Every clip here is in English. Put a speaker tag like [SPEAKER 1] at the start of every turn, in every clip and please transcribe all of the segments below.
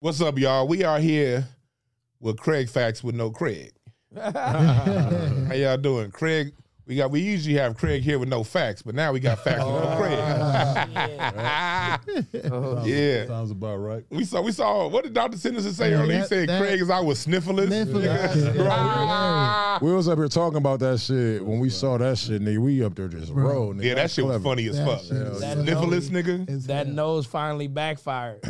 [SPEAKER 1] What's up, y'all? We are here with Craig Facts with no Craig. How y'all doing, Craig? We got. We usually have Craig here with no facts, but now we got facts with no Craig. yeah,
[SPEAKER 2] Sounds about right.
[SPEAKER 1] we saw. We saw. What did Doctor Sinister say earlier? He
[SPEAKER 3] that-
[SPEAKER 1] said
[SPEAKER 3] that-
[SPEAKER 1] Craig is out with snifflers.
[SPEAKER 3] Snifflers, yeah.
[SPEAKER 1] Ah.
[SPEAKER 2] We was up here talking about that shit when we saw that shit, nigga. We up there just rolled. nigga.
[SPEAKER 1] Yeah, that
[SPEAKER 2] That's
[SPEAKER 1] shit was
[SPEAKER 2] clever.
[SPEAKER 1] funny as
[SPEAKER 3] That
[SPEAKER 1] fuck.
[SPEAKER 3] shit is-
[SPEAKER 4] That
[SPEAKER 1] Snifflers, nigga.
[SPEAKER 3] It's-
[SPEAKER 4] That nose finally backfired.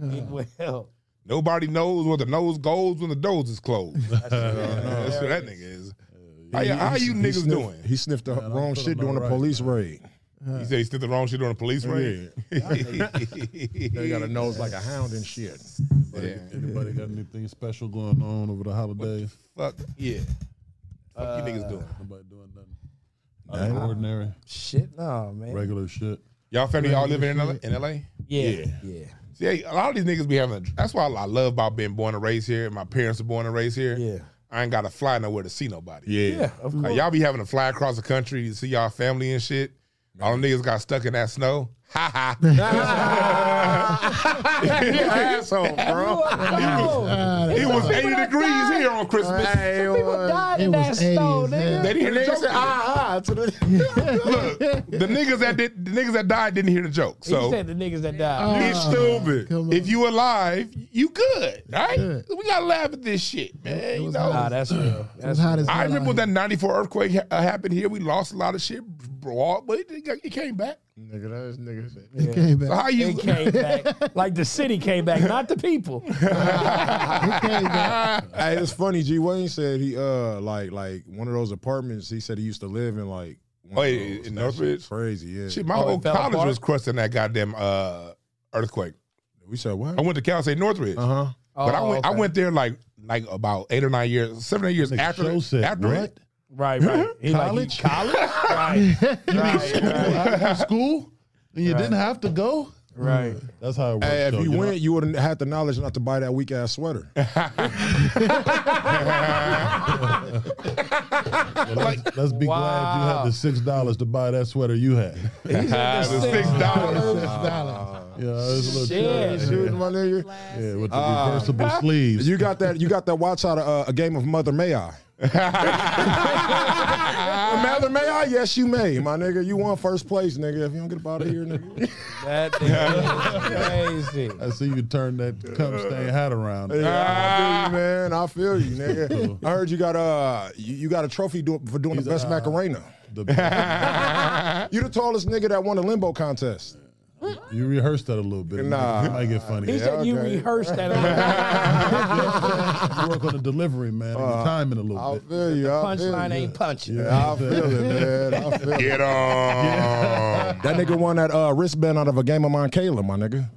[SPEAKER 4] it will.
[SPEAKER 1] Nobody knows what the nose goes when the nose is closed. That's what that nigga is. How, y- how you
[SPEAKER 2] He
[SPEAKER 1] niggas
[SPEAKER 2] sniffed-
[SPEAKER 1] doing?
[SPEAKER 2] He sniffed the
[SPEAKER 5] I'm
[SPEAKER 2] wrong
[SPEAKER 5] feeling
[SPEAKER 2] shit during
[SPEAKER 5] all
[SPEAKER 2] the
[SPEAKER 5] right,
[SPEAKER 2] police raid.
[SPEAKER 1] He said he sniffed the wrong shit on the police raid.
[SPEAKER 2] They got a nose like a hound and shit.
[SPEAKER 1] Yeah.
[SPEAKER 5] Anybody got anything special going on over the holidays?
[SPEAKER 1] Fuck yeah. Fuck you niggas
[SPEAKER 4] Uh,
[SPEAKER 1] doing.
[SPEAKER 5] Nobody doing nothing. Out of the ordinary,
[SPEAKER 4] Shit, no, man.
[SPEAKER 5] regular shit.
[SPEAKER 1] Y'all family all living in LA, in LA?
[SPEAKER 4] Yeah,
[SPEAKER 2] Yeah.
[SPEAKER 4] yeah.
[SPEAKER 1] See, hey, a lot of these niggas be having. That's why I love about being born and raised here. My parents are born and raised here.
[SPEAKER 4] Yeah.
[SPEAKER 1] I ain't gotta fly nowhere to see nobody.
[SPEAKER 2] Yeah.
[SPEAKER 4] of
[SPEAKER 1] Like,
[SPEAKER 4] course.
[SPEAKER 1] y'all be having to fly across the country to see y'all family and shit. All them niggas got stuck in that snow. Ha ha.
[SPEAKER 2] Asshole, bro.
[SPEAKER 4] Oh,
[SPEAKER 1] It was 80 degrees here on Christmas.
[SPEAKER 2] Hey,
[SPEAKER 4] people died
[SPEAKER 3] It
[SPEAKER 4] in that
[SPEAKER 3] was
[SPEAKER 4] snow,
[SPEAKER 3] 80s, man.
[SPEAKER 4] nigga. Uh-huh.
[SPEAKER 1] They didn't hear the
[SPEAKER 2] Nigga
[SPEAKER 1] joke.
[SPEAKER 2] said, ah, ah, to the
[SPEAKER 1] Look, the niggas that did, the niggas that died didn't hear the joke.
[SPEAKER 4] he
[SPEAKER 1] So
[SPEAKER 4] said the niggas that died.
[SPEAKER 3] Oh,
[SPEAKER 1] you stupid.
[SPEAKER 3] come on.
[SPEAKER 1] If you alive, you good. All right,
[SPEAKER 3] Good.
[SPEAKER 1] we gotta laugh at this shit, man. You
[SPEAKER 3] was
[SPEAKER 1] know,
[SPEAKER 4] nah, that's real. That's
[SPEAKER 3] It's hot as
[SPEAKER 1] I
[SPEAKER 3] hell
[SPEAKER 1] remember
[SPEAKER 3] out
[SPEAKER 1] when that '94 earthquake ha- uh, happened here. We lost a lot of shit, bro, but it, got- it came back.
[SPEAKER 2] Nigga, that nigga said.
[SPEAKER 3] here. Came
[SPEAKER 1] So
[SPEAKER 3] back.
[SPEAKER 1] how you?
[SPEAKER 4] It came back. Like the city came back, not the people.
[SPEAKER 2] Hey, it's funny. G Wayne said he uh like like one of those apartments. He said he used to live in like. one
[SPEAKER 1] Oh,
[SPEAKER 2] of
[SPEAKER 1] yeah,
[SPEAKER 2] those.
[SPEAKER 1] in
[SPEAKER 2] That
[SPEAKER 1] Northridge?
[SPEAKER 2] shit's Crazy, yeah.
[SPEAKER 1] Shit, my
[SPEAKER 4] Oh, it
[SPEAKER 1] whole
[SPEAKER 4] fell
[SPEAKER 1] college
[SPEAKER 4] apart?
[SPEAKER 1] was crushing that goddamn uh, earthquake.
[SPEAKER 2] We said what?
[SPEAKER 1] I went to Cal State Northridge,
[SPEAKER 2] Uh huh.
[SPEAKER 1] but I
[SPEAKER 4] Oh,
[SPEAKER 1] went. I
[SPEAKER 4] okay.
[SPEAKER 1] went there like like about eight or nine years, seven or eight years
[SPEAKER 5] Nigga,
[SPEAKER 1] after
[SPEAKER 5] Joe said,
[SPEAKER 1] after
[SPEAKER 5] what?
[SPEAKER 1] it.
[SPEAKER 4] Right, right. He
[SPEAKER 5] College?
[SPEAKER 4] Like, he, college? right. right, right,
[SPEAKER 5] Out from school, and you didn't have to go.
[SPEAKER 4] right.
[SPEAKER 5] That's how it works.
[SPEAKER 2] Hey, if
[SPEAKER 5] though,
[SPEAKER 2] you
[SPEAKER 5] know?
[SPEAKER 2] went, you would have had the knowledge not to buy that weak ass sweater.
[SPEAKER 5] Well, let's, let's be glad you had
[SPEAKER 4] Wow.
[SPEAKER 5] the six dollars to buy that sweater you had.
[SPEAKER 1] Ah, the six dollars.
[SPEAKER 5] Yeah, it's a little
[SPEAKER 4] Shit.
[SPEAKER 5] shirt.
[SPEAKER 2] Shooting my nigga.
[SPEAKER 5] Yeah, with the reversible sleeves.
[SPEAKER 2] You got that. You got that watch out of uh, a game of Mother May I? Mother May I? Yes, you may, my nigga. You won first place, nigga. If you don't get up out of here, nigga.
[SPEAKER 4] That thing is crazy.
[SPEAKER 5] I see you turn that cum stained hat around.
[SPEAKER 2] Yeah, I feel you, man. I feel you, nigga. I heard you got uh, you, you got a trophy do, for doing the best Macarena.
[SPEAKER 5] The-
[SPEAKER 2] You the tallest nigga that won the limbo contest.
[SPEAKER 5] you rehearsed that a little bit.
[SPEAKER 2] Nah.
[SPEAKER 5] it might get funny.
[SPEAKER 4] He said you
[SPEAKER 2] okay.
[SPEAKER 4] rehearsed that. on-
[SPEAKER 5] You work on the delivery, man, and the timing a little
[SPEAKER 2] I
[SPEAKER 5] bit.
[SPEAKER 2] feel you. I feel
[SPEAKER 4] Punchline
[SPEAKER 2] you.
[SPEAKER 4] ain't punching.
[SPEAKER 2] I feel it, man. I feel it.
[SPEAKER 1] Get on.
[SPEAKER 2] That nigga won that uh, wristband out of a game of Mount Kayla, my nigga.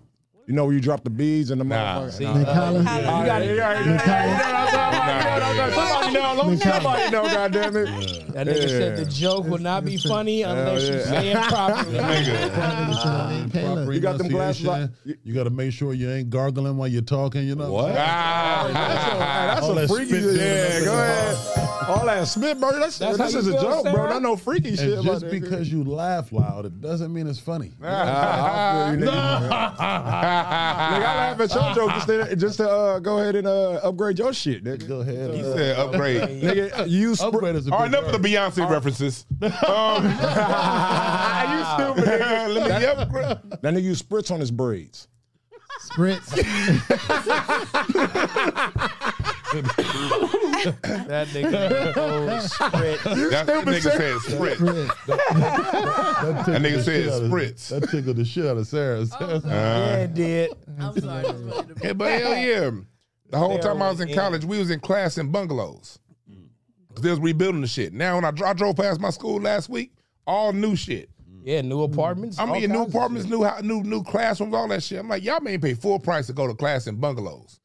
[SPEAKER 2] You know where you drop the beads and the
[SPEAKER 1] Nah,
[SPEAKER 2] motherfucker.
[SPEAKER 1] see,
[SPEAKER 2] Nah.
[SPEAKER 3] The collar.
[SPEAKER 4] You got it.
[SPEAKER 2] Somebody know, don't somebody know, goddamn it.
[SPEAKER 4] That nigga said the joke will not be funny
[SPEAKER 1] Oh,
[SPEAKER 4] unless you
[SPEAKER 2] yeah.
[SPEAKER 4] say it properly.
[SPEAKER 5] Proper
[SPEAKER 2] You got them glasses
[SPEAKER 5] enunciation. You got to make sure you ain't gargling while you're talking. You know what?
[SPEAKER 1] Ah.
[SPEAKER 2] That's
[SPEAKER 5] All
[SPEAKER 2] a
[SPEAKER 5] that
[SPEAKER 2] freaky
[SPEAKER 5] spit
[SPEAKER 2] shit.
[SPEAKER 5] there,
[SPEAKER 2] Yeah, go ahead. All that spit, bro. That's,
[SPEAKER 4] That's
[SPEAKER 2] this
[SPEAKER 4] how
[SPEAKER 2] is a
[SPEAKER 4] you feel,
[SPEAKER 2] joke, bro.
[SPEAKER 4] Sarah?
[SPEAKER 2] That's no freaky shit.
[SPEAKER 5] And
[SPEAKER 2] about
[SPEAKER 5] just
[SPEAKER 2] that.
[SPEAKER 5] because you laugh loud, it doesn't mean it's funny.
[SPEAKER 2] I, I feel you, nigga. Nigga, I laugh at your joke just to, just to uh, go ahead and uh, upgrade your shit, nigga.
[SPEAKER 5] Go ahead.
[SPEAKER 1] He
[SPEAKER 5] Uh,
[SPEAKER 1] said upgrade.
[SPEAKER 2] Nigga, you sp-
[SPEAKER 5] upgrade is a
[SPEAKER 1] All right,
[SPEAKER 5] big
[SPEAKER 1] enough of
[SPEAKER 5] word.
[SPEAKER 1] the Beyonce references. Um, you stupid. Let me upgrade.
[SPEAKER 2] that nigga use spritz on his braids.
[SPEAKER 3] Spritz.
[SPEAKER 4] That nigga goes spritz.
[SPEAKER 1] That's what nigga said spritz.
[SPEAKER 3] Spritz.
[SPEAKER 5] That tickled
[SPEAKER 1] That nigga
[SPEAKER 5] the
[SPEAKER 1] said
[SPEAKER 5] shit out of-
[SPEAKER 1] spritz. Uh,
[SPEAKER 5] That tickled the shit out of
[SPEAKER 3] Oh,
[SPEAKER 5] Sarah. Sarah said,
[SPEAKER 4] Yeah, it did.
[SPEAKER 6] I'm sorry. I just wanted to-
[SPEAKER 1] Yeah, but hell yeah. The whole time I was in college, we was in class in bungalows. 'Cause They was rebuilding the shit. Now when I, dro- I drove past my school last week, all new shit.
[SPEAKER 4] Yeah, new apartments.
[SPEAKER 1] I'm
[SPEAKER 4] all
[SPEAKER 1] in Mm. new
[SPEAKER 4] kinds of
[SPEAKER 1] apartments, new hou- new new classrooms, all that shit. I'm like, y'all may pay full price to go to class in bungalows.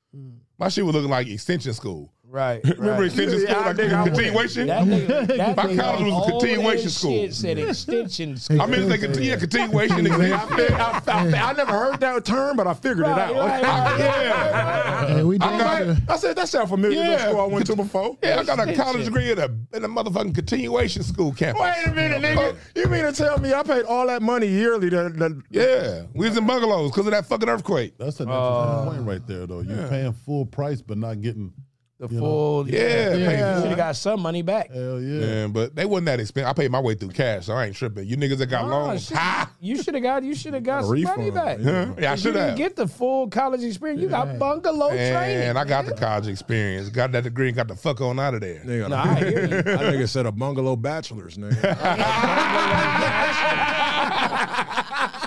[SPEAKER 1] My shit was looking like extension school.
[SPEAKER 4] shit. Right.
[SPEAKER 1] Remember
[SPEAKER 4] Hmm. right.
[SPEAKER 1] extension school, like the continuation?
[SPEAKER 4] That nigga, that
[SPEAKER 1] My
[SPEAKER 4] nigga
[SPEAKER 1] college was a
[SPEAKER 4] old as
[SPEAKER 1] continuation school.
[SPEAKER 4] Shit said extension school.
[SPEAKER 1] I mean, it's like a, yeah, continuation. extension.
[SPEAKER 2] I, I, I never heard that term, but I figured
[SPEAKER 4] Right, right, right.
[SPEAKER 1] yeah.
[SPEAKER 3] Hey, we
[SPEAKER 1] I'm
[SPEAKER 3] did
[SPEAKER 1] like,
[SPEAKER 3] better.
[SPEAKER 2] I said that sound familiar. to
[SPEAKER 1] Yeah.
[SPEAKER 2] The school I went to before.
[SPEAKER 1] Yeah, I got a college degree in a, in a motherfucking continuation school campus.
[SPEAKER 2] Wait a minute, nigga.
[SPEAKER 1] Fuck.
[SPEAKER 2] You mean to tell me I paid all that money yearly to, to
[SPEAKER 1] Yeah, we was in bungalows because of that fucking earthquake.
[SPEAKER 5] That's an interesting
[SPEAKER 4] Uh,
[SPEAKER 5] point right there, though. You're
[SPEAKER 1] yeah.
[SPEAKER 5] paying full price, but not getting
[SPEAKER 4] The
[SPEAKER 5] You know.
[SPEAKER 4] full.
[SPEAKER 1] Yeah,
[SPEAKER 4] You
[SPEAKER 1] man.
[SPEAKER 4] should have got some money back.
[SPEAKER 5] hell yeah.
[SPEAKER 1] Yeah, but they wasn't that expensive. I paid my way through cash, so I ain't tripping. You niggas that got
[SPEAKER 4] Nah,
[SPEAKER 1] loans,
[SPEAKER 4] Oh, shit.
[SPEAKER 1] ha!
[SPEAKER 4] You should have got. You should have got
[SPEAKER 2] A
[SPEAKER 4] some money
[SPEAKER 2] refund.
[SPEAKER 4] back.
[SPEAKER 1] Huh? Yeah, I
[SPEAKER 4] You
[SPEAKER 1] should
[SPEAKER 4] didn't
[SPEAKER 1] have.
[SPEAKER 4] get the full college experience. You got bungalow training.
[SPEAKER 1] And I got the college experience, got that degree, and got the fuck on out of there.
[SPEAKER 2] Nigga,
[SPEAKER 4] No, I hear you.
[SPEAKER 2] That nigga said a bungalow bachelor's, nigga.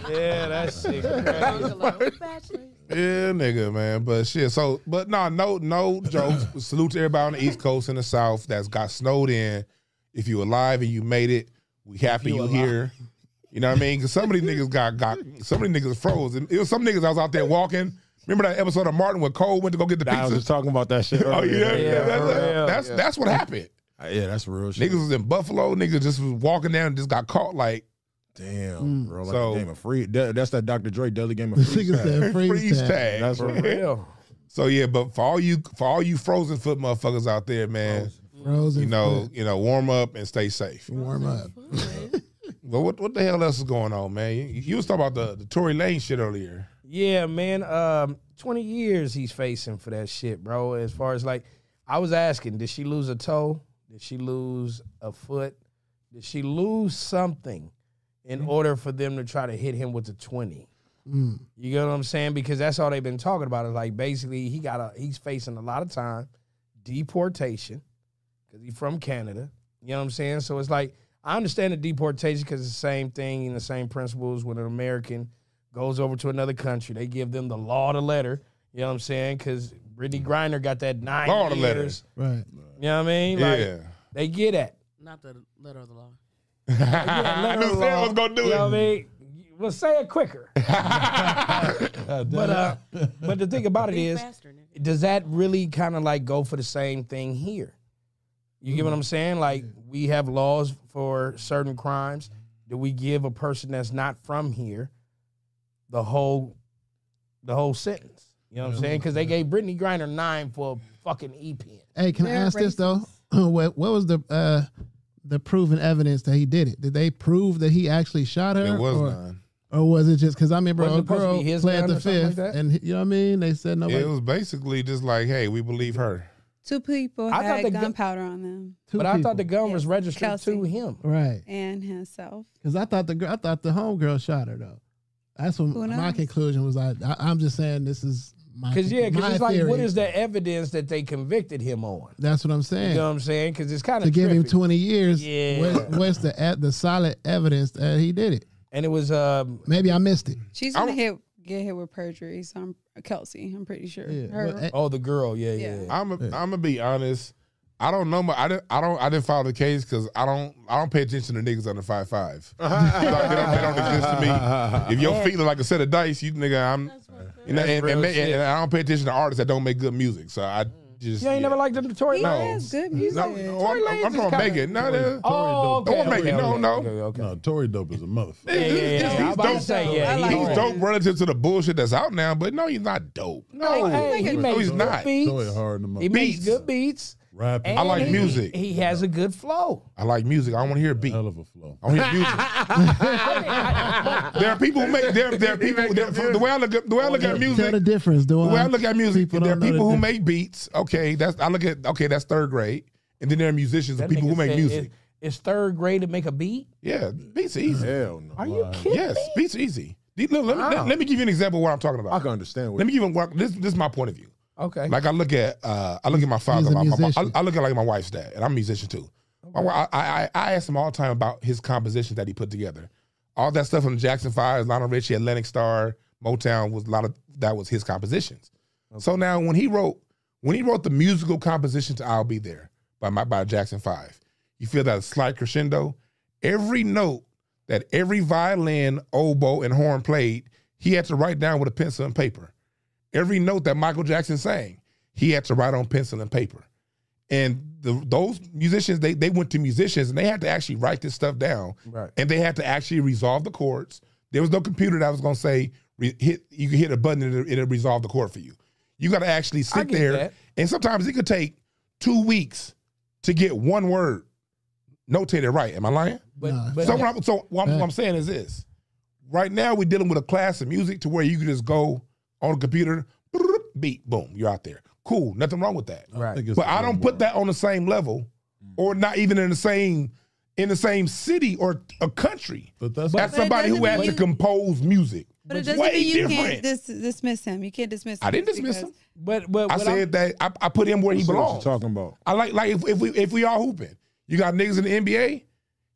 [SPEAKER 4] yeah, that's sick.
[SPEAKER 1] Yeah, nigga, man. But shit. So, but nah, no, no jokes. Salute to everybody on the East Coast and the South that's got snowed in. If you alive and you made it, we happy
[SPEAKER 4] you
[SPEAKER 1] you
[SPEAKER 4] alive.
[SPEAKER 1] here. You know what I mean? Because some of these niggas got got some of these niggas froze. And it was some niggas I was out there walking. Remember that episode of Martin where Cole went to go get the
[SPEAKER 2] I was
[SPEAKER 1] pizza?
[SPEAKER 2] just talking about that shit.
[SPEAKER 1] oh
[SPEAKER 2] earlier.
[SPEAKER 1] yeah, yeah,
[SPEAKER 4] Yeah,
[SPEAKER 1] that-
[SPEAKER 4] for
[SPEAKER 1] that-
[SPEAKER 4] real,
[SPEAKER 1] that's
[SPEAKER 4] yeah.
[SPEAKER 1] that's what happened.
[SPEAKER 2] Uh, yeah, that's real shit.
[SPEAKER 1] Niggas was in Buffalo. Niggas just was walking down and just got caught like
[SPEAKER 2] Damn, bro, like
[SPEAKER 1] So-
[SPEAKER 2] a game of free. that- that's that Dr. Dre Deli game
[SPEAKER 3] The
[SPEAKER 2] of free.
[SPEAKER 3] secret said freeze,
[SPEAKER 1] freeze
[SPEAKER 3] tag.
[SPEAKER 1] tag.
[SPEAKER 2] That's
[SPEAKER 1] bro.
[SPEAKER 2] what-
[SPEAKER 4] Real.
[SPEAKER 1] So yeah, but for all you for all you frozen foot motherfuckers out there, man.
[SPEAKER 3] Frozen
[SPEAKER 1] you know,
[SPEAKER 3] foot.
[SPEAKER 1] you know, warm up and stay safe.
[SPEAKER 3] warm up.
[SPEAKER 1] But what what the hell else is going on, man? You, you was talking about the, the Tory Lane shit earlier.
[SPEAKER 4] Yeah, man. Um, twenty years he's facing for that shit, bro. As far as like, I was asking, did she lose a toe? Did she lose a foot? Did she lose something in
[SPEAKER 1] Mm.
[SPEAKER 4] order for them to try to hit him with the twenty? You get what I'm saying? Because that's all they've been talking about. Is like basically he got a he's facing a lot of time, deportation, because he's from Canada. You know what I'm saying? So it's like I understand the deportation because it's the same thing and the same principles when an American goes over to another country. They give them the law to letter. You know what I'm saying? Because Brittany Griner got that nine
[SPEAKER 1] Law to letter.
[SPEAKER 4] years.
[SPEAKER 3] Right.
[SPEAKER 4] You know what I mean? Like
[SPEAKER 1] yeah.
[SPEAKER 4] they get at.
[SPEAKER 6] Not the letter of the law.
[SPEAKER 1] I knew Sarah was gonna do
[SPEAKER 4] You know what I
[SPEAKER 1] it.
[SPEAKER 4] mean? Well, say it quicker. but uh, but the thing about it
[SPEAKER 6] Think
[SPEAKER 4] is,
[SPEAKER 6] faster, nigga.
[SPEAKER 4] does that really kind of like go for the same thing here? You get what
[SPEAKER 1] Mm.
[SPEAKER 4] I'm saying? Like we have laws for certain crimes. Do we give a person that's not from here the whole the whole sentence? You know what I'm saying? Because they gave Brittany Griner nine for a fucking e pen.
[SPEAKER 3] Hey, can I
[SPEAKER 6] They're
[SPEAKER 3] ask this though? what what was the uh the proven evidence that he did it? Did they prove that he actually shot her?
[SPEAKER 1] It was
[SPEAKER 3] or,
[SPEAKER 1] nine.
[SPEAKER 3] or was it just because I remember
[SPEAKER 4] Wasn't
[SPEAKER 3] a
[SPEAKER 4] it supposed to
[SPEAKER 3] girl
[SPEAKER 4] be his
[SPEAKER 3] pled
[SPEAKER 4] gun
[SPEAKER 3] the
[SPEAKER 4] or something like
[SPEAKER 3] fifth,
[SPEAKER 4] that?
[SPEAKER 3] and he- you know what I mean? They said nobody.
[SPEAKER 1] It was basically just like, hey, we believe her.
[SPEAKER 7] Two people
[SPEAKER 4] I thought the
[SPEAKER 7] had
[SPEAKER 4] gu-
[SPEAKER 7] gunpowder on them
[SPEAKER 3] two
[SPEAKER 4] But I thought the
[SPEAKER 3] people.
[SPEAKER 4] gun was registered to
[SPEAKER 7] Kelsey.
[SPEAKER 4] him.
[SPEAKER 3] right
[SPEAKER 7] and himself.
[SPEAKER 3] because I thought the girl, I thought the homegirl shot her though. That's what
[SPEAKER 7] Who
[SPEAKER 3] my
[SPEAKER 7] knows?
[SPEAKER 3] conclusion was. Like I, I'm just saying this is my
[SPEAKER 4] Because yeah,
[SPEAKER 3] my
[SPEAKER 4] because it's like, what
[SPEAKER 3] theory.
[SPEAKER 4] is the evidence that they convicted him on?
[SPEAKER 3] That's what I'm
[SPEAKER 4] You
[SPEAKER 3] saying.
[SPEAKER 4] know what I'm saying? Because it's kind
[SPEAKER 3] to
[SPEAKER 4] of
[SPEAKER 3] give him 20 years,
[SPEAKER 4] Yeah.
[SPEAKER 3] what, what's the e- the solid evidence that he did it?
[SPEAKER 4] And it was um,
[SPEAKER 3] Maybe I missed it.
[SPEAKER 7] She's gonna hit get hit with perjury. So I'm Kelsey. I'm pretty sure.
[SPEAKER 3] Yeah,
[SPEAKER 7] Her,
[SPEAKER 3] but-
[SPEAKER 4] oh the girl, yeah, yeah.
[SPEAKER 7] Yeah.
[SPEAKER 4] yeah.
[SPEAKER 1] I'm a, I'm gonna be honest. I don't know. My, I didn't. I don't. I didn't follow the case because I don't. I don't pay attention to niggas under five five. like, they, don't, they don't exist to me. If your feet look like a set of dice, you nigga, I'm. You know, and,
[SPEAKER 4] real
[SPEAKER 1] and, and,
[SPEAKER 4] shit.
[SPEAKER 1] and I don't pay attention to artists that don't make good music. So I just.
[SPEAKER 4] You ain't
[SPEAKER 1] yeah.
[SPEAKER 4] never liked the Detroit
[SPEAKER 7] he
[SPEAKER 1] No.
[SPEAKER 7] has good music.
[SPEAKER 1] No, no I'm,
[SPEAKER 4] Lane's
[SPEAKER 1] I'm
[SPEAKER 4] is
[SPEAKER 1] from
[SPEAKER 4] kinda-
[SPEAKER 1] Megan. No, no.
[SPEAKER 4] Oh,
[SPEAKER 1] Don't
[SPEAKER 4] okay.
[SPEAKER 1] wanna make it.
[SPEAKER 4] okay,
[SPEAKER 1] No,
[SPEAKER 4] okay,
[SPEAKER 1] no.
[SPEAKER 4] Okay,
[SPEAKER 5] No,
[SPEAKER 4] okay.
[SPEAKER 5] Tory dope is a motherfucker.
[SPEAKER 4] Yeah, yeah, yeah.
[SPEAKER 1] He's-
[SPEAKER 4] I'm
[SPEAKER 1] he's
[SPEAKER 4] about to
[SPEAKER 1] dope.
[SPEAKER 4] say, yeah,
[SPEAKER 7] I
[SPEAKER 4] he
[SPEAKER 7] like
[SPEAKER 1] He's
[SPEAKER 7] him.
[SPEAKER 1] dope relative to the bullshit that's out now, but no, he's not dope.
[SPEAKER 4] No, hey, he,
[SPEAKER 7] he
[SPEAKER 1] No,
[SPEAKER 4] makes
[SPEAKER 1] he's
[SPEAKER 4] good
[SPEAKER 1] not.
[SPEAKER 4] beats.
[SPEAKER 5] Tory hard in the
[SPEAKER 4] He
[SPEAKER 5] motherfucker.
[SPEAKER 4] makes
[SPEAKER 1] Beats.
[SPEAKER 4] good beats.
[SPEAKER 5] Rapping.
[SPEAKER 4] And
[SPEAKER 1] I like
[SPEAKER 4] he-
[SPEAKER 1] music.
[SPEAKER 4] He has a good flow.
[SPEAKER 1] I like music. I don't want to hear a beat.
[SPEAKER 5] Hell of a flow.
[SPEAKER 1] I want to hear music. there are people who make there, there are people there, the way I look at the way I look at
[SPEAKER 4] Oh,
[SPEAKER 3] Tell the
[SPEAKER 1] music.
[SPEAKER 3] difference, do
[SPEAKER 1] The way
[SPEAKER 3] I?
[SPEAKER 1] I look at music,
[SPEAKER 3] People
[SPEAKER 1] there are
[SPEAKER 3] don't know
[SPEAKER 1] people
[SPEAKER 3] the
[SPEAKER 1] who make beats. Okay, that's I look at okay, that's third grade. And then there are musicians and
[SPEAKER 4] That
[SPEAKER 1] people
[SPEAKER 4] nigga
[SPEAKER 1] who make
[SPEAKER 4] said
[SPEAKER 1] music.
[SPEAKER 4] it- It's third grade to make a beat.
[SPEAKER 1] yeah, beats are easy.
[SPEAKER 2] Hell no.
[SPEAKER 4] Are you kidding?
[SPEAKER 1] Yes, beats are easy. Let, let, let,
[SPEAKER 4] Wow.
[SPEAKER 1] let me give you an example of what I'm talking
[SPEAKER 2] I
[SPEAKER 1] about.
[SPEAKER 2] can understand what
[SPEAKER 1] Let me give you one, this this is my point of view.
[SPEAKER 4] Okay.
[SPEAKER 1] Like I look at uh, I look at my father,
[SPEAKER 3] He's a
[SPEAKER 1] my, my, I,
[SPEAKER 3] musician.
[SPEAKER 1] I look at like my wife's dad, and I'm a musician too. My wi- I, I I ask him all the time about his compositions that he put together. All that stuff from Jackson Five, Lionel Richie, Atlantic Star, Motown was a lot of that was his compositions. So now when he wrote when he wrote the musical composition to "I'll Be There" by my, by Jackson Five, you feel that slight crescendo. Every note that every violin, oboe, and horn played, he had to write down with a pencil and paper. Every note that Michael Jackson sang, he had to write on pencil and paper. And the, those musicians, they, they went to musicians and they had to actually write this stuff down.
[SPEAKER 4] Right.
[SPEAKER 1] And they had to actually resolve the chords. There was no computer that was going to say, re- hit, you can hit a button and it'll, it'll resolve the chord for you. You got to actually
[SPEAKER 4] I
[SPEAKER 1] sit
[SPEAKER 4] get
[SPEAKER 1] there,
[SPEAKER 4] that.
[SPEAKER 1] and sometimes it could take two weeks to get one word notated right. Am I lying?
[SPEAKER 4] But,
[SPEAKER 3] Nah.
[SPEAKER 4] but
[SPEAKER 1] So, what I'm, so what, I'm,
[SPEAKER 3] Yeah.
[SPEAKER 1] what I'm saying is this: right now we're dealing with a class of music to where you can just go on the computer, brrrr, beat, boom, you're out there. Cool, nothing wrong with that.
[SPEAKER 4] right.
[SPEAKER 5] think it's
[SPEAKER 1] But
[SPEAKER 5] the
[SPEAKER 1] I
[SPEAKER 5] wrong
[SPEAKER 1] don't put
[SPEAKER 5] word.
[SPEAKER 1] that on the same level,
[SPEAKER 2] Mm.
[SPEAKER 1] or not even in the same in the same city or a country.
[SPEAKER 5] But that's
[SPEAKER 1] That's
[SPEAKER 7] But it
[SPEAKER 1] somebody who
[SPEAKER 7] doesn't
[SPEAKER 1] had
[SPEAKER 7] mean
[SPEAKER 1] to
[SPEAKER 7] you-
[SPEAKER 1] compose music.
[SPEAKER 7] But it doesn't
[SPEAKER 1] way
[SPEAKER 7] mean you
[SPEAKER 1] different.
[SPEAKER 7] can't dis- dismiss him. You can't dismiss him.
[SPEAKER 1] I didn't dismiss him.
[SPEAKER 7] because-
[SPEAKER 4] But but
[SPEAKER 1] I
[SPEAKER 4] what
[SPEAKER 1] said
[SPEAKER 4] I'm-
[SPEAKER 1] that I, I put him where he
[SPEAKER 2] See what you
[SPEAKER 1] belongs.
[SPEAKER 2] talking about.
[SPEAKER 1] I like like if, if we if we all hooping, you got niggas in the NBA,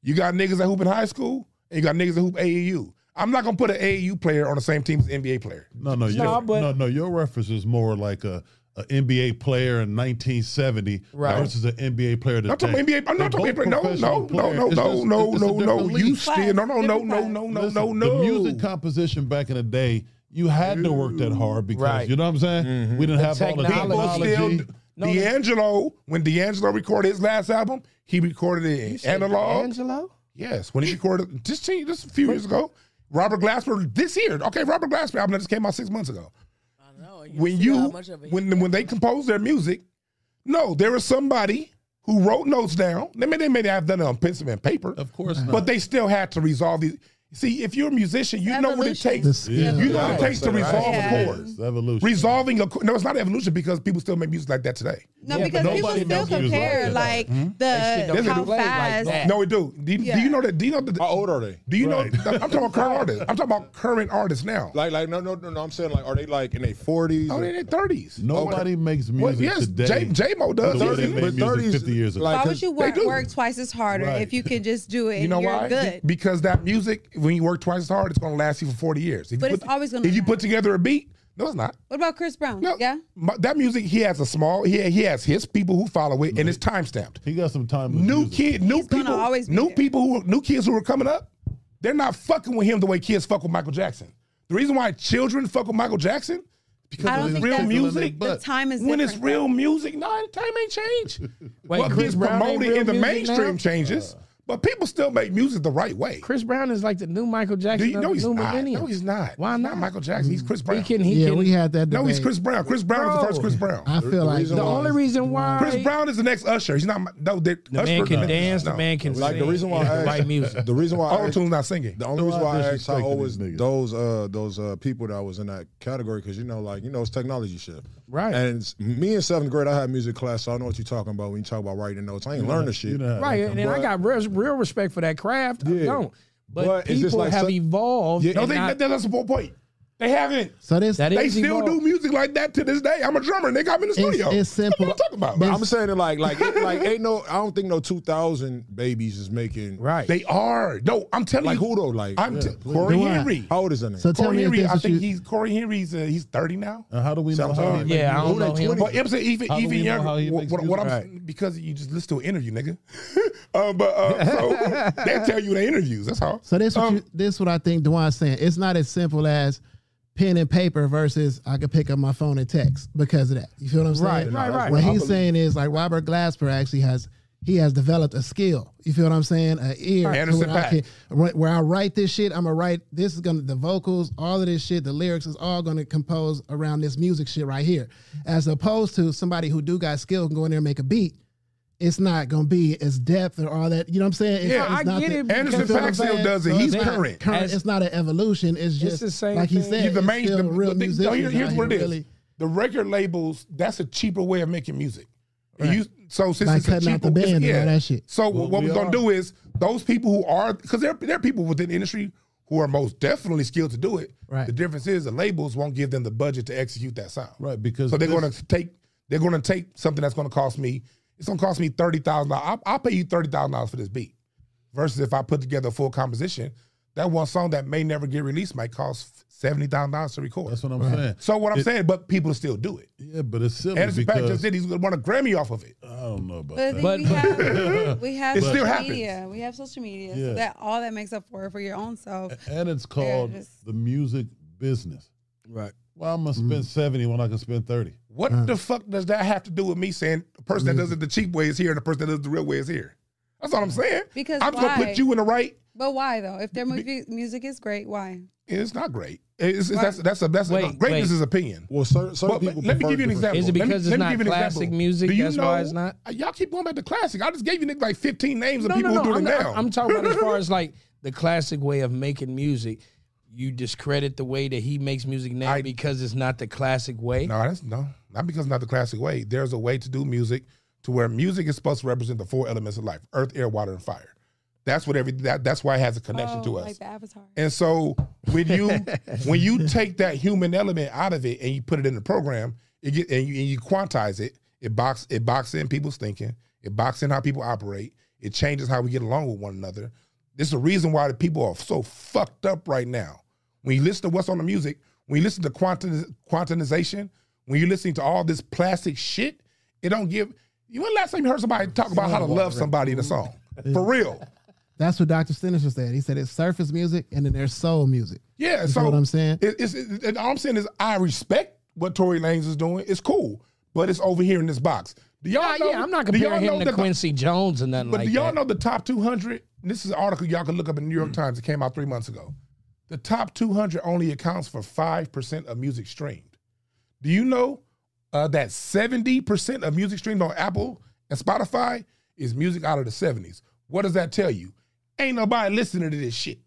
[SPEAKER 1] you got niggas that hoop in high school, and you got niggas that hoop AAU. I'm not gonna put an AAU player on the same team as an NBA player.
[SPEAKER 5] No, no, your,
[SPEAKER 4] Nah, but-
[SPEAKER 5] no, no. Your reference is more like a, a NBA player in 1970
[SPEAKER 4] Right.
[SPEAKER 5] versus an NBA player
[SPEAKER 1] I'm
[SPEAKER 5] today.
[SPEAKER 1] not talking NBA. I'm
[SPEAKER 5] They're
[SPEAKER 1] not talking
[SPEAKER 5] both
[SPEAKER 1] NBA. No,
[SPEAKER 5] professional
[SPEAKER 1] no, no,
[SPEAKER 5] players.
[SPEAKER 1] no,
[SPEAKER 5] It's
[SPEAKER 1] no, no,
[SPEAKER 5] just- it's a
[SPEAKER 1] no, no.
[SPEAKER 5] different
[SPEAKER 1] You
[SPEAKER 5] league.
[SPEAKER 1] still no, no, no,
[SPEAKER 7] Different
[SPEAKER 1] no,
[SPEAKER 7] class.
[SPEAKER 1] no, no, no,
[SPEAKER 5] Listen,
[SPEAKER 1] no.
[SPEAKER 5] The music composition back in the day, you had to work that hard because
[SPEAKER 4] Right. Mm-hmm.
[SPEAKER 5] you know what I'm saying. We didn't have all the
[SPEAKER 1] People
[SPEAKER 4] technology.
[SPEAKER 5] technology.
[SPEAKER 1] still. D'Angelo, when D'Angelo recorded his last album, he recorded it in analog.
[SPEAKER 4] Angelo.
[SPEAKER 1] Yes, when he recorded just change- just a few years ago. Robert Glasper this year. Okay, Robert Glasper album that just came out six months ago.
[SPEAKER 6] I know. and
[SPEAKER 1] When
[SPEAKER 6] see
[SPEAKER 1] you
[SPEAKER 6] how much of it he
[SPEAKER 1] when when they composed their music, no, there was somebody who wrote notes down. They may they may have done it on pencil and paper,
[SPEAKER 5] Of course not.
[SPEAKER 1] but they still had to resolve these. See, if you're a musician, you know what it
[SPEAKER 7] Evolution.
[SPEAKER 1] takes.
[SPEAKER 3] The skill.
[SPEAKER 1] You know what
[SPEAKER 5] Right.
[SPEAKER 1] it takes to resolve
[SPEAKER 7] Yeah.
[SPEAKER 1] a chord.
[SPEAKER 5] It's evolution.
[SPEAKER 1] Resolving a chord- no, it's not evolution because people still make music like that today.
[SPEAKER 7] No,
[SPEAKER 4] Yeah,
[SPEAKER 7] because
[SPEAKER 4] but
[SPEAKER 7] people
[SPEAKER 5] nobody
[SPEAKER 7] still
[SPEAKER 5] knows he was
[SPEAKER 7] compare like
[SPEAKER 5] like
[SPEAKER 4] They
[SPEAKER 7] the
[SPEAKER 4] should
[SPEAKER 7] how
[SPEAKER 4] don't play like
[SPEAKER 7] fast.
[SPEAKER 4] that.
[SPEAKER 1] No, we do. Do you, do
[SPEAKER 7] Yeah.
[SPEAKER 1] you know that? Do you know that?
[SPEAKER 2] How old are they?
[SPEAKER 1] Do you know? I'm talking about current artists. I'm talking about current artists now.
[SPEAKER 2] Like, like, no, no, no, no. I'm saying, like, are they like in their forties?
[SPEAKER 1] Oh, they're in their thirties.
[SPEAKER 5] Nobody makes music
[SPEAKER 1] Oh, Well, yes,
[SPEAKER 5] today.
[SPEAKER 1] J J Mo does.
[SPEAKER 5] the way they
[SPEAKER 1] Doesn't he?
[SPEAKER 5] made
[SPEAKER 2] but
[SPEAKER 5] music
[SPEAKER 2] 30s
[SPEAKER 5] 50 years ago.
[SPEAKER 2] like-
[SPEAKER 7] Why would you
[SPEAKER 1] They
[SPEAKER 7] work,
[SPEAKER 1] do.
[SPEAKER 7] work twice as harder
[SPEAKER 5] Right.
[SPEAKER 7] if you can just do it and
[SPEAKER 1] You know
[SPEAKER 7] are
[SPEAKER 1] why?
[SPEAKER 7] good?
[SPEAKER 1] Be- Because that music, when you work twice as hard, it's going to last you for forty years. If you
[SPEAKER 7] But it's always gonna
[SPEAKER 1] If you put
[SPEAKER 7] last.
[SPEAKER 1] together a beat, no, it's not.
[SPEAKER 7] what about Chris Brown?
[SPEAKER 1] No,
[SPEAKER 7] Yeah.
[SPEAKER 1] My- that music, he has a small. He he has his people who follow it, and it's time stamped.
[SPEAKER 5] he got some time. with
[SPEAKER 1] New
[SPEAKER 5] music.
[SPEAKER 1] kid, new
[SPEAKER 7] He's gonna
[SPEAKER 1] people,
[SPEAKER 7] always be
[SPEAKER 1] new
[SPEAKER 7] there.
[SPEAKER 1] people who new kids who are coming up, they're not fucking with him the way kids fuck with Michael Jackson. The reason why children fuck with Michael Jackson because of
[SPEAKER 7] I don't
[SPEAKER 1] his
[SPEAKER 7] think
[SPEAKER 1] real
[SPEAKER 7] that's-
[SPEAKER 1] music.
[SPEAKER 7] The time is
[SPEAKER 1] when it's
[SPEAKER 7] different,
[SPEAKER 1] real music, no, the time ain't changed.
[SPEAKER 4] Wait,
[SPEAKER 1] what
[SPEAKER 4] Chris
[SPEAKER 1] gets
[SPEAKER 4] Brown ain't
[SPEAKER 1] promoted
[SPEAKER 4] real
[SPEAKER 1] in the
[SPEAKER 4] music now? Uh.
[SPEAKER 1] mainstream changes, but people still make music the right way.
[SPEAKER 4] Chris Brown is like the new Michael
[SPEAKER 1] Do
[SPEAKER 4] Jackson.
[SPEAKER 1] you know
[SPEAKER 4] of
[SPEAKER 1] he's
[SPEAKER 4] the new
[SPEAKER 1] not?
[SPEAKER 4] millennium.
[SPEAKER 1] No, he's not.
[SPEAKER 4] Why
[SPEAKER 1] He's
[SPEAKER 4] not?
[SPEAKER 1] Michael Jackson. He's Chris Brown.
[SPEAKER 4] He can. He
[SPEAKER 3] yeah,
[SPEAKER 4] can.
[SPEAKER 3] we had that. Debate.
[SPEAKER 1] no, he's Chris Brown. Chris Brown is the
[SPEAKER 4] Bro.
[SPEAKER 1] first Chris Brown.
[SPEAKER 3] I feel like
[SPEAKER 2] reason
[SPEAKER 4] the
[SPEAKER 2] why-
[SPEAKER 4] only reason why
[SPEAKER 1] Chris Brown is the next Usher. He's not. my- No, the
[SPEAKER 4] the man can dance, the man can
[SPEAKER 2] Like, the
[SPEAKER 4] sing,
[SPEAKER 2] reason why
[SPEAKER 4] and
[SPEAKER 2] I
[SPEAKER 4] the right
[SPEAKER 2] asked-
[SPEAKER 4] music.
[SPEAKER 2] The reason why I asked-
[SPEAKER 1] Autotune's not singing.
[SPEAKER 2] The only
[SPEAKER 5] No,
[SPEAKER 2] reason why
[SPEAKER 5] I
[SPEAKER 2] I asked how
[SPEAKER 5] disrespected
[SPEAKER 2] old
[SPEAKER 5] these
[SPEAKER 2] was
[SPEAKER 5] niggas.
[SPEAKER 2] those uh those uh people that was in that category because you know like you know it's technology shit.
[SPEAKER 4] Right.
[SPEAKER 2] And it's, me in seventh grade I had music class, so I know what you're talking about when you talk about writing notes. I ain't
[SPEAKER 5] You know
[SPEAKER 2] learning
[SPEAKER 5] how-
[SPEAKER 2] shit.
[SPEAKER 5] you know how
[SPEAKER 4] Right,
[SPEAKER 5] that
[SPEAKER 4] and, and I
[SPEAKER 2] But-
[SPEAKER 4] got real, real respect for that craft. I
[SPEAKER 2] Yeah.
[SPEAKER 4] don't. But,
[SPEAKER 2] But it's just
[SPEAKER 4] people
[SPEAKER 2] like
[SPEAKER 4] have
[SPEAKER 2] some-
[SPEAKER 4] evolved.
[SPEAKER 2] Yeah,
[SPEAKER 1] No,
[SPEAKER 4] and
[SPEAKER 1] they,
[SPEAKER 4] not-
[SPEAKER 1] that's a poor point. They haven't.
[SPEAKER 3] so this
[SPEAKER 4] that
[SPEAKER 1] They
[SPEAKER 4] is
[SPEAKER 1] still
[SPEAKER 4] evolved.
[SPEAKER 1] do music like that to this day. I'm a drummer. and They got me in the
[SPEAKER 3] It's-
[SPEAKER 1] studio.
[SPEAKER 3] it's simple.
[SPEAKER 1] What am I talking
[SPEAKER 2] But
[SPEAKER 1] about?
[SPEAKER 2] I'm saying it like like it- like ain't no I don't think no two thousand babies is making
[SPEAKER 4] Right.
[SPEAKER 1] They are. No, I'm telling
[SPEAKER 2] like
[SPEAKER 1] you.
[SPEAKER 2] who though like
[SPEAKER 1] I'm t-
[SPEAKER 5] please.
[SPEAKER 1] Corey
[SPEAKER 3] Do I?
[SPEAKER 1] Henry.
[SPEAKER 2] how old is that nigga?
[SPEAKER 3] So tell
[SPEAKER 1] Corey
[SPEAKER 3] me if this
[SPEAKER 1] Henry.
[SPEAKER 3] is
[SPEAKER 1] I
[SPEAKER 3] what you-
[SPEAKER 1] think he's Corey Henry's. Uh, he's 30 now.
[SPEAKER 5] And how do we know?
[SPEAKER 1] Sounds
[SPEAKER 5] How
[SPEAKER 1] hard.
[SPEAKER 5] he made
[SPEAKER 4] yeah, I
[SPEAKER 5] music?
[SPEAKER 4] don't know him.
[SPEAKER 1] But Ibsen even
[SPEAKER 5] How do
[SPEAKER 1] even
[SPEAKER 5] we know
[SPEAKER 1] younger.
[SPEAKER 5] how he
[SPEAKER 1] what,
[SPEAKER 5] makes
[SPEAKER 1] what,
[SPEAKER 5] music?
[SPEAKER 1] I'm because you just listen to an interview, nigga. um, but uh, so they tell you in the interviews. That's all.
[SPEAKER 3] So this what
[SPEAKER 1] Um,
[SPEAKER 3] you, this what I think Dwan's saying. It's not as simple as pen and paper versus I could pick up my phone and text because of that. You feel what I'm
[SPEAKER 4] Right,
[SPEAKER 3] saying?
[SPEAKER 4] right, right.
[SPEAKER 3] What
[SPEAKER 4] I
[SPEAKER 3] he's saying is like Robert Glasper actually has he has developed a skill. You feel what I'm saying? An ear to
[SPEAKER 1] Anderson
[SPEAKER 3] where I
[SPEAKER 1] Paak.
[SPEAKER 3] can- where- where I write this shit. I'm gonna write this is gonna the vocals, all of this shit, the lyrics is all gonna compose around this music shit right here, as opposed to somebody who do got skill can go in there and make a beat. It's not gonna be as depth or all that. You know what I'm saying? It's-
[SPEAKER 1] Yeah,
[SPEAKER 3] it's
[SPEAKER 1] I
[SPEAKER 3] not
[SPEAKER 4] get
[SPEAKER 3] the-
[SPEAKER 4] it
[SPEAKER 1] Anderson
[SPEAKER 3] you feel what I'm
[SPEAKER 1] Paak still
[SPEAKER 3] saying?
[SPEAKER 1] does it.
[SPEAKER 3] So
[SPEAKER 1] He's
[SPEAKER 3] it's not
[SPEAKER 1] current.
[SPEAKER 3] current.
[SPEAKER 4] As-
[SPEAKER 3] it's not an evolution. It's just
[SPEAKER 4] the same
[SPEAKER 3] like he
[SPEAKER 4] thing.
[SPEAKER 3] said.
[SPEAKER 1] Yeah, the
[SPEAKER 3] it's
[SPEAKER 1] main
[SPEAKER 3] still
[SPEAKER 1] the,
[SPEAKER 3] real
[SPEAKER 1] the,
[SPEAKER 3] musicians
[SPEAKER 1] no, here- here's
[SPEAKER 3] out
[SPEAKER 1] what it
[SPEAKER 3] here
[SPEAKER 1] is.
[SPEAKER 3] really-
[SPEAKER 1] The record labels, that's a cheaper way of making music. You so since
[SPEAKER 3] By
[SPEAKER 1] it's a
[SPEAKER 3] cutting
[SPEAKER 1] cheaper,
[SPEAKER 3] out the band and
[SPEAKER 1] it's-
[SPEAKER 3] all that shit.
[SPEAKER 1] So what
[SPEAKER 5] we
[SPEAKER 1] we're
[SPEAKER 5] are.
[SPEAKER 1] gonna do is those people who are because there there are people within the industry who are most definitely skilled to do it.
[SPEAKER 3] Right.
[SPEAKER 1] The difference is the labels won't give them the budget to execute that sound.
[SPEAKER 5] Right, because
[SPEAKER 1] so they're
[SPEAKER 5] this-
[SPEAKER 1] gonna take they're gonna take something that's gonna cost me it's gonna cost me thirty thousand dollars. I'll, I'll pay you thirty thousand dollars for this beat. Versus if I put together a full composition, that one song that may never get released might cost seventy thousand dollars to record.
[SPEAKER 5] That's what I'm saying.
[SPEAKER 1] So what I'm
[SPEAKER 5] It-
[SPEAKER 1] saying, but people still do it.
[SPEAKER 5] Yeah, but it's silly
[SPEAKER 1] Anderson Paak just
[SPEAKER 5] because
[SPEAKER 1] did. He's gonna won a Grammy off of it.
[SPEAKER 5] I don't know about
[SPEAKER 7] But,
[SPEAKER 5] that.
[SPEAKER 4] But-
[SPEAKER 7] we have we have
[SPEAKER 1] It
[SPEAKER 7] social
[SPEAKER 1] still happens.
[SPEAKER 7] media. We have social media.
[SPEAKER 5] Yeah.
[SPEAKER 7] So that all that makes up for it for your own self.
[SPEAKER 5] and it's called
[SPEAKER 7] just-
[SPEAKER 5] the music business.
[SPEAKER 4] Right.
[SPEAKER 5] Why I'm gonna spend seventy when I can spend thirty?
[SPEAKER 1] What the fuck does that have to do with me saying the person that does it the cheap way is here and the person that does it the real way is here? That's all I'm saying.
[SPEAKER 7] Because
[SPEAKER 1] I'm just gonna
[SPEAKER 7] why?
[SPEAKER 1] put you in the right.
[SPEAKER 7] But why though? If their movie music is great, why?
[SPEAKER 1] and It's not great. It's, it's- that's that's a, that's a-
[SPEAKER 4] Wait,
[SPEAKER 1] greatness
[SPEAKER 4] wait.
[SPEAKER 1] is opinion.
[SPEAKER 2] Well, certain, certain
[SPEAKER 1] But- but
[SPEAKER 2] people.
[SPEAKER 1] let me
[SPEAKER 2] prefer
[SPEAKER 1] give you an
[SPEAKER 2] different-
[SPEAKER 1] example.
[SPEAKER 4] Is it
[SPEAKER 1] Let me-
[SPEAKER 4] because
[SPEAKER 1] let
[SPEAKER 4] it's
[SPEAKER 1] me
[SPEAKER 4] not
[SPEAKER 1] give you an example.
[SPEAKER 4] classic music?
[SPEAKER 1] Do you
[SPEAKER 4] That's
[SPEAKER 1] know,
[SPEAKER 4] why it's not.
[SPEAKER 1] Y'all keep going back to classic. I just gave you niggas like 15 names of
[SPEAKER 4] No,
[SPEAKER 1] people
[SPEAKER 4] no,
[SPEAKER 1] who
[SPEAKER 4] no.
[SPEAKER 1] do
[SPEAKER 4] I'm,
[SPEAKER 1] it now.
[SPEAKER 4] I'm- I'm talking about as far as like the classic way of making music. You discredit the way that he makes music now
[SPEAKER 1] I-
[SPEAKER 4] because it's not the classic way.
[SPEAKER 1] No, that's no, not because it's not the classic way. There's a way to do music to where music is supposed to represent the four elements of life: earth, air, water, and fire. That's what every that, that's why it has a connection
[SPEAKER 7] oh,
[SPEAKER 1] to us.
[SPEAKER 7] like the Avatar.
[SPEAKER 1] And so when you when you take that human element out of it and you put it in the program, it get and you, and you quantize it. It box it box in people's thinking. It box in how people operate. It changes how we get along with one another. This is the reason why the people are so fucked up right now. When you listen to what's on the music, when you listen to quanti- quantization, when you're listening to all this plastic shit, it don't give. You when the last time you heard somebody talk about how to love somebody in a song? For real.
[SPEAKER 3] That's what Dr. Sinister said. He said it's surface music and then there's soul music.
[SPEAKER 1] Yeah,
[SPEAKER 3] You
[SPEAKER 1] so
[SPEAKER 3] know what I'm saying?
[SPEAKER 1] It, it's it, and all I'm saying is I respect what Tory Lanez is doing. It's cool, but it's over here in this box. Do y'all
[SPEAKER 4] Yeah,
[SPEAKER 1] know?
[SPEAKER 4] yeah, I'm not
[SPEAKER 1] do
[SPEAKER 4] comparing
[SPEAKER 1] y'all know
[SPEAKER 4] him to
[SPEAKER 1] that the-
[SPEAKER 4] Quincy Jones and nothing
[SPEAKER 1] But
[SPEAKER 4] like
[SPEAKER 1] do y'all
[SPEAKER 4] that.
[SPEAKER 1] know the top 200? This is an article y'all can look up in the New York Times. It came out three months ago. The top 200 only accounts for five percent of music streamed. Do you know uh, that 70 percent of music streamed on Apple and Spotify is music out of the 70s? What does that tell you? Ain't nobody listening to this shit.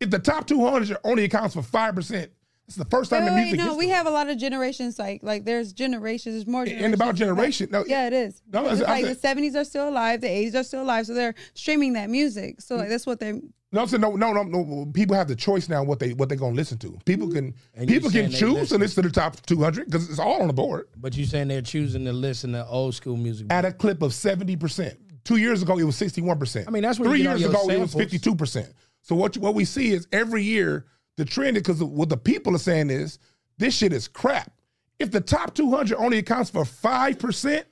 [SPEAKER 1] If the top 200 only accounts for five percent, it's the first time
[SPEAKER 7] Wait,
[SPEAKER 1] in
[SPEAKER 7] wait,
[SPEAKER 1] music
[SPEAKER 7] no,
[SPEAKER 1] history.
[SPEAKER 7] we have a lot of generations. Like, like there's generations. There's more. Generations.
[SPEAKER 1] and about generation, no,
[SPEAKER 7] Yeah, it is.
[SPEAKER 1] No, I-
[SPEAKER 7] Because it's
[SPEAKER 1] I
[SPEAKER 7] like
[SPEAKER 1] said-
[SPEAKER 7] the seventies are still alive, the eighties are still alive, so they're streaming that music. So like that's what they're
[SPEAKER 1] No, I'm saying no, no, no, no. People have the choice now what they what they gonna listen to. People can
[SPEAKER 4] And you
[SPEAKER 1] people can
[SPEAKER 4] saying they
[SPEAKER 1] choose to
[SPEAKER 4] listen.
[SPEAKER 1] listen to the top 200 because it's all on the board
[SPEAKER 4] but you saying they're choosing to listen to old school music.
[SPEAKER 1] at a clip of 70 percent. Two years ago, it was 61 percent.
[SPEAKER 4] I mean, that's where
[SPEAKER 1] three
[SPEAKER 4] you get all
[SPEAKER 1] years
[SPEAKER 4] your
[SPEAKER 1] ago it was
[SPEAKER 4] samples.
[SPEAKER 1] 52 percent. So what you, what we see is every year the trend because what the people are saying is this shit is crap. If the top 200 only accounts for five percent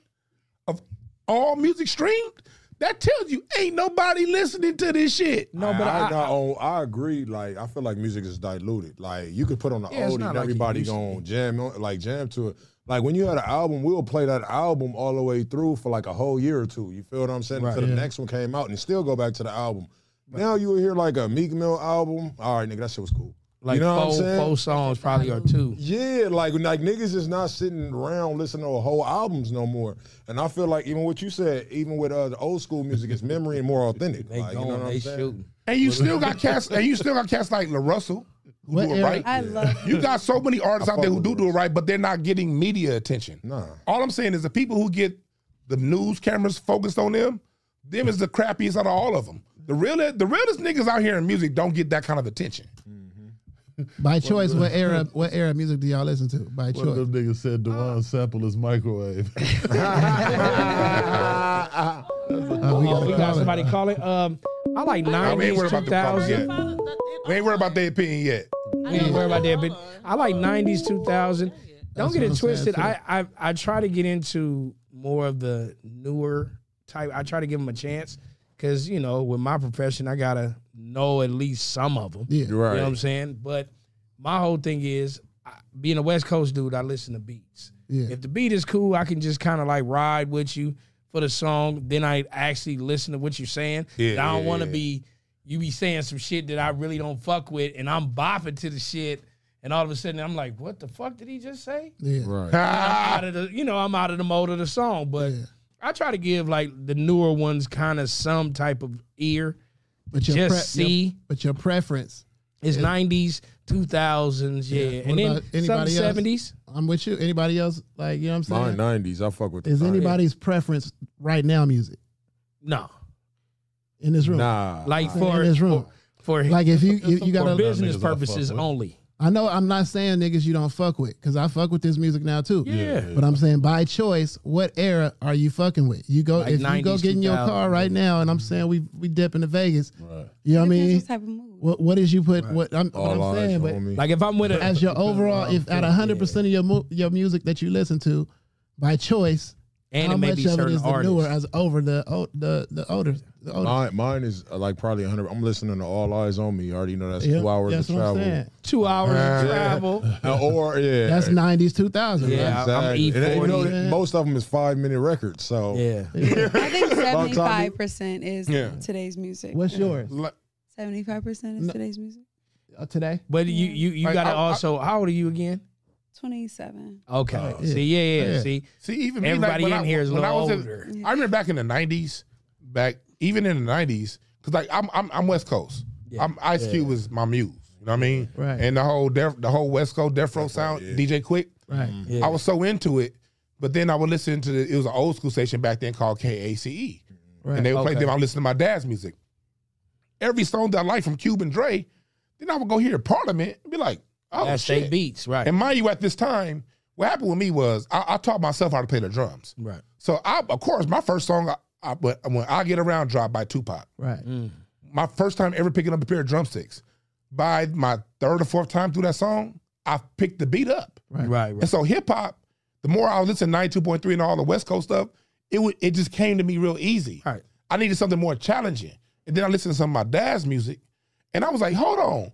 [SPEAKER 1] of all music streamed, that tells you ain't nobody listening to this shit.
[SPEAKER 4] no, but I,
[SPEAKER 2] I, I, oh, I agree. Like I feel like music is diluted. Like you could put on the
[SPEAKER 4] Yeah, it's
[SPEAKER 2] oldie
[SPEAKER 4] not
[SPEAKER 2] and
[SPEAKER 4] like it
[SPEAKER 2] everybody
[SPEAKER 4] used to
[SPEAKER 2] gonna jam on, like jam to it. Like when you had an album, we'll play that album all the way through for like a whole year or two. You feel what I'm saying? Until the next one came out and still go back to the album. Now you will hear like a Meek Mill album. All right, nigga, that shit was cool.
[SPEAKER 4] like
[SPEAKER 2] you know what I'm
[SPEAKER 4] four,
[SPEAKER 2] saying?
[SPEAKER 4] four songs probably are two.
[SPEAKER 2] Yeah, like like niggas is not sitting around listening to whole albums no more. And I feel like even what you said, even with uh, the old school music, it's memory and more authentic.
[SPEAKER 4] They
[SPEAKER 2] like,
[SPEAKER 4] going,
[SPEAKER 2] you know what
[SPEAKER 4] they
[SPEAKER 2] I'm saying?
[SPEAKER 4] shooting.
[SPEAKER 1] And you still got cats. And you still got cats like La Russell who
[SPEAKER 3] What
[SPEAKER 1] do it
[SPEAKER 3] era-
[SPEAKER 1] right.
[SPEAKER 7] I love
[SPEAKER 1] You got so many artists out there who do do it right, but they're not getting media attention.
[SPEAKER 2] Nah.
[SPEAKER 1] All I'm saying is the people who get the news cameras focused on them, them is the crappiest out of all of them. The real, the realest niggas out here in music don't get that kind of attention.
[SPEAKER 3] By choice, what era what era of music do y'all listen to? By
[SPEAKER 5] One of
[SPEAKER 3] choice.
[SPEAKER 5] them niggas said
[SPEAKER 4] Oh.
[SPEAKER 5] Dewan sample is microwave.
[SPEAKER 3] Oh, we got
[SPEAKER 4] We got
[SPEAKER 3] a caller.
[SPEAKER 4] somebody calling. Um, I like
[SPEAKER 1] I ain't
[SPEAKER 4] nineties,
[SPEAKER 1] worried
[SPEAKER 4] two
[SPEAKER 1] about the problem
[SPEAKER 4] thousand.
[SPEAKER 1] yet. We ain't worried about their opinion yet.
[SPEAKER 4] We ain't worried about that, but I like nineties, two thousand. Don't
[SPEAKER 3] That's
[SPEAKER 4] get
[SPEAKER 3] what I'm
[SPEAKER 4] it
[SPEAKER 3] saying,
[SPEAKER 4] twisted.
[SPEAKER 3] too.
[SPEAKER 4] I, I I try to get into more of the newer type. I try to give them a chance because you know, with my profession, I gotta know at least some of them.
[SPEAKER 3] Yeah.
[SPEAKER 2] Right.
[SPEAKER 4] You know what I'm saying? But my whole thing is, I, being a West Coast dude, I listen to beats.
[SPEAKER 3] Yeah.
[SPEAKER 4] If the beat is cool, I can just kind of like ride with you for the song. Then I actually listen to what you're saying.
[SPEAKER 1] Yeah,
[SPEAKER 4] And I don't
[SPEAKER 1] yeah,
[SPEAKER 4] want to
[SPEAKER 1] yeah.
[SPEAKER 4] be you be saying some shit that I really don't fuck with, and I'm bopping to the shit, and all of a sudden I'm like, what the fuck did he just say?
[SPEAKER 3] Yeah.
[SPEAKER 1] Ah,
[SPEAKER 4] out of the you know I'm out of the mode of the song, but
[SPEAKER 3] Yeah.
[SPEAKER 4] I try to give like the newer ones kind of some type of ear.
[SPEAKER 3] But your
[SPEAKER 4] Just
[SPEAKER 3] pre-
[SPEAKER 4] see.
[SPEAKER 3] your- but your preference.
[SPEAKER 4] It's nineties, two thousands, yeah,
[SPEAKER 3] Yeah. What
[SPEAKER 4] and
[SPEAKER 3] about
[SPEAKER 4] then some
[SPEAKER 3] anybody else?
[SPEAKER 4] seventies.
[SPEAKER 3] I'm with you. Anybody else? Like, you know what I'm saying?
[SPEAKER 2] My nineties, I fuck with. the
[SPEAKER 3] Is
[SPEAKER 2] 90s.
[SPEAKER 3] anybody's preference right now music
[SPEAKER 4] No,
[SPEAKER 3] in this room?
[SPEAKER 2] Nah,
[SPEAKER 4] like
[SPEAKER 3] In
[SPEAKER 4] for
[SPEAKER 3] this room.
[SPEAKER 4] for, for,
[SPEAKER 3] Like if you you, you
[SPEAKER 4] for
[SPEAKER 3] gotta
[SPEAKER 4] business
[SPEAKER 5] Niggas I fuck
[SPEAKER 4] purposes
[SPEAKER 5] with.
[SPEAKER 4] only.
[SPEAKER 3] I know I'm not saying niggas you don't fuck with, because I fuck with this music now too.
[SPEAKER 4] Yeah.
[SPEAKER 3] But I'm saying by choice, what era are you fucking with? You go
[SPEAKER 4] Like
[SPEAKER 3] if you go
[SPEAKER 4] 90s,
[SPEAKER 3] get in your car
[SPEAKER 4] 2000s.
[SPEAKER 3] right now, and I'm saying we we dipping to Vegas. You know what I
[SPEAKER 7] depends
[SPEAKER 3] mean?
[SPEAKER 7] what type of mood.
[SPEAKER 3] What what is you put? What I'm, what
[SPEAKER 2] all
[SPEAKER 3] I'm
[SPEAKER 2] eyes
[SPEAKER 3] saying,
[SPEAKER 2] on
[SPEAKER 3] but
[SPEAKER 2] me.
[SPEAKER 4] Like if I'm with a
[SPEAKER 3] as your overall, if at 100 percent of your mu- your music that you listen to, by choice,
[SPEAKER 4] and
[SPEAKER 3] how
[SPEAKER 4] it may
[SPEAKER 3] much
[SPEAKER 4] be
[SPEAKER 3] of it
[SPEAKER 4] certain
[SPEAKER 3] is the newer
[SPEAKER 4] artists.
[SPEAKER 3] as over the o- the the older the older?
[SPEAKER 2] mine, mine is uh, like probably hundred. I'm listening to All Eyes on Me. You already know that's
[SPEAKER 3] Yeah,
[SPEAKER 2] two hours
[SPEAKER 3] that's
[SPEAKER 2] of
[SPEAKER 3] what I'm
[SPEAKER 2] travel.
[SPEAKER 3] saying.
[SPEAKER 4] Two hours of travel.
[SPEAKER 2] Uh, or yeah,
[SPEAKER 3] That's 90s, 2000.
[SPEAKER 4] Yeah.
[SPEAKER 3] right?
[SPEAKER 2] Exactly.
[SPEAKER 4] I'm E40.
[SPEAKER 2] And, you know, that most of them is five minute records. So
[SPEAKER 4] Yeah.
[SPEAKER 7] I think seventy five percent is today's music.
[SPEAKER 3] What's yours?
[SPEAKER 1] like-
[SPEAKER 7] Seventy five percent is today's music.
[SPEAKER 3] uh, today.
[SPEAKER 4] But you you you
[SPEAKER 1] Like,
[SPEAKER 4] gotta
[SPEAKER 1] I- I-
[SPEAKER 4] also. how old are you again?
[SPEAKER 7] 27.
[SPEAKER 4] Okay.
[SPEAKER 5] Oh.
[SPEAKER 4] see, yeah, yeah,
[SPEAKER 3] Yeah.
[SPEAKER 4] See,
[SPEAKER 1] See, even me,
[SPEAKER 4] Everybody
[SPEAKER 1] like, when
[SPEAKER 4] in
[SPEAKER 1] I,
[SPEAKER 4] here is a
[SPEAKER 1] when I
[SPEAKER 4] little
[SPEAKER 1] was in-
[SPEAKER 4] older.
[SPEAKER 1] I remember back in the '90s, back even in the '90s, because like I'm, I'm I'm West Coast. I'm Ice Cube was my muse. You know what I mean?
[SPEAKER 3] Right.
[SPEAKER 1] And the whole Def, the whole West Coast Death Row sound, DJ Quick.
[SPEAKER 3] Right.
[SPEAKER 4] Yeah.
[SPEAKER 1] I was so into it, but then I would listen to the, it was an old school station back then called KACE,
[SPEAKER 3] Right.
[SPEAKER 1] E. and they would play
[SPEAKER 4] Okay.
[SPEAKER 1] them. I listened to my dad's music. Every song that I like from Cube and Dre, then I would go hear Parliament and be like, "Oh
[SPEAKER 4] that's
[SPEAKER 1] shit!"
[SPEAKER 4] they beats, right?
[SPEAKER 1] And mind you, at this time, what happened with me was I, I taught myself how to play the drums.
[SPEAKER 4] right.
[SPEAKER 1] So I, of course, my first song, I, I, when when I get around, dropped by Tupac.
[SPEAKER 3] Right.
[SPEAKER 1] My first time ever picking up a pair of drumsticks. By my third or fourth time through that song, I picked the beat up.
[SPEAKER 4] Right. Right.
[SPEAKER 1] And so hip hop, the more I was listening to 92.3 and all the West Coast stuff, it would it just came to me real easy.
[SPEAKER 4] Right.
[SPEAKER 1] I needed something more challenging. And then I listened to some of my dad's music and I was like, hold on,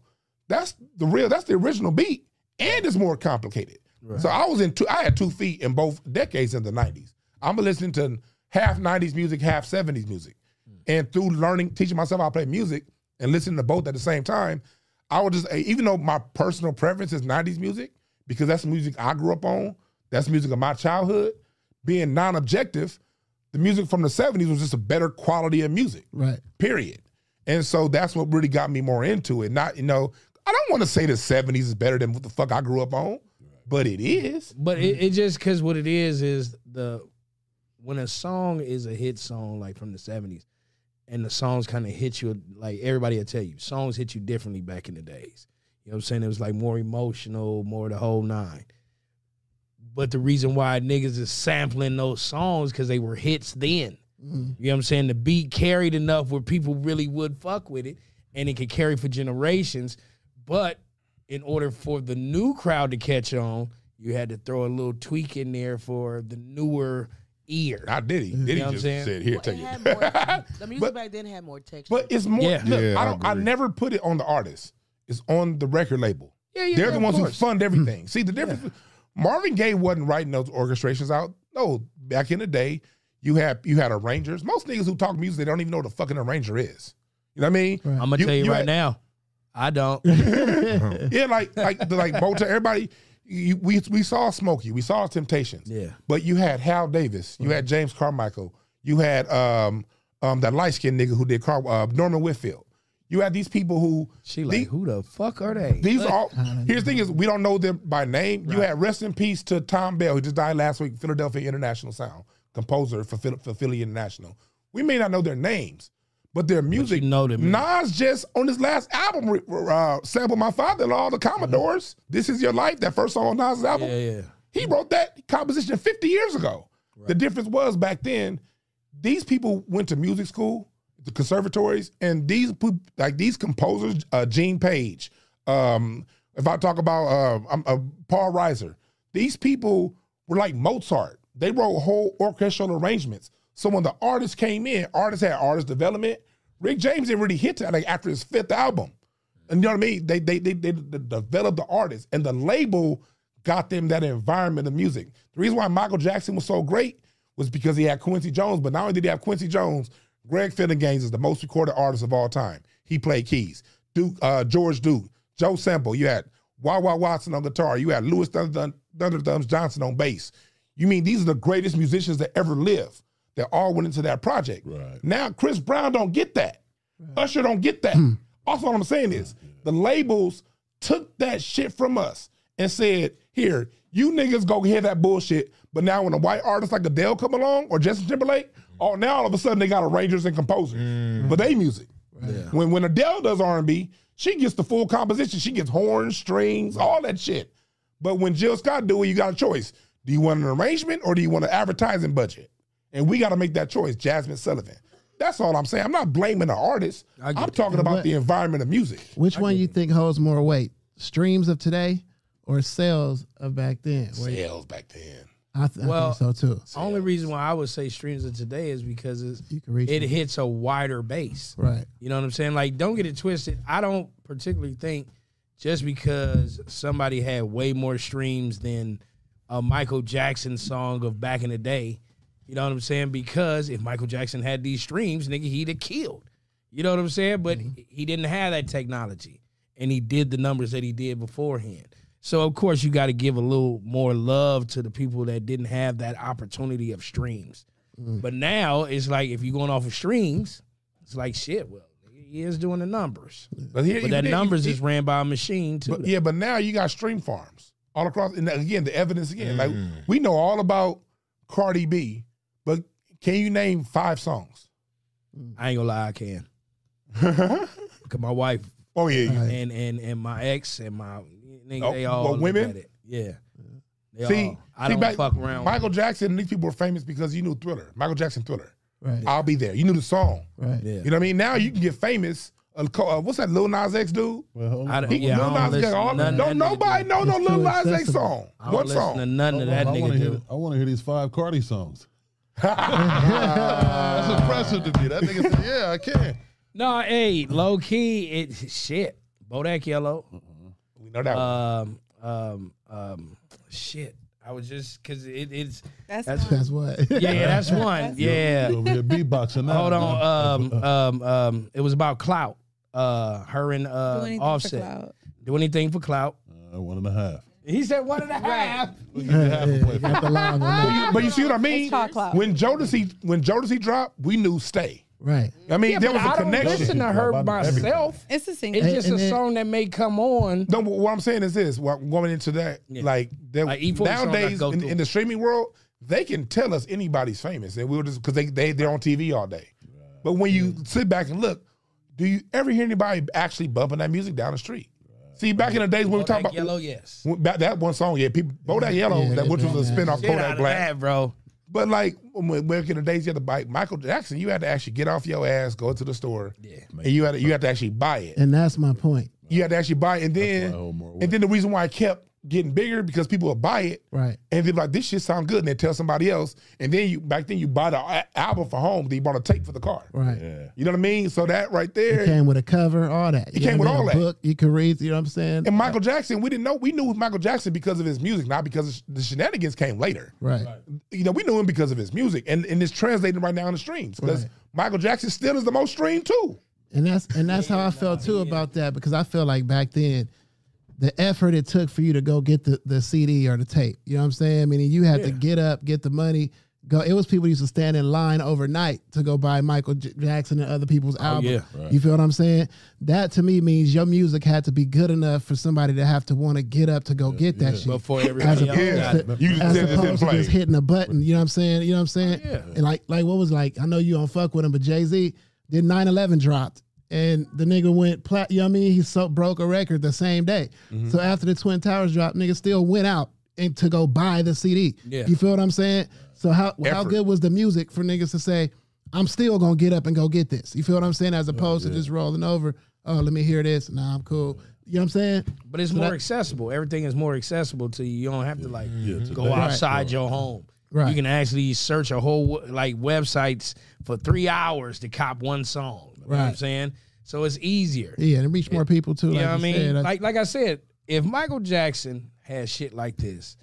[SPEAKER 1] that's the real, that's the original beat. And it's more complicated. So I was in two, I had two feet in both decades in the 90s. I'm listening to half 90s music, half 70s music. And through learning, teaching myself how to play music and listening to both at the same time, I would just, even though my personal preference is 90s music, because that's the music I grew up on, that's music of my childhood, being non objective, the music from the 70s was just a better quality of music
[SPEAKER 3] Right.
[SPEAKER 1] period. And so that's what really got me more into it. Not, you know, I don't want to say the 70s is better than what the fuck I grew up on, but it is.
[SPEAKER 4] But it, it just because what it is is the when a song is a hit song like from the seventies, and the songs kind of hit you like everybody will tell you songs hit you differently back in the days. You know what I'm saying? It was like more emotional, more the whole nine. But the reason why niggas is sampling those songs because they were hits then.
[SPEAKER 3] Mm-hmm.
[SPEAKER 4] You know what I'm saying? The beat carried enough where people really would fuck with it, and it could carry for generations. But in order for the new crowd to catch on, you had to throw a little tweak in there for the newer ear.
[SPEAKER 1] Not Diddy. Diddy
[SPEAKER 4] what I'm
[SPEAKER 1] just
[SPEAKER 4] saying?
[SPEAKER 1] said, here,
[SPEAKER 6] Well,
[SPEAKER 1] take
[SPEAKER 6] it had
[SPEAKER 1] it.
[SPEAKER 6] more, the music
[SPEAKER 1] But-
[SPEAKER 6] back then had more texture.
[SPEAKER 1] But it's more,
[SPEAKER 4] Yeah.
[SPEAKER 1] look,
[SPEAKER 5] Yeah,
[SPEAKER 1] I,
[SPEAKER 5] I
[SPEAKER 1] don't, I,
[SPEAKER 5] agree.
[SPEAKER 1] never put it on the artist. It's on the record label.
[SPEAKER 4] Yeah, yeah,
[SPEAKER 1] They're
[SPEAKER 4] yeah,
[SPEAKER 1] the
[SPEAKER 4] of
[SPEAKER 1] ones
[SPEAKER 4] course. Hmm.
[SPEAKER 1] who fund everything. See, the difference, Marvin Gaye wasn't writing those orchestrations out. No, back in the day, you had you had arrangers. Most niggas who talk music, they don't even know what a fucking arranger is. You know what I mean?
[SPEAKER 4] I'm gonna
[SPEAKER 1] You-
[SPEAKER 4] tell you,
[SPEAKER 1] you
[SPEAKER 4] right
[SPEAKER 1] had-
[SPEAKER 4] now, I don't.
[SPEAKER 1] Yeah, like like the, like Motown. Everybody, you, we we saw Smokey, we saw Temptations.
[SPEAKER 4] Yeah.
[SPEAKER 1] but you had Hal Davis, you
[SPEAKER 4] Mm-hmm.
[SPEAKER 1] had James Carmichael, you had um um that light skinned nigga who did Car uh, Norman Whitfield. You had these people who
[SPEAKER 4] She like,
[SPEAKER 1] the-
[SPEAKER 4] who the fuck are they?
[SPEAKER 1] these are all. Here's the thing is we don't know them by name. You had rest in peace to Tom Bell, who just died last week, Philadelphia International Sound composer for, Phil- for Philly International. We may not know their names, but their music.
[SPEAKER 4] you know them.
[SPEAKER 1] Nas just on his last album re- re- uh, sampled my father-in-law, the Commodores. This is your life. That first song on Nas' album.
[SPEAKER 4] Uh-huh. yeah, yeah.
[SPEAKER 1] He wrote that composition 50 years ago. The difference was back then, these people went to music school, the conservatories, and these peop- like these composers, uh, Gene Page. Um, if I talk about uh, um, uh, Paul Reiser, these people were like Mozart. They wrote whole orchestral arrangements. So when the artists came in, artists had artist development. Rick James didn't really hit that like after his fifth album. And you know what I mean? They they they, they d- developed the artist, and the label got them that environment of music. The reason why Michael Jackson was so great was because he had Quincy Jones. But not only did he have Quincy Jones, Greg Fillinganes is the most recorded artist of all time. He played keys. Duke uh, George Duke, Joe Sample. You had Wawa Watson on guitar. You had Louis Thunder, Thun- Thunder Thumbs Johnson on bass. You mean these are the greatest musicians that ever lived that all went into that project.
[SPEAKER 5] Right.
[SPEAKER 1] Now Chris Brown don't get that. Usher don't get that. Also, what I'm saying is the labels took that shit from us and said, "Here, you niggas go hear that bullshit." But now, when a white artist like Adele come along or Justin Timberlake, oh, now all of a sudden they got arrangers and composers for they music. When when Adele does R&B, she gets the full composition. She gets horns, strings, all that shit. But when Jill Scott do it, you got a choice. Do you want an arrangement or do you want an advertising budget? And we got to make that choice, Jasmine Sullivan. That's all I'm saying. I'm not blaming the artist. I'm talking about the environment of music.
[SPEAKER 3] Which one you think holds more weight? Streams of today or sales of back then? Well,
[SPEAKER 1] Sales back then.
[SPEAKER 3] I, th-
[SPEAKER 4] Well-
[SPEAKER 3] I think so too.
[SPEAKER 4] Only reason why I would say streams of today is because it's,
[SPEAKER 3] You can reach
[SPEAKER 4] it
[SPEAKER 3] them.
[SPEAKER 4] hits a wider base.
[SPEAKER 3] Right.
[SPEAKER 4] You know what I'm saying? Like, don't get it twisted. I don't particularly think just because somebody had way more streams than a Michael Jackson song of back in the day. You know what I'm saying? Because if Michael Jackson had these streams, nigga, he'd have killed. You know what I'm saying? But he didn't have that technology. and he did the numbers that he did beforehand. So of course you got to give a little more love to the people that didn't have that opportunity of streams. But now it's like if you're going off of streams, it's like shit. Well, he is doing the numbers,
[SPEAKER 1] But, here,
[SPEAKER 4] but that
[SPEAKER 1] even-
[SPEAKER 4] numbers is ran by a machine too.
[SPEAKER 1] But, yeah, but now you got stream farms all across. And again, the evidence again. Like we know all about Cardi B, but can you name five songs?
[SPEAKER 4] I ain't gonna lie, I can. Cause my wife
[SPEAKER 1] Oh yeah, you-
[SPEAKER 4] and and and my ex and my nigga,
[SPEAKER 1] Oh,
[SPEAKER 4] they all
[SPEAKER 1] well,
[SPEAKER 4] look
[SPEAKER 1] women?
[SPEAKER 4] at it. Yeah. They
[SPEAKER 1] See-
[SPEAKER 4] all- I
[SPEAKER 1] see,
[SPEAKER 4] don't
[SPEAKER 1] back-
[SPEAKER 4] fuck around. with
[SPEAKER 1] Michael Jackson. and These people were famous because you knew Thriller, Michael Jackson Thriller.
[SPEAKER 3] Right.
[SPEAKER 1] I'll be there. You knew the song.
[SPEAKER 3] Right.
[SPEAKER 4] Yeah.
[SPEAKER 1] You know what I mean? Now you can get famous. Uh, co- uh, what's that Lil Nas X dude?
[SPEAKER 5] Well, hold
[SPEAKER 4] I
[SPEAKER 5] on.
[SPEAKER 4] don't,
[SPEAKER 1] He,
[SPEAKER 4] yeah,
[SPEAKER 1] Lil
[SPEAKER 4] I don't
[SPEAKER 1] Nas X.
[SPEAKER 4] listen to
[SPEAKER 1] All,
[SPEAKER 4] none
[SPEAKER 1] don't
[SPEAKER 4] of that
[SPEAKER 1] nobody
[SPEAKER 4] nigga
[SPEAKER 1] know no
[SPEAKER 3] It's
[SPEAKER 1] Lil
[SPEAKER 3] too
[SPEAKER 1] Nas X
[SPEAKER 3] accessible.
[SPEAKER 1] song.
[SPEAKER 4] I don't
[SPEAKER 1] One
[SPEAKER 4] listen to
[SPEAKER 1] song.
[SPEAKER 4] none of that
[SPEAKER 5] Oh, I want
[SPEAKER 4] nigga
[SPEAKER 5] to hear.
[SPEAKER 4] do.
[SPEAKER 5] I want to hear these five Cardi songs. That's impressive to me. That nigga said, "Yeah, I can."
[SPEAKER 4] No, hey, low key, it shit. Bodak Yellow.
[SPEAKER 1] We know that. one.
[SPEAKER 4] Um, um, um, shit. I was just cause it, it's
[SPEAKER 7] That's,
[SPEAKER 4] That's-
[SPEAKER 7] fine.
[SPEAKER 3] That's what.
[SPEAKER 4] yeah, yeah, that's one. Yeah.
[SPEAKER 5] You over here beatboxing now.
[SPEAKER 4] Hold
[SPEAKER 5] man.
[SPEAKER 4] on. Um, um, um, it was about clout. Uh, her and
[SPEAKER 7] Do
[SPEAKER 4] uh,
[SPEAKER 7] anything for
[SPEAKER 4] Offset.
[SPEAKER 7] clout.
[SPEAKER 4] Do anything for clout.
[SPEAKER 5] Uh, one and a half.
[SPEAKER 4] He said one and a half.
[SPEAKER 3] Yeah, you got the log on that.
[SPEAKER 1] but you see what I mean?
[SPEAKER 7] called clout.
[SPEAKER 1] When Jodeci when Jodeci dropped, we knew Stay.
[SPEAKER 3] Right.
[SPEAKER 1] I mean,
[SPEAKER 4] Yeah,
[SPEAKER 1] there
[SPEAKER 4] but
[SPEAKER 1] was a
[SPEAKER 4] I don't
[SPEAKER 1] connection.
[SPEAKER 4] listen to
[SPEAKER 5] Yeah,
[SPEAKER 4] her
[SPEAKER 5] about everything.
[SPEAKER 4] myself.
[SPEAKER 7] It's a single.
[SPEAKER 4] It's just
[SPEAKER 3] and
[SPEAKER 4] a
[SPEAKER 3] then-
[SPEAKER 4] song that may come on.
[SPEAKER 1] No, but what I'm saying is this: what going into that, like there,
[SPEAKER 4] Like, E E40 song I
[SPEAKER 1] nowadays
[SPEAKER 4] go
[SPEAKER 1] in,
[SPEAKER 4] through.
[SPEAKER 1] in the streaming world, they can tell us anybody's famous, and we'll just because they they they're on TV all day. But when you sit back and look, do you ever hear anybody actually bumping that music down the street? See, back in the days when we talk
[SPEAKER 4] Bodak
[SPEAKER 1] about
[SPEAKER 4] Yellow, yes.
[SPEAKER 1] when- back- that one song, yeah, people Bodak Yellow,
[SPEAKER 3] Yeah,
[SPEAKER 1] that which
[SPEAKER 3] yeah,
[SPEAKER 1] was a
[SPEAKER 3] yeah.
[SPEAKER 1] spin off
[SPEAKER 4] Get out
[SPEAKER 1] Kodak
[SPEAKER 4] of
[SPEAKER 1] Black.
[SPEAKER 4] that, bro.
[SPEAKER 1] But like when, back in the days, you had to buy Michael Jackson. You had to actually get off your ass, go to the store,
[SPEAKER 4] Yeah.
[SPEAKER 1] and you had to, you had to actually buy it
[SPEAKER 3] And that's my point.
[SPEAKER 1] you had to actually buy it. And then,
[SPEAKER 5] why I hold more weight.
[SPEAKER 1] and then the reason why I kept getting bigger because people would buy it.
[SPEAKER 3] Right.
[SPEAKER 1] And they're like, this shit sound good. And they tell somebody else. And then you back then you buy the a- album for home, then you bought a tape for the car.
[SPEAKER 3] Right.
[SPEAKER 5] Yeah.
[SPEAKER 1] You know what I mean? So that right
[SPEAKER 3] It
[SPEAKER 1] there.
[SPEAKER 3] came with a cover, all that. It
[SPEAKER 1] came with all that.
[SPEAKER 3] Book you could read. You know what I'm saying?
[SPEAKER 1] And Michael Jackson, we didn't know. We knew Michael Jackson because of his music, not because of sh- the shenanigans came later.
[SPEAKER 3] Right.
[SPEAKER 1] You know, we knew him because of his music, and, and it's translated right now in the streams. Because
[SPEAKER 3] Right.
[SPEAKER 1] Michael Jackson still is the most streamed too.
[SPEAKER 3] And that's and that's how I felt too about that because I feel like back then, the effort it took for you to go get the, the CD or the tape. You know what I'm saying? Meaning you had to get up, get the money. Go. It was people who used to stand in line overnight to go buy Michael J- Jackson and other people's albums.
[SPEAKER 4] yeah.
[SPEAKER 3] You feel what I'm saying? That to me means your music had to be good enough for somebody to have to want to get up to go get that shit.
[SPEAKER 4] But for
[SPEAKER 3] As
[SPEAKER 4] everybody else,
[SPEAKER 3] opposed,
[SPEAKER 4] got it.
[SPEAKER 3] to,
[SPEAKER 1] You just
[SPEAKER 3] as
[SPEAKER 1] said this in
[SPEAKER 3] opposed to
[SPEAKER 1] play.
[SPEAKER 3] just hitting a button, you know what I'm saying? You know what I'm saying?
[SPEAKER 4] Oh, Yeah.
[SPEAKER 3] And like, like what was like? I know you don't fuck with him, but Jay Z did 9/11 dropped, and the nigga went plat. You know what I mean? He so broke a record the same day.
[SPEAKER 4] Mm-hmm.
[SPEAKER 3] So after the Twin Towers dropped, nigga still went out and to go buy the CD.
[SPEAKER 4] Yeah.
[SPEAKER 3] You feel what I'm saying? So how how
[SPEAKER 1] Effort.
[SPEAKER 3] good was the music for niggas to say? I'm still gonna get up and go get this. You feel what I'm saying?
[SPEAKER 4] Oh,
[SPEAKER 3] As opposed to just rolling over. Oh, let me hear this. Nah, I'm cool. You know what I'm saying?
[SPEAKER 4] But it's more accessible. Everything is more accessible to you. You don't have to like go outside your home.
[SPEAKER 3] Right.
[SPEAKER 4] You can actually search a whole w- like websites for three hours to cop one song. You know what I'm
[SPEAKER 3] Right.
[SPEAKER 4] saying? So it's easier.
[SPEAKER 3] Yeah, and it reached more people too.
[SPEAKER 4] You
[SPEAKER 3] like
[SPEAKER 4] know what I mean?
[SPEAKER 3] said. I-
[SPEAKER 4] like like I said, if Michael Jackson had shit like this,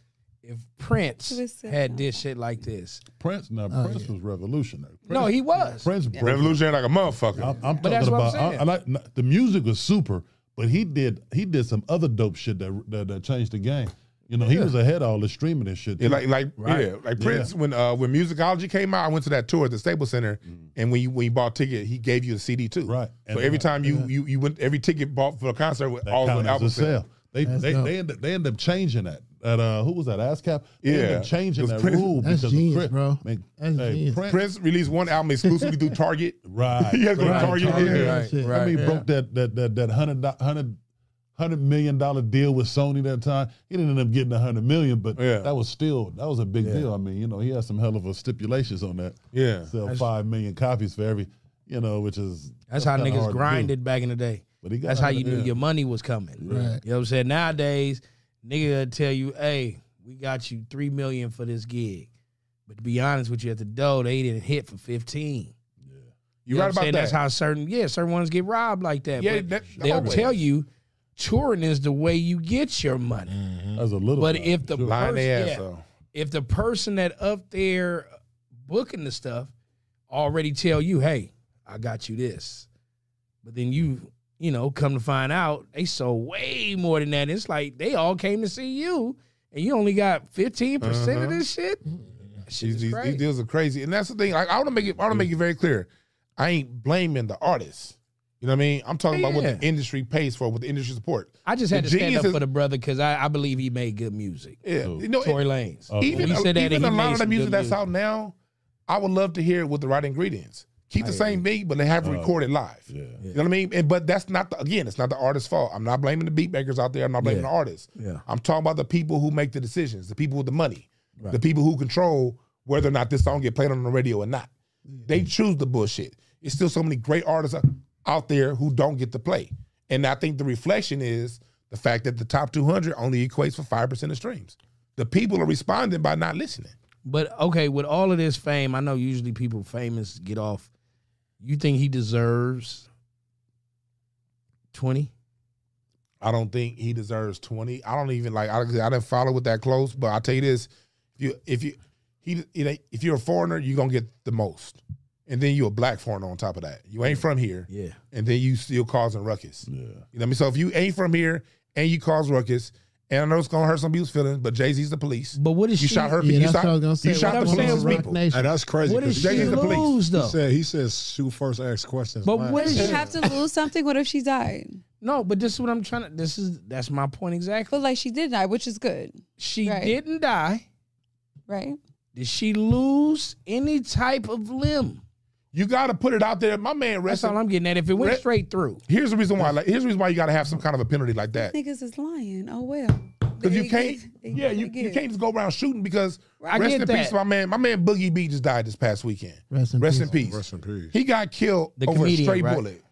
[SPEAKER 4] if Prince
[SPEAKER 7] Listen.
[SPEAKER 4] had this shit like this,
[SPEAKER 5] Prince. Now
[SPEAKER 4] Oh,
[SPEAKER 5] Prince was revolutionary. Prince,
[SPEAKER 4] no, he was.
[SPEAKER 5] Prince. broke-
[SPEAKER 1] Revolutionary like a motherfucker.
[SPEAKER 5] I'm, I'm
[SPEAKER 4] that's
[SPEAKER 5] talking
[SPEAKER 4] what I'm
[SPEAKER 5] about. I,
[SPEAKER 4] saying.
[SPEAKER 5] I like not- the music was super, but he did he did some other dope shit that that, that changed the game. You know, he was ahead of all the streaming and shit.
[SPEAKER 1] Yeah, like like
[SPEAKER 5] Right.
[SPEAKER 1] yeah, like Prince when uh when Musicology came out, I went to that tour at the Staples Center, and when you when you bought a ticket, he gave you a CD too.
[SPEAKER 5] Mm-hmm. Right.
[SPEAKER 1] So
[SPEAKER 5] And,
[SPEAKER 1] every
[SPEAKER 5] uh,
[SPEAKER 1] time you you you went, every ticket bought for a concert with
[SPEAKER 5] that
[SPEAKER 1] all
[SPEAKER 5] count
[SPEAKER 1] the
[SPEAKER 5] as
[SPEAKER 1] album
[SPEAKER 5] a
[SPEAKER 1] sales.
[SPEAKER 5] sale. They
[SPEAKER 3] That's
[SPEAKER 5] they
[SPEAKER 3] dope.
[SPEAKER 5] they end, up, they end up changing that. That uh, who was that? ASCAP. They end up
[SPEAKER 1] Yeah. It
[SPEAKER 5] changing
[SPEAKER 1] was
[SPEAKER 5] that
[SPEAKER 1] Prince.
[SPEAKER 5] rule
[SPEAKER 3] That's
[SPEAKER 5] because
[SPEAKER 3] genius,
[SPEAKER 5] of Prince.
[SPEAKER 3] bro.
[SPEAKER 5] Man,
[SPEAKER 3] That's
[SPEAKER 5] hey,
[SPEAKER 3] genius.
[SPEAKER 5] Prince,
[SPEAKER 1] Prince released one album exclusively through Target.
[SPEAKER 5] right?
[SPEAKER 1] You had to go to
[SPEAKER 5] right,
[SPEAKER 1] Target, yeah.
[SPEAKER 5] right.
[SPEAKER 3] Shit.
[SPEAKER 5] I mean, broke that that that that hundred do- hundred hundred million dollar deal with Sony that time. He didn't end up getting a hundred million, but
[SPEAKER 1] Yeah.
[SPEAKER 5] that was still that was a big deal. I mean, you know, he had some hell of a stipulations on that.
[SPEAKER 1] Yeah.
[SPEAKER 5] sell five million copies for every, you know, which is
[SPEAKER 4] That's how
[SPEAKER 5] kinda
[SPEAKER 4] niggas
[SPEAKER 5] hard to do.
[SPEAKER 4] grinded back in the day.
[SPEAKER 5] But he got
[SPEAKER 4] That's how you
[SPEAKER 5] out of
[SPEAKER 4] knew
[SPEAKER 5] there.
[SPEAKER 4] your money was coming.
[SPEAKER 3] Right.
[SPEAKER 4] You know what I'm saying? Nowadays, nigga will tell you, hey, we got you three million for this gig. But to be honest with you, at the dough, they didn't hit for fifteen.
[SPEAKER 1] You
[SPEAKER 4] know
[SPEAKER 1] right
[SPEAKER 4] what I'm
[SPEAKER 1] about
[SPEAKER 4] saying?
[SPEAKER 1] that?
[SPEAKER 4] That's how certain yeah, certain ones get robbed like that.
[SPEAKER 1] Yeah,
[SPEAKER 4] but
[SPEAKER 1] that-
[SPEAKER 4] they'll
[SPEAKER 1] always.
[SPEAKER 4] tell you touring is the way you get your money.
[SPEAKER 5] That was a little.
[SPEAKER 4] But
[SPEAKER 5] guy,
[SPEAKER 4] if the
[SPEAKER 5] sure.
[SPEAKER 1] Lying
[SPEAKER 4] person-
[SPEAKER 1] Mm. their ass
[SPEAKER 4] yeah,
[SPEAKER 1] off.
[SPEAKER 4] if the person that up there booking the stuff already tell you, hey, I got you this, but then you you know, come to find out, they sold way more than that. It's like they all came to see you, and you only got fifteen percent of this
[SPEAKER 1] Uh-huh.
[SPEAKER 4] shit. That shit
[SPEAKER 1] These,
[SPEAKER 4] is
[SPEAKER 1] these,
[SPEAKER 4] crazy.
[SPEAKER 1] these deals are crazy, and that's the thing. Like, I want to make it. I want to make it very clear. I ain't blaming the artists. You know what I mean? I'm talking about what the
[SPEAKER 4] Yeah.
[SPEAKER 1] industry pays for, what the industry support.
[SPEAKER 4] I just had
[SPEAKER 1] the
[SPEAKER 4] to stand
[SPEAKER 1] genius
[SPEAKER 4] up
[SPEAKER 1] is-
[SPEAKER 4] for the brother because I, I believe he made good music.
[SPEAKER 1] Yeah,
[SPEAKER 5] Who?
[SPEAKER 1] you know,
[SPEAKER 4] Tory Lanez.
[SPEAKER 5] Oh.
[SPEAKER 1] even
[SPEAKER 4] He said that
[SPEAKER 1] even
[SPEAKER 4] and
[SPEAKER 1] a lot
[SPEAKER 4] he made
[SPEAKER 1] of the
[SPEAKER 4] some
[SPEAKER 1] music
[SPEAKER 4] good
[SPEAKER 1] that's
[SPEAKER 4] music.
[SPEAKER 1] out now, I would love to hear it with the right ingredients. Keep the same beat, but they have it recorded live.
[SPEAKER 5] Yeah.
[SPEAKER 1] You know what I mean? And- but that's not the, again, it's not the artist's fault. I'm not blaming the beat makers out there. I'm not blaming
[SPEAKER 4] Yeah.
[SPEAKER 1] the artists.
[SPEAKER 4] Yeah.
[SPEAKER 1] I'm talking about the people who make the decisions, the people with the money, the people who control whether or not this song get played on the radio or not. They choose the bullshit. It's still so many great artists out- out there who don't get to play. And I think the reflection is the fact that the top 200 only equates for 5% of streams. The people are responding by not listening.
[SPEAKER 4] But okay, with all of this fame, I know usually people famous get off. You think he deserves twenty?
[SPEAKER 1] I don't think he deserves twenty. I don't even like. I, I didn't follow it that close, but I will tell you this: if you if you he it ain't- if you're a foreigner, you are gonna get the most, and then you a black foreigner on top of that. You ain't from here,
[SPEAKER 4] Yeah.
[SPEAKER 1] and then you still causing ruckus.
[SPEAKER 5] Yeah.
[SPEAKER 1] You know what I mean? So if you ain't from here and you cause ruckus, and I know it's gonna hurt some people's feelings, but Jay Z's the police.
[SPEAKER 4] But what is
[SPEAKER 1] You
[SPEAKER 4] she?
[SPEAKER 1] shot her.
[SPEAKER 3] Yeah,
[SPEAKER 1] you
[SPEAKER 3] that's
[SPEAKER 1] shot,
[SPEAKER 3] what I was gonna say.
[SPEAKER 1] You shot the
[SPEAKER 4] What I'm saying
[SPEAKER 1] police's
[SPEAKER 4] is Rock
[SPEAKER 1] people.
[SPEAKER 3] Nation.
[SPEAKER 2] Hey, that's crazy.
[SPEAKER 4] What is
[SPEAKER 2] 'cause he
[SPEAKER 1] Jay
[SPEAKER 4] she
[SPEAKER 1] is
[SPEAKER 2] said-
[SPEAKER 1] the police.
[SPEAKER 4] lose
[SPEAKER 2] He
[SPEAKER 4] though?
[SPEAKER 2] said he says shoot first, ask questions.
[SPEAKER 4] But
[SPEAKER 2] last.
[SPEAKER 4] what is
[SPEAKER 7] She
[SPEAKER 4] she?
[SPEAKER 7] have to lose something. What if she died?
[SPEAKER 4] No, but this is what I'm trying to. This is that's my point exactly.
[SPEAKER 7] But like she did die, which is good,
[SPEAKER 4] She
[SPEAKER 7] Right.
[SPEAKER 4] didn't die.
[SPEAKER 7] right?
[SPEAKER 4] Did she lose any type of limb?
[SPEAKER 1] You gotta put it out there. My man,
[SPEAKER 4] That's
[SPEAKER 1] rest.
[SPEAKER 4] all
[SPEAKER 1] in-
[SPEAKER 4] I'm getting at. If it went
[SPEAKER 1] Re-
[SPEAKER 4] straight through,
[SPEAKER 1] Here's the reason why. Like, here's the reason why you gotta have some kind of a penalty like that.
[SPEAKER 7] Niggas is lying. Oh well.
[SPEAKER 1] Because you
[SPEAKER 7] They
[SPEAKER 1] can't,
[SPEAKER 7] give- they-
[SPEAKER 1] yeah, you,
[SPEAKER 7] they
[SPEAKER 1] you
[SPEAKER 7] give.
[SPEAKER 1] can't just go around shooting because
[SPEAKER 4] I
[SPEAKER 1] rest
[SPEAKER 4] get
[SPEAKER 1] in
[SPEAKER 4] that.
[SPEAKER 1] peace, my man, my man Boogie B just died this past weekend.
[SPEAKER 3] Rest in
[SPEAKER 1] in peace.
[SPEAKER 2] Rest in peace.
[SPEAKER 1] He got killed
[SPEAKER 4] The
[SPEAKER 1] over
[SPEAKER 4] comedian,
[SPEAKER 1] a stray
[SPEAKER 4] right?
[SPEAKER 1] bullet.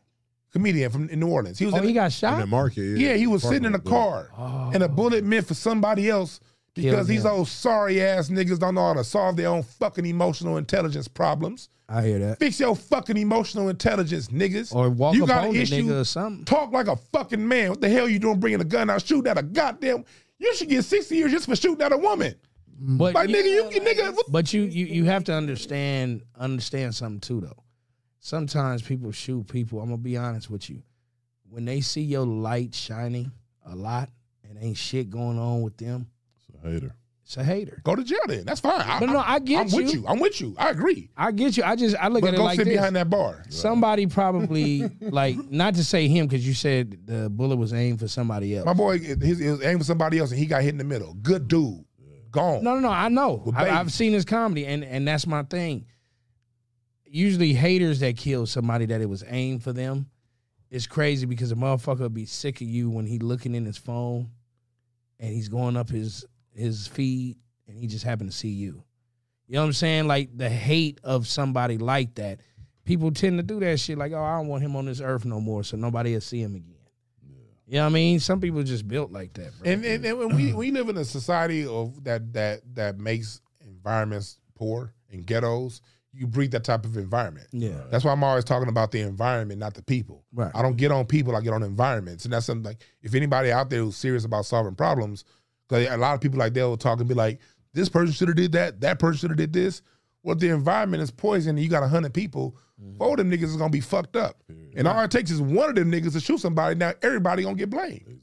[SPEAKER 1] Comedian from in New Orleans. He was
[SPEAKER 4] oh,
[SPEAKER 1] in a-
[SPEAKER 4] he got
[SPEAKER 2] in
[SPEAKER 4] shot.
[SPEAKER 2] that market, yeah.
[SPEAKER 1] yeah, he was sitting in a car and a bullet meant for somebody else because
[SPEAKER 4] Killed
[SPEAKER 1] these
[SPEAKER 4] him.
[SPEAKER 1] old sorry ass niggas don't know how to solve their own fucking emotional intelligence problems.
[SPEAKER 4] I hear that.
[SPEAKER 1] Fix your fucking emotional intelligence, niggas.
[SPEAKER 4] Or walk
[SPEAKER 1] you
[SPEAKER 4] up
[SPEAKER 1] got
[SPEAKER 4] on
[SPEAKER 1] an
[SPEAKER 4] the
[SPEAKER 1] issue.
[SPEAKER 4] nigga or something.
[SPEAKER 1] Talk like a fucking man. What the hell you doing bringing a gun out shooting at a goddamn? You should get sixty years just for shooting at a woman.
[SPEAKER 4] But
[SPEAKER 1] Like
[SPEAKER 4] you-
[SPEAKER 1] nigga, you can nigga. What
[SPEAKER 4] But you, you you have to understand understand something too though. Sometimes people shoot people. I'm gonna be honest with you. When they see your light shining a lot and ain't shit going on with them,
[SPEAKER 5] It's a hater.
[SPEAKER 4] it's a hater.
[SPEAKER 1] go to jail then. That's fine. I,
[SPEAKER 4] But no, I
[SPEAKER 1] am
[SPEAKER 4] get
[SPEAKER 1] with
[SPEAKER 4] you.
[SPEAKER 1] you. I'm with you. I agree.
[SPEAKER 4] I get you. I just I look
[SPEAKER 1] But
[SPEAKER 4] at it
[SPEAKER 1] go
[SPEAKER 4] like
[SPEAKER 1] sit
[SPEAKER 4] this.
[SPEAKER 1] behind that bar.
[SPEAKER 4] Somebody probably like not to say him because you said the bullet was aimed for somebody else.
[SPEAKER 1] My boy, his, his aim was somebody else, and he got hit in the middle. Good dude, gone.
[SPEAKER 4] No, no, no. I know.
[SPEAKER 1] With
[SPEAKER 4] I,
[SPEAKER 1] babies.
[SPEAKER 4] I've seen his comedy, and and that's my thing. Usually, haters that kill somebody that it was aimed for them, it's crazy because a motherfucker would be sick of you when he looking in his phone, and he's going up his his feed, and he just happened to see you. You know what I'm saying? Like the hate of somebody like that. People tend to do that shit. Like, oh, I don't want him on this earth no more, so nobody will see him again. You know what I mean? Some people just built like that, bro.
[SPEAKER 1] And and, and when we we live in a society of that that that makes environments poor and ghettos. You breed that type of environment.
[SPEAKER 4] yeah.
[SPEAKER 1] That's why I'm always talking about the environment, not the people.
[SPEAKER 4] Right.
[SPEAKER 1] I don't get on people, I get on environments. And that's something like if anybody out there who's serious about solving problems, because a lot of people like they'll talk and be like, this person should have did that, that person should have did this. Well, if the environment is poison and you got a hundred people, four of them niggas is gonna be fucked up. And all it takes is one of them niggas to shoot somebody, now everybody gonna get blamed.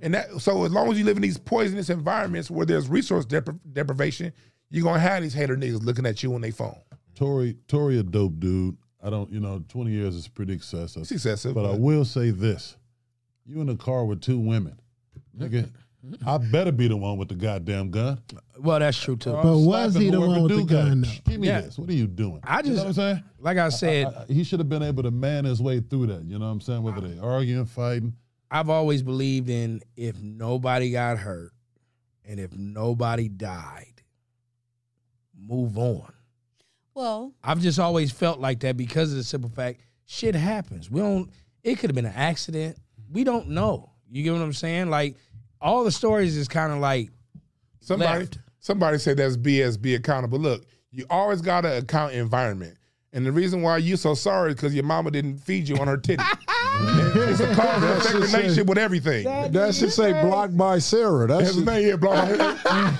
[SPEAKER 1] And that so as long as you live in these poisonous environments where there's resource depri- deprivation, you're gonna have these hater niggas looking at you on their phone.
[SPEAKER 5] Tory, Tory, a dope dude. I don't, you know, 20 years is pretty excessive.
[SPEAKER 1] It's excessive.
[SPEAKER 5] But I will say this: you in a car with two women, nigga. I better be the one with the goddamn gun.
[SPEAKER 4] Well, that's true too.
[SPEAKER 3] But Oh, was
[SPEAKER 5] Slapping
[SPEAKER 3] he the
[SPEAKER 5] whoever
[SPEAKER 3] one with the
[SPEAKER 5] dude got
[SPEAKER 3] gun,
[SPEAKER 5] it.
[SPEAKER 3] though?
[SPEAKER 5] Give me
[SPEAKER 4] Yeah.
[SPEAKER 5] this. What are you doing?
[SPEAKER 4] I
[SPEAKER 5] you
[SPEAKER 4] just-
[SPEAKER 5] know what I'm saying.
[SPEAKER 4] Like I said,
[SPEAKER 5] I- he should have been able to man his way through that. You know what I'm saying? Whether they arguing, fighting,
[SPEAKER 4] I've always believed in if nobody got hurt and if nobody died, move on.
[SPEAKER 7] Well,
[SPEAKER 4] I've just always felt like that because of the simple fact shit happens. We don't it could have been an accident. We don't know. You get what I'm saying? Like all the stories is kind of like
[SPEAKER 1] Somebody,
[SPEAKER 4] left.
[SPEAKER 1] somebody said that's BS. Be accountable. Look, you always gotta account environment. And the reason why you so sorry is because your mama didn't feed you on her titty. it's a cause and effect relationship with everything.
[SPEAKER 2] That should say blocked by Sarah. That's
[SPEAKER 1] That's the
[SPEAKER 2] just,
[SPEAKER 1] thing, yeah, block.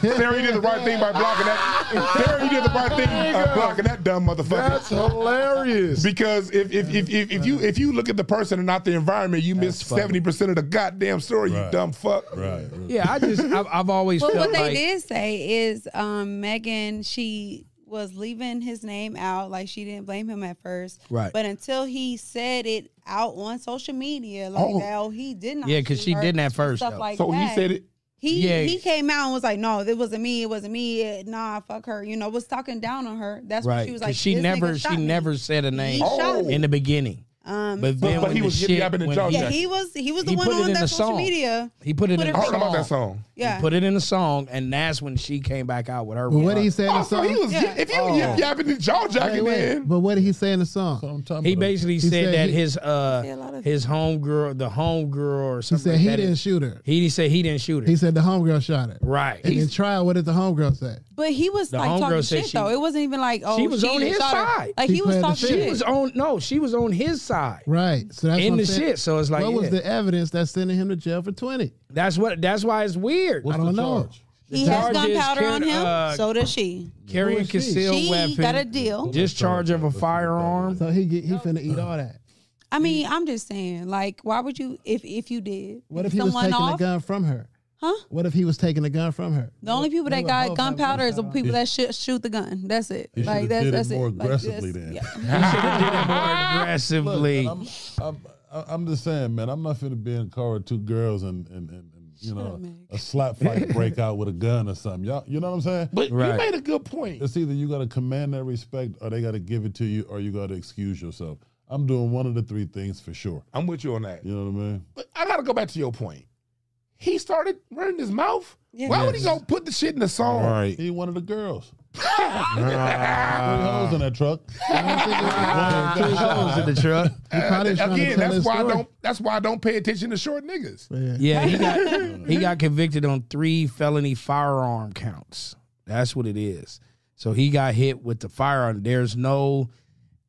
[SPEAKER 1] Terry did the right thing by blocking that. Terry did the right thing by blocking that dumb motherfucker.
[SPEAKER 2] that's hilarious.
[SPEAKER 1] Because if if, if, if, if you if you look at the person and not the environment, you miss seventy percent of the goddamn story. You
[SPEAKER 5] Right.
[SPEAKER 1] dumb fuck.
[SPEAKER 5] Right. right.
[SPEAKER 4] Yeah, I just I've, I've always
[SPEAKER 7] But
[SPEAKER 4] felt
[SPEAKER 7] what they
[SPEAKER 4] like
[SPEAKER 7] did say is um, Megan, she was leaving his name out. Like she didn't blame him at first.
[SPEAKER 4] Right.
[SPEAKER 7] But until he said it out on social media, like,
[SPEAKER 1] Oh.
[SPEAKER 7] oh, he did not.
[SPEAKER 4] Yeah, 'cause
[SPEAKER 7] shoot
[SPEAKER 4] she
[SPEAKER 7] her,"
[SPEAKER 4] didn't at first,
[SPEAKER 7] Stuff
[SPEAKER 4] though.
[SPEAKER 7] like
[SPEAKER 1] So he
[SPEAKER 7] that.
[SPEAKER 1] said it.
[SPEAKER 7] He,
[SPEAKER 4] Yeah.
[SPEAKER 7] he came out and was like, "No, it wasn't me. It wasn't me. eh, Nah, fuck her." You know, was talking down on her. That's what she was like.
[SPEAKER 4] Because she
[SPEAKER 7] "This
[SPEAKER 4] never
[SPEAKER 7] nigga
[SPEAKER 4] she
[SPEAKER 7] shot me."
[SPEAKER 4] never said a name
[SPEAKER 7] shot me.
[SPEAKER 4] in the beginning.
[SPEAKER 7] Um,
[SPEAKER 4] But then
[SPEAKER 1] Oh. but
[SPEAKER 4] when
[SPEAKER 1] he
[SPEAKER 4] the
[SPEAKER 1] was
[SPEAKER 4] shit
[SPEAKER 1] yip yapping and
[SPEAKER 4] when-
[SPEAKER 1] talking.
[SPEAKER 7] Oh, yeah, he was. He was the
[SPEAKER 4] He
[SPEAKER 7] one
[SPEAKER 4] put it
[SPEAKER 7] on
[SPEAKER 4] in
[SPEAKER 7] that
[SPEAKER 4] the
[SPEAKER 7] social
[SPEAKER 4] song.
[SPEAKER 7] media.
[SPEAKER 4] he put it
[SPEAKER 7] put
[SPEAKER 1] I
[SPEAKER 4] in
[SPEAKER 7] it in
[SPEAKER 4] a
[SPEAKER 1] heard
[SPEAKER 4] song.
[SPEAKER 1] about that song.
[SPEAKER 7] Yeah.
[SPEAKER 4] He put it in a song, and that's when she came back out with her.
[SPEAKER 3] But what
[SPEAKER 4] run.
[SPEAKER 3] he said in the
[SPEAKER 1] Oh, so
[SPEAKER 3] song.
[SPEAKER 1] he was
[SPEAKER 7] Yeah.
[SPEAKER 1] yip- if you yip yapping and jaw
[SPEAKER 3] Wait,
[SPEAKER 1] jacking,
[SPEAKER 3] wait,
[SPEAKER 1] then
[SPEAKER 3] But what did he say in the song?
[SPEAKER 5] I'm talking
[SPEAKER 4] He
[SPEAKER 5] about-
[SPEAKER 4] basically
[SPEAKER 3] He
[SPEAKER 4] said,
[SPEAKER 3] said
[SPEAKER 4] that
[SPEAKER 3] he-
[SPEAKER 4] his
[SPEAKER 7] Yeah, a lot
[SPEAKER 4] uh
[SPEAKER 7] of-
[SPEAKER 4] his home girl, the home girl, or
[SPEAKER 3] He
[SPEAKER 4] something.
[SPEAKER 3] said
[SPEAKER 4] like
[SPEAKER 3] he
[SPEAKER 4] that.
[SPEAKER 3] didn't shoot her.
[SPEAKER 4] He said he didn't shoot her.
[SPEAKER 3] He said the homegirl shot her.
[SPEAKER 4] right.
[SPEAKER 3] And in trial, what did the homegirl say?
[SPEAKER 7] But he was
[SPEAKER 4] The
[SPEAKER 7] like
[SPEAKER 4] homegirl
[SPEAKER 7] talking
[SPEAKER 4] said
[SPEAKER 7] shit
[SPEAKER 4] she-
[SPEAKER 7] though. It wasn't even like oh
[SPEAKER 4] She was on
[SPEAKER 7] done
[SPEAKER 4] his
[SPEAKER 7] shot her.
[SPEAKER 4] side.
[SPEAKER 7] Like
[SPEAKER 3] She
[SPEAKER 7] he was
[SPEAKER 3] played the
[SPEAKER 7] talking
[SPEAKER 3] shit.
[SPEAKER 7] shit.
[SPEAKER 4] she was on no, she was on his side.
[SPEAKER 3] Right. So that's
[SPEAKER 4] In
[SPEAKER 3] what
[SPEAKER 4] the
[SPEAKER 3] I'm saying.
[SPEAKER 4] shit, so it's like,
[SPEAKER 3] what was
[SPEAKER 4] yeah.
[SPEAKER 3] the evidence that's sending him to jail for twenty?
[SPEAKER 4] That's what. That's why it's weird.
[SPEAKER 3] I don't know.
[SPEAKER 7] He
[SPEAKER 4] The
[SPEAKER 7] has
[SPEAKER 4] charge is
[SPEAKER 7] gunpowder on
[SPEAKER 4] carrying,
[SPEAKER 7] him.
[SPEAKER 4] uh,
[SPEAKER 7] so does she.
[SPEAKER 4] Carrying
[SPEAKER 3] Bullshit.
[SPEAKER 4] concealed
[SPEAKER 7] She
[SPEAKER 4] weapon.
[SPEAKER 7] got a deal.
[SPEAKER 4] discharge of a firearm.
[SPEAKER 3] So he get, he finna eat all that.
[SPEAKER 7] I mean, I'm just saying, like, why would you if if you did?
[SPEAKER 3] What if he was taking a gun from her?
[SPEAKER 7] Huh?
[SPEAKER 3] What if he was taking a gun from her?
[SPEAKER 7] The only people that
[SPEAKER 3] They were
[SPEAKER 7] got
[SPEAKER 3] both having
[SPEAKER 7] gunpowder is the
[SPEAKER 3] guns.
[SPEAKER 7] people that shoot, shoot the gun. That's it.
[SPEAKER 5] He
[SPEAKER 7] Like
[SPEAKER 5] should've
[SPEAKER 7] that's
[SPEAKER 5] did it
[SPEAKER 7] that's
[SPEAKER 5] more
[SPEAKER 7] it. Like,
[SPEAKER 5] aggressively
[SPEAKER 7] that's-
[SPEAKER 5] then.
[SPEAKER 7] yeah.
[SPEAKER 4] Did it more
[SPEAKER 5] Look,
[SPEAKER 4] aggressively.
[SPEAKER 5] man, I'm, I'm, I- I'm just saying, man. I'm not finna be in a car with two girls and and, and, and you know a slap fight break out with a gun or something. Y'all, you know what I'm saying?
[SPEAKER 1] but you
[SPEAKER 4] Right.
[SPEAKER 1] made a good point.
[SPEAKER 5] it's either you got to command that respect, or they got to give it to you, or you got to excuse yourself. I'm doing one of the three things for sure.
[SPEAKER 1] I'm with you on that.
[SPEAKER 5] You know what I mean?
[SPEAKER 1] But I gotta go back to your point. He started running his mouth.
[SPEAKER 7] Yeah.
[SPEAKER 1] Why would he go put the shit in the song?
[SPEAKER 2] right.
[SPEAKER 5] He one of the girls. Three hoes in that truck.
[SPEAKER 3] I don't think it's-
[SPEAKER 5] Three hoes in the truck.
[SPEAKER 3] he probably was trying to
[SPEAKER 1] Uh, Again,
[SPEAKER 3] tell
[SPEAKER 1] that's
[SPEAKER 3] his
[SPEAKER 1] why
[SPEAKER 3] story.
[SPEAKER 1] I don't. That's why I don't pay attention to short niggas.
[SPEAKER 3] Yeah.
[SPEAKER 4] Yeah, he got he got convicted on three felony firearm counts. That's what it is. So he got hit with the firearm. There's no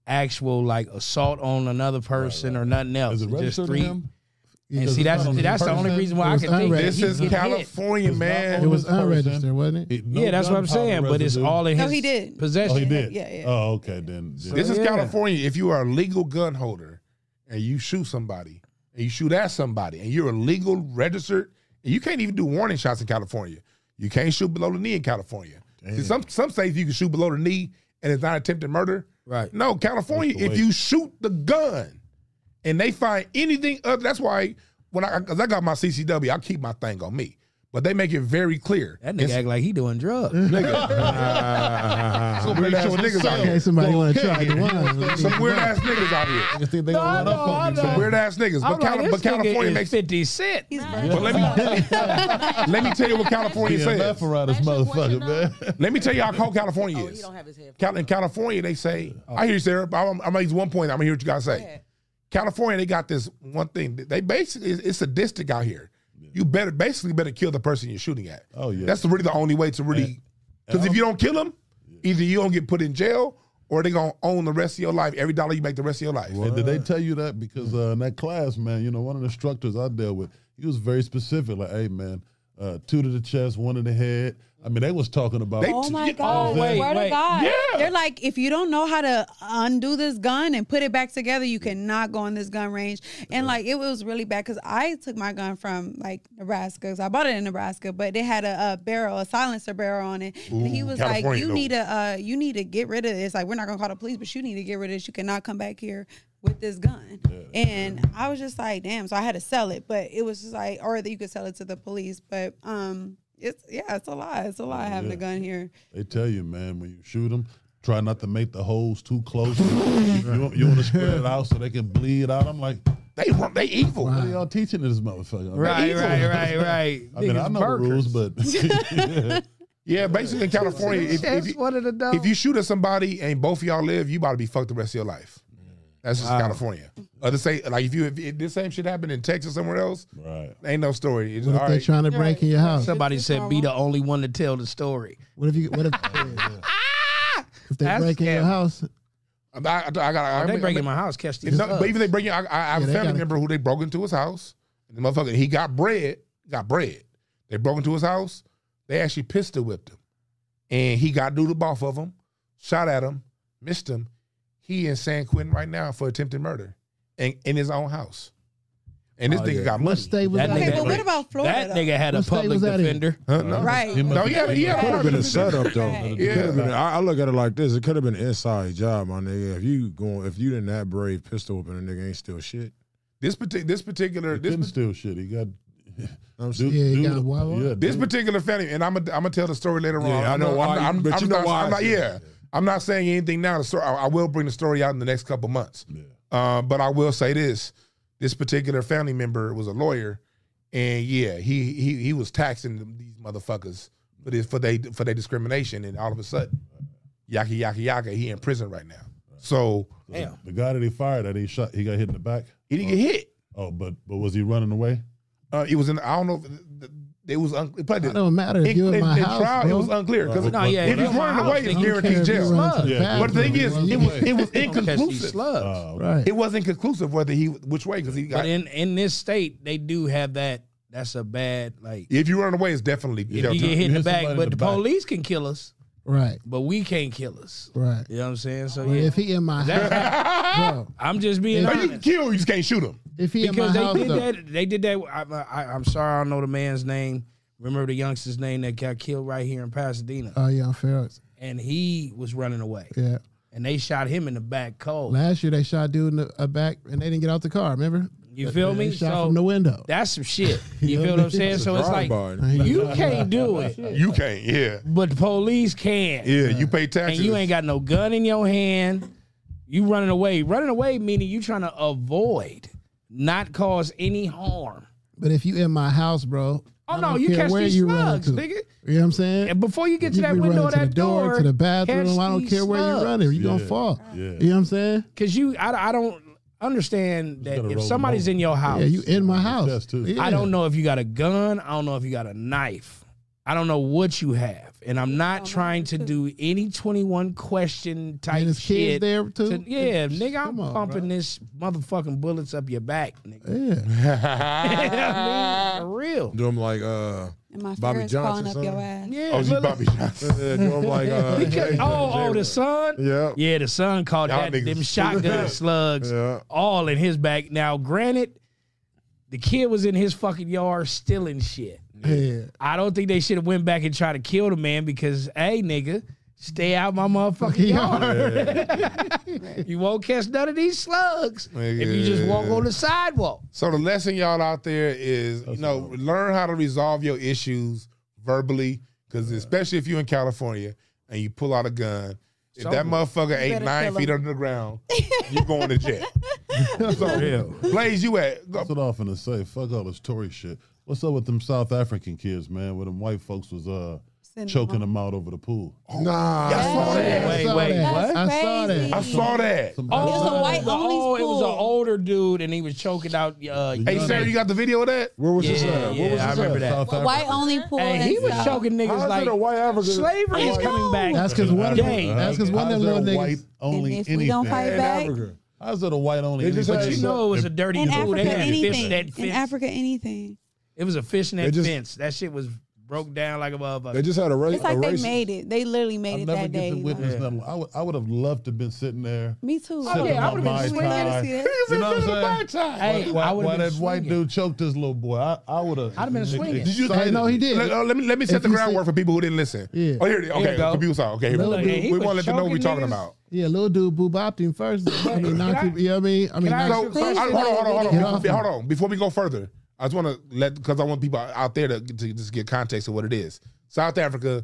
[SPEAKER 4] actual like assault on another person or nothing else.
[SPEAKER 5] Is it
[SPEAKER 4] It's just
[SPEAKER 5] registered to
[SPEAKER 4] three-
[SPEAKER 5] him?
[SPEAKER 4] And
[SPEAKER 5] Because
[SPEAKER 4] see,
[SPEAKER 5] it's
[SPEAKER 4] that's
[SPEAKER 5] not on his
[SPEAKER 4] that's the only
[SPEAKER 5] person.
[SPEAKER 4] reason why I
[SPEAKER 3] It
[SPEAKER 4] can
[SPEAKER 3] was
[SPEAKER 4] think that
[SPEAKER 3] unregistered.
[SPEAKER 1] This
[SPEAKER 4] he
[SPEAKER 1] is
[SPEAKER 4] get hit.
[SPEAKER 1] California,
[SPEAKER 5] It's not
[SPEAKER 1] man.
[SPEAKER 5] on
[SPEAKER 3] It was
[SPEAKER 5] this person.
[SPEAKER 3] unregistered, wasn't it?
[SPEAKER 5] He- no
[SPEAKER 4] yeah, that's what I'm
[SPEAKER 5] gunpowder
[SPEAKER 4] saying. But it's
[SPEAKER 5] residue.
[SPEAKER 4] all in
[SPEAKER 7] No,
[SPEAKER 4] his
[SPEAKER 7] he did.
[SPEAKER 4] possession.
[SPEAKER 5] Oh, he did.
[SPEAKER 7] Yeah, yeah.
[SPEAKER 5] Oh, okay. Then, then-
[SPEAKER 1] This is
[SPEAKER 4] Yeah.
[SPEAKER 1] California. If you are a legal gun holder and you shoot somebody and you shoot at somebody and you're a legal registered, and you can't even do warning shots in California. You can't shoot below the knee in California. See, some some states you can shoot below the knee and it's not attempted murder.
[SPEAKER 4] Right.
[SPEAKER 1] No, California.
[SPEAKER 5] That's the
[SPEAKER 1] If
[SPEAKER 5] way.
[SPEAKER 1] you shoot the gun and they find anything other, that's why when I cause I got my CCW, I keep my thing on me. But they make it very clear.
[SPEAKER 4] That nigga act like he doing drugs.
[SPEAKER 1] Some weird ass niggas out
[SPEAKER 3] Okay,
[SPEAKER 1] here.
[SPEAKER 3] somebody want to try the
[SPEAKER 1] Some
[SPEAKER 3] one.
[SPEAKER 1] weird ass niggas out here.
[SPEAKER 5] I just think they gonna run up on me.
[SPEAKER 1] Some weird ass niggas. But,
[SPEAKER 4] I'm like,
[SPEAKER 1] Cali-
[SPEAKER 4] this
[SPEAKER 1] but California
[SPEAKER 4] nigga
[SPEAKER 1] makes
[SPEAKER 4] is 50 Cent.
[SPEAKER 7] He's
[SPEAKER 1] But let me let me tell you what California
[SPEAKER 5] Yeah,
[SPEAKER 1] says.
[SPEAKER 5] left around this motherfucker, man.
[SPEAKER 1] Let me tell you how cold California is. Cal- in California, they say, I hear you, Sarah. but I'm, I'm gonna use one point. I'm gonna hear what you guys say. California, they got this one thing. They basically it's, it's sadistic out here. You better basically better kill the person you're shooting at.
[SPEAKER 5] Oh, yeah.
[SPEAKER 1] that's really the only way to really because if you don't kill them, either you don't get put in jail or they gonna own the rest of your life. Every dollar you make the rest of your life.
[SPEAKER 5] And did they tell you that? Because uh, in that class, man, you know, one of the instructors I dealt with, he was very specific. Like, hey, man, uh, two to the chest, one in the head. I mean, they was talking about.
[SPEAKER 1] They-
[SPEAKER 7] Oh my
[SPEAKER 1] Yeah.
[SPEAKER 7] God!
[SPEAKER 5] Oh, wait,
[SPEAKER 7] Swear
[SPEAKER 4] wait.
[SPEAKER 7] to God,
[SPEAKER 1] Yeah.
[SPEAKER 7] they're like, if you don't know how to undo this gun and put it back together, you cannot go on this gun range. And like, it was really bad because I took my gun from like Nebraska, so I bought it in Nebraska, but it had a, a barrel, a silencer barrel on it. and he
[SPEAKER 1] Ooh,
[SPEAKER 7] was like,
[SPEAKER 1] California,
[SPEAKER 7] you
[SPEAKER 1] though.
[SPEAKER 7] need to, uh, you need to get rid of this. Like, we're not gonna call the police, but you need to get rid of this. You cannot come back here with this gun. And I was just like, damn. So I had to sell it, but it was just like, or that you could sell it to the police, but um. It's yeah, it's a lie. It's a lie having a gun here.
[SPEAKER 5] They tell you, man, when you shoot them, try not to make the holes too close. you you want to spread it out so they can bleed out. I'm like,
[SPEAKER 1] They want they evil.
[SPEAKER 5] what are y'all teaching this motherfucker?
[SPEAKER 4] Right, right, right, right.
[SPEAKER 5] I mean, I
[SPEAKER 4] Niggas
[SPEAKER 5] know
[SPEAKER 4] burgers.
[SPEAKER 5] the rules, but
[SPEAKER 1] Yeah, basically in California, if, if,
[SPEAKER 4] That's
[SPEAKER 1] you,
[SPEAKER 4] one of the dogs.
[SPEAKER 1] if you shoot at somebody and both of y'all live, you about to be fucked the rest of your life. That's just California. Other say like if you if, if this same shit happened in Texas somewhere else,
[SPEAKER 5] right.
[SPEAKER 1] ain't no story. It's,
[SPEAKER 3] What if
[SPEAKER 1] all
[SPEAKER 3] they
[SPEAKER 1] right.
[SPEAKER 3] trying to break in your house?
[SPEAKER 4] Somebody said be the only one to tell the story.
[SPEAKER 3] What if you? What if? If they
[SPEAKER 4] That's
[SPEAKER 3] break in your
[SPEAKER 4] scary.
[SPEAKER 3] house,
[SPEAKER 1] I, I, I got. I,
[SPEAKER 4] they
[SPEAKER 1] mean-
[SPEAKER 4] break
[SPEAKER 1] I mean-
[SPEAKER 4] in my house, catch these.
[SPEAKER 1] No,
[SPEAKER 4] thugs.
[SPEAKER 1] but even they bring in, I, I I have
[SPEAKER 3] Yeah,
[SPEAKER 1] a
[SPEAKER 3] they
[SPEAKER 1] family
[SPEAKER 3] gotta-
[SPEAKER 1] member who they broke into his house. And the motherfucker, he got bread, got bread. They broke into his house. They actually pistol whipped him, and he got doodled off of him, shot at him, missed him. He in San Quentin right now for attempted murder, and in his own house. And this
[SPEAKER 5] Oh,
[SPEAKER 1] nigga
[SPEAKER 5] yeah.
[SPEAKER 1] got
[SPEAKER 3] What
[SPEAKER 1] money.
[SPEAKER 3] state was
[SPEAKER 4] That
[SPEAKER 3] that?
[SPEAKER 4] nigga
[SPEAKER 7] Okay, but
[SPEAKER 4] break.
[SPEAKER 7] what about Florida?
[SPEAKER 4] that nigga had a
[SPEAKER 3] What state
[SPEAKER 4] public
[SPEAKER 3] was that in?
[SPEAKER 4] defender.
[SPEAKER 1] Huh? No,
[SPEAKER 7] Right.
[SPEAKER 5] He must-
[SPEAKER 1] no, he had, he had
[SPEAKER 7] Could
[SPEAKER 2] Could have been a
[SPEAKER 1] $150.
[SPEAKER 2] setup though.
[SPEAKER 7] Right.
[SPEAKER 2] It could have
[SPEAKER 1] Yeah.
[SPEAKER 2] been- I I look at it like this: it could have been an inside job, my nigga. If you going, if you didn't that brave pistol whipping a nigga, ain't still shit.
[SPEAKER 1] This, partic- this particular,
[SPEAKER 5] He
[SPEAKER 1] this,
[SPEAKER 5] couldn't steal shit. He got.
[SPEAKER 2] I'm
[SPEAKER 5] dude-
[SPEAKER 3] Yeah, Oh, he
[SPEAKER 5] dude-
[SPEAKER 3] got wah-wah.
[SPEAKER 5] yeah,
[SPEAKER 1] This
[SPEAKER 5] dude-
[SPEAKER 1] particular family, and I'm gonna I'm gonna tell the story later on.
[SPEAKER 2] Yeah, I
[SPEAKER 1] I'm
[SPEAKER 2] know
[SPEAKER 1] not-
[SPEAKER 2] why
[SPEAKER 1] I'm not-
[SPEAKER 2] you-
[SPEAKER 1] I'm-
[SPEAKER 2] but you
[SPEAKER 1] I'm
[SPEAKER 2] know
[SPEAKER 1] not-
[SPEAKER 2] why
[SPEAKER 1] I'm
[SPEAKER 2] I
[SPEAKER 1] not-
[SPEAKER 2] said
[SPEAKER 1] yeah,
[SPEAKER 2] that.
[SPEAKER 1] I'm not saying anything now. The story, I, I will bring the story out in the next couple months. Uh, but I will say this: this particular family member was a lawyer, and yeah, he he he was taxing them, these motherfuckers for this for they for their discrimination, and all of a sudden, yaka yaka yaka, he in prison right now. So
[SPEAKER 4] Damn.
[SPEAKER 5] The guy that he fired, that he shot, he got hit in the back.
[SPEAKER 1] he didn't get hit.
[SPEAKER 5] Oh, but but was he running away?
[SPEAKER 1] Uh, it was in I don't know. If, it was un, it probably
[SPEAKER 3] It don't matter if
[SPEAKER 1] in,
[SPEAKER 3] you in
[SPEAKER 1] in-
[SPEAKER 3] my
[SPEAKER 1] in
[SPEAKER 3] house,
[SPEAKER 1] trial,
[SPEAKER 3] bro.
[SPEAKER 1] it was unclear because
[SPEAKER 4] No, yeah,
[SPEAKER 1] if
[SPEAKER 4] yeah,
[SPEAKER 1] he's running
[SPEAKER 4] my
[SPEAKER 1] away,
[SPEAKER 4] house,
[SPEAKER 1] it's
[SPEAKER 4] nigga.
[SPEAKER 3] I don't care
[SPEAKER 1] guaranteed
[SPEAKER 3] if you
[SPEAKER 1] jail.
[SPEAKER 3] run to the
[SPEAKER 5] Yeah,
[SPEAKER 3] bathroom,
[SPEAKER 1] But the thing
[SPEAKER 3] you
[SPEAKER 1] is,
[SPEAKER 3] run to
[SPEAKER 1] it
[SPEAKER 3] the
[SPEAKER 1] was it was
[SPEAKER 4] Don't catch these
[SPEAKER 1] inconclusive.
[SPEAKER 4] slugs.
[SPEAKER 5] Oh,
[SPEAKER 3] Right.
[SPEAKER 1] It wasn't conclusive whether he which way because he got.
[SPEAKER 4] But in in this state, they do have that. That's a bad like.
[SPEAKER 1] if you run away, it's definitely
[SPEAKER 4] If
[SPEAKER 1] jail
[SPEAKER 4] you get
[SPEAKER 1] time.
[SPEAKER 4] hit in
[SPEAKER 5] You
[SPEAKER 4] the
[SPEAKER 5] hit
[SPEAKER 4] back,
[SPEAKER 5] somebody in
[SPEAKER 4] but
[SPEAKER 5] the
[SPEAKER 4] the,
[SPEAKER 5] back.
[SPEAKER 4] police can kill us,
[SPEAKER 3] Right,
[SPEAKER 4] but we can't kill us.
[SPEAKER 3] right.
[SPEAKER 4] You know what I'm saying? So
[SPEAKER 3] But
[SPEAKER 4] yeah,
[SPEAKER 3] if he in my
[SPEAKER 4] That-
[SPEAKER 3] house, bro,
[SPEAKER 4] I'm just being
[SPEAKER 1] No, you
[SPEAKER 4] honest.
[SPEAKER 1] can kill, you just can't shoot him.
[SPEAKER 3] if he in my
[SPEAKER 4] because they
[SPEAKER 3] house,
[SPEAKER 4] did
[SPEAKER 3] though,
[SPEAKER 4] that. They did that. I, I, I'm sorry, I don't know the man's name. Remember the youngster's name that got killed right here in Pasadena,
[SPEAKER 3] oh yeah, I'm Ferris.
[SPEAKER 4] and he was running away,
[SPEAKER 3] Yeah,
[SPEAKER 4] and they shot him in the back cold.
[SPEAKER 3] last year they shot dude in the uh, back, and they didn't get out the car. Remember?
[SPEAKER 4] You feel
[SPEAKER 3] They
[SPEAKER 4] me?
[SPEAKER 3] shot
[SPEAKER 4] So
[SPEAKER 3] from the window.
[SPEAKER 4] that's some shit. You feel what I'm saying? So it's like
[SPEAKER 2] Drive-by.
[SPEAKER 4] you can't do it,
[SPEAKER 1] You can't. Yeah,
[SPEAKER 4] but the police can.
[SPEAKER 1] yeah. You pay
[SPEAKER 4] and
[SPEAKER 1] taxes.
[SPEAKER 4] you ain't got no gun in your hand. You running away. Running away meaning you trying to avoid, not cause any harm.
[SPEAKER 3] But if you in my house, bro,
[SPEAKER 4] Oh,
[SPEAKER 3] I
[SPEAKER 4] no,
[SPEAKER 3] don't
[SPEAKER 4] you
[SPEAKER 3] care
[SPEAKER 4] catch
[SPEAKER 3] where
[SPEAKER 4] these
[SPEAKER 3] you running
[SPEAKER 4] slugs,
[SPEAKER 3] to.
[SPEAKER 4] nigga.
[SPEAKER 3] You know what I'm saying?
[SPEAKER 4] And before you get to
[SPEAKER 3] You
[SPEAKER 4] that
[SPEAKER 3] be
[SPEAKER 4] window or
[SPEAKER 3] running to the
[SPEAKER 4] that
[SPEAKER 3] door,
[SPEAKER 4] door,
[SPEAKER 3] to the bathroom. I don't care where you're running. You're
[SPEAKER 5] Yeah.
[SPEAKER 3] gonna fall.
[SPEAKER 5] Yeah.
[SPEAKER 3] You know what I'm saying?
[SPEAKER 4] Because you, I, I don't understand
[SPEAKER 5] gotta
[SPEAKER 4] that
[SPEAKER 5] roll
[SPEAKER 4] if
[SPEAKER 5] 'em
[SPEAKER 4] somebody's
[SPEAKER 5] over.
[SPEAKER 4] in your house,
[SPEAKER 3] Yeah, you in my house.
[SPEAKER 5] Yes, too.
[SPEAKER 3] Yeah.
[SPEAKER 4] I don't know if you got a gun. I don't know if you got a knife. I don't know what you have. And I'm not trying to do any 21 question type
[SPEAKER 3] And his kids
[SPEAKER 4] shit.
[SPEAKER 3] there, too?
[SPEAKER 4] to- yeah, nigga, I'm
[SPEAKER 3] Come on,
[SPEAKER 4] pumping
[SPEAKER 3] bro.
[SPEAKER 4] this motherfucking bullets up your back, nigga.
[SPEAKER 3] Yeah,
[SPEAKER 4] I mean, for real.
[SPEAKER 2] Do him like uh,
[SPEAKER 7] And my
[SPEAKER 2] Bobby
[SPEAKER 7] Ferris
[SPEAKER 2] Johnson
[SPEAKER 7] calling up
[SPEAKER 2] son?
[SPEAKER 7] your ass.
[SPEAKER 4] Yeah.
[SPEAKER 1] oh, you
[SPEAKER 4] look-
[SPEAKER 1] Bobby Johnson.
[SPEAKER 2] yeah, do him like uh,
[SPEAKER 4] because-
[SPEAKER 2] Jay-
[SPEAKER 4] oh,
[SPEAKER 2] Jay-
[SPEAKER 4] oh, the son.
[SPEAKER 2] Yeah.
[SPEAKER 4] Yeah, the son called
[SPEAKER 1] Y'all
[SPEAKER 4] that
[SPEAKER 1] niggas-
[SPEAKER 4] them shotgun slugs
[SPEAKER 2] Yeah.
[SPEAKER 4] all in his back. Now, granted, the kid was in his fucking yard stealing shit.
[SPEAKER 3] yeah.
[SPEAKER 4] I don't think they should have went back and tried to kill the man because, hey, nigga, stay out my motherfucking yard. you won't catch none of these slugs if you just walk
[SPEAKER 1] Nigga.
[SPEAKER 4] on the sidewalk.
[SPEAKER 1] So the lesson y'all out there is, you know, learn how to resolve your issues verbally, because especially if you're in California and you pull out a gun, if that motherfucker ain't
[SPEAKER 7] better
[SPEAKER 1] nine
[SPEAKER 7] kill
[SPEAKER 1] feet
[SPEAKER 7] him.
[SPEAKER 1] under the ground, you're going to jail. so,
[SPEAKER 4] real.
[SPEAKER 1] Blaze, you at? Go,
[SPEAKER 5] That's what I'm finna say. Fuck all this Tory shit. What's up with them South African kids, man? Where them white folks was uh
[SPEAKER 7] Send
[SPEAKER 5] choking them out over the pool.
[SPEAKER 2] Nah,
[SPEAKER 1] I saw that.
[SPEAKER 4] Wait,
[SPEAKER 3] saw
[SPEAKER 4] wait,
[SPEAKER 3] that.
[SPEAKER 4] what?
[SPEAKER 3] I saw that.
[SPEAKER 1] I saw that.
[SPEAKER 5] Somebody-
[SPEAKER 7] was a white
[SPEAKER 4] the
[SPEAKER 7] only
[SPEAKER 4] old- it was an
[SPEAKER 7] school.
[SPEAKER 4] older dude and he was choking out. Uh,
[SPEAKER 5] The
[SPEAKER 1] Hey,
[SPEAKER 5] young-
[SPEAKER 1] Sarah, you got the video of that?
[SPEAKER 2] where was
[SPEAKER 4] yeah,
[SPEAKER 2] this at? What was
[SPEAKER 4] yeah, I
[SPEAKER 2] this
[SPEAKER 4] remember that.
[SPEAKER 5] South
[SPEAKER 7] White
[SPEAKER 5] Africa.
[SPEAKER 7] only pool.
[SPEAKER 4] Hey, he was choking
[SPEAKER 2] How
[SPEAKER 4] niggas
[SPEAKER 2] is it
[SPEAKER 4] like
[SPEAKER 2] a white African?
[SPEAKER 4] slavery is
[SPEAKER 7] I
[SPEAKER 4] coming
[SPEAKER 7] know.
[SPEAKER 4] back.
[SPEAKER 3] That's because one of
[SPEAKER 4] Hey,
[SPEAKER 3] them. That's because one of
[SPEAKER 5] How's
[SPEAKER 3] them little
[SPEAKER 5] that a
[SPEAKER 3] niggas.
[SPEAKER 5] white only
[SPEAKER 7] And if we
[SPEAKER 5] anything.
[SPEAKER 7] don't fight
[SPEAKER 2] in
[SPEAKER 7] back,
[SPEAKER 2] Africa.
[SPEAKER 5] How's that a white only
[SPEAKER 2] They just
[SPEAKER 5] anything?
[SPEAKER 2] had
[SPEAKER 4] You know it was a dirty
[SPEAKER 7] in
[SPEAKER 4] pool. They
[SPEAKER 7] Africa,
[SPEAKER 4] had
[SPEAKER 7] anything.
[SPEAKER 4] fishnet
[SPEAKER 7] In
[SPEAKER 4] fence.
[SPEAKER 7] Africa, anything.
[SPEAKER 4] It was a fishnet
[SPEAKER 2] They just-
[SPEAKER 4] fence. That shit was broke down like a
[SPEAKER 2] They
[SPEAKER 4] motherfucker.
[SPEAKER 2] just had a race.
[SPEAKER 7] It's like
[SPEAKER 2] a
[SPEAKER 7] they
[SPEAKER 2] race.
[SPEAKER 7] made it. They literally
[SPEAKER 5] I
[SPEAKER 7] made it
[SPEAKER 5] never
[SPEAKER 7] that
[SPEAKER 5] get
[SPEAKER 7] day.
[SPEAKER 5] to witness
[SPEAKER 4] Yeah.
[SPEAKER 5] nothing. I would, I would have loved to have been sitting there.
[SPEAKER 7] Me too.
[SPEAKER 5] sipping
[SPEAKER 4] yeah, I
[SPEAKER 5] my
[SPEAKER 4] would've been
[SPEAKER 5] Mai
[SPEAKER 4] swinging to
[SPEAKER 5] Tai.
[SPEAKER 7] see that.
[SPEAKER 5] You know what I'm saying?
[SPEAKER 4] Hey,
[SPEAKER 5] why,
[SPEAKER 4] I
[SPEAKER 5] why,
[SPEAKER 4] would've
[SPEAKER 5] why
[SPEAKER 4] been
[SPEAKER 5] that white
[SPEAKER 4] swinging.
[SPEAKER 5] dude choked this little boy? I, I would have.
[SPEAKER 4] I'd have been swinging. Did
[SPEAKER 5] you?
[SPEAKER 3] Hey, no, he did.
[SPEAKER 1] Let, oh, let me let me set
[SPEAKER 3] If
[SPEAKER 1] the
[SPEAKER 3] you
[SPEAKER 1] groundwork
[SPEAKER 3] see-
[SPEAKER 1] for people who didn't listen.
[SPEAKER 3] Yeah.
[SPEAKER 1] Oh, here, okay.
[SPEAKER 4] you go.
[SPEAKER 1] The people saw. Okay, here we go.
[SPEAKER 4] Look,
[SPEAKER 1] we,
[SPEAKER 4] he
[SPEAKER 1] we
[SPEAKER 4] was
[SPEAKER 1] want to let them know what we're
[SPEAKER 4] choking
[SPEAKER 1] talking
[SPEAKER 4] niggas.
[SPEAKER 1] about.
[SPEAKER 3] Yeah, little dude boo bopped him first. I mean, knocked
[SPEAKER 4] Can I-
[SPEAKER 3] him. You know what I mean? I mean,
[SPEAKER 4] can I
[SPEAKER 3] knocked
[SPEAKER 4] ask
[SPEAKER 1] So
[SPEAKER 3] him.
[SPEAKER 1] I,
[SPEAKER 7] Please
[SPEAKER 1] I- hold on, hold
[SPEAKER 7] let it
[SPEAKER 1] on, hold
[SPEAKER 7] be
[SPEAKER 3] done.
[SPEAKER 1] on. Be- Hold on. Before we go further, I just want to let because I want people out there to, to just get context of what it is. South Africa,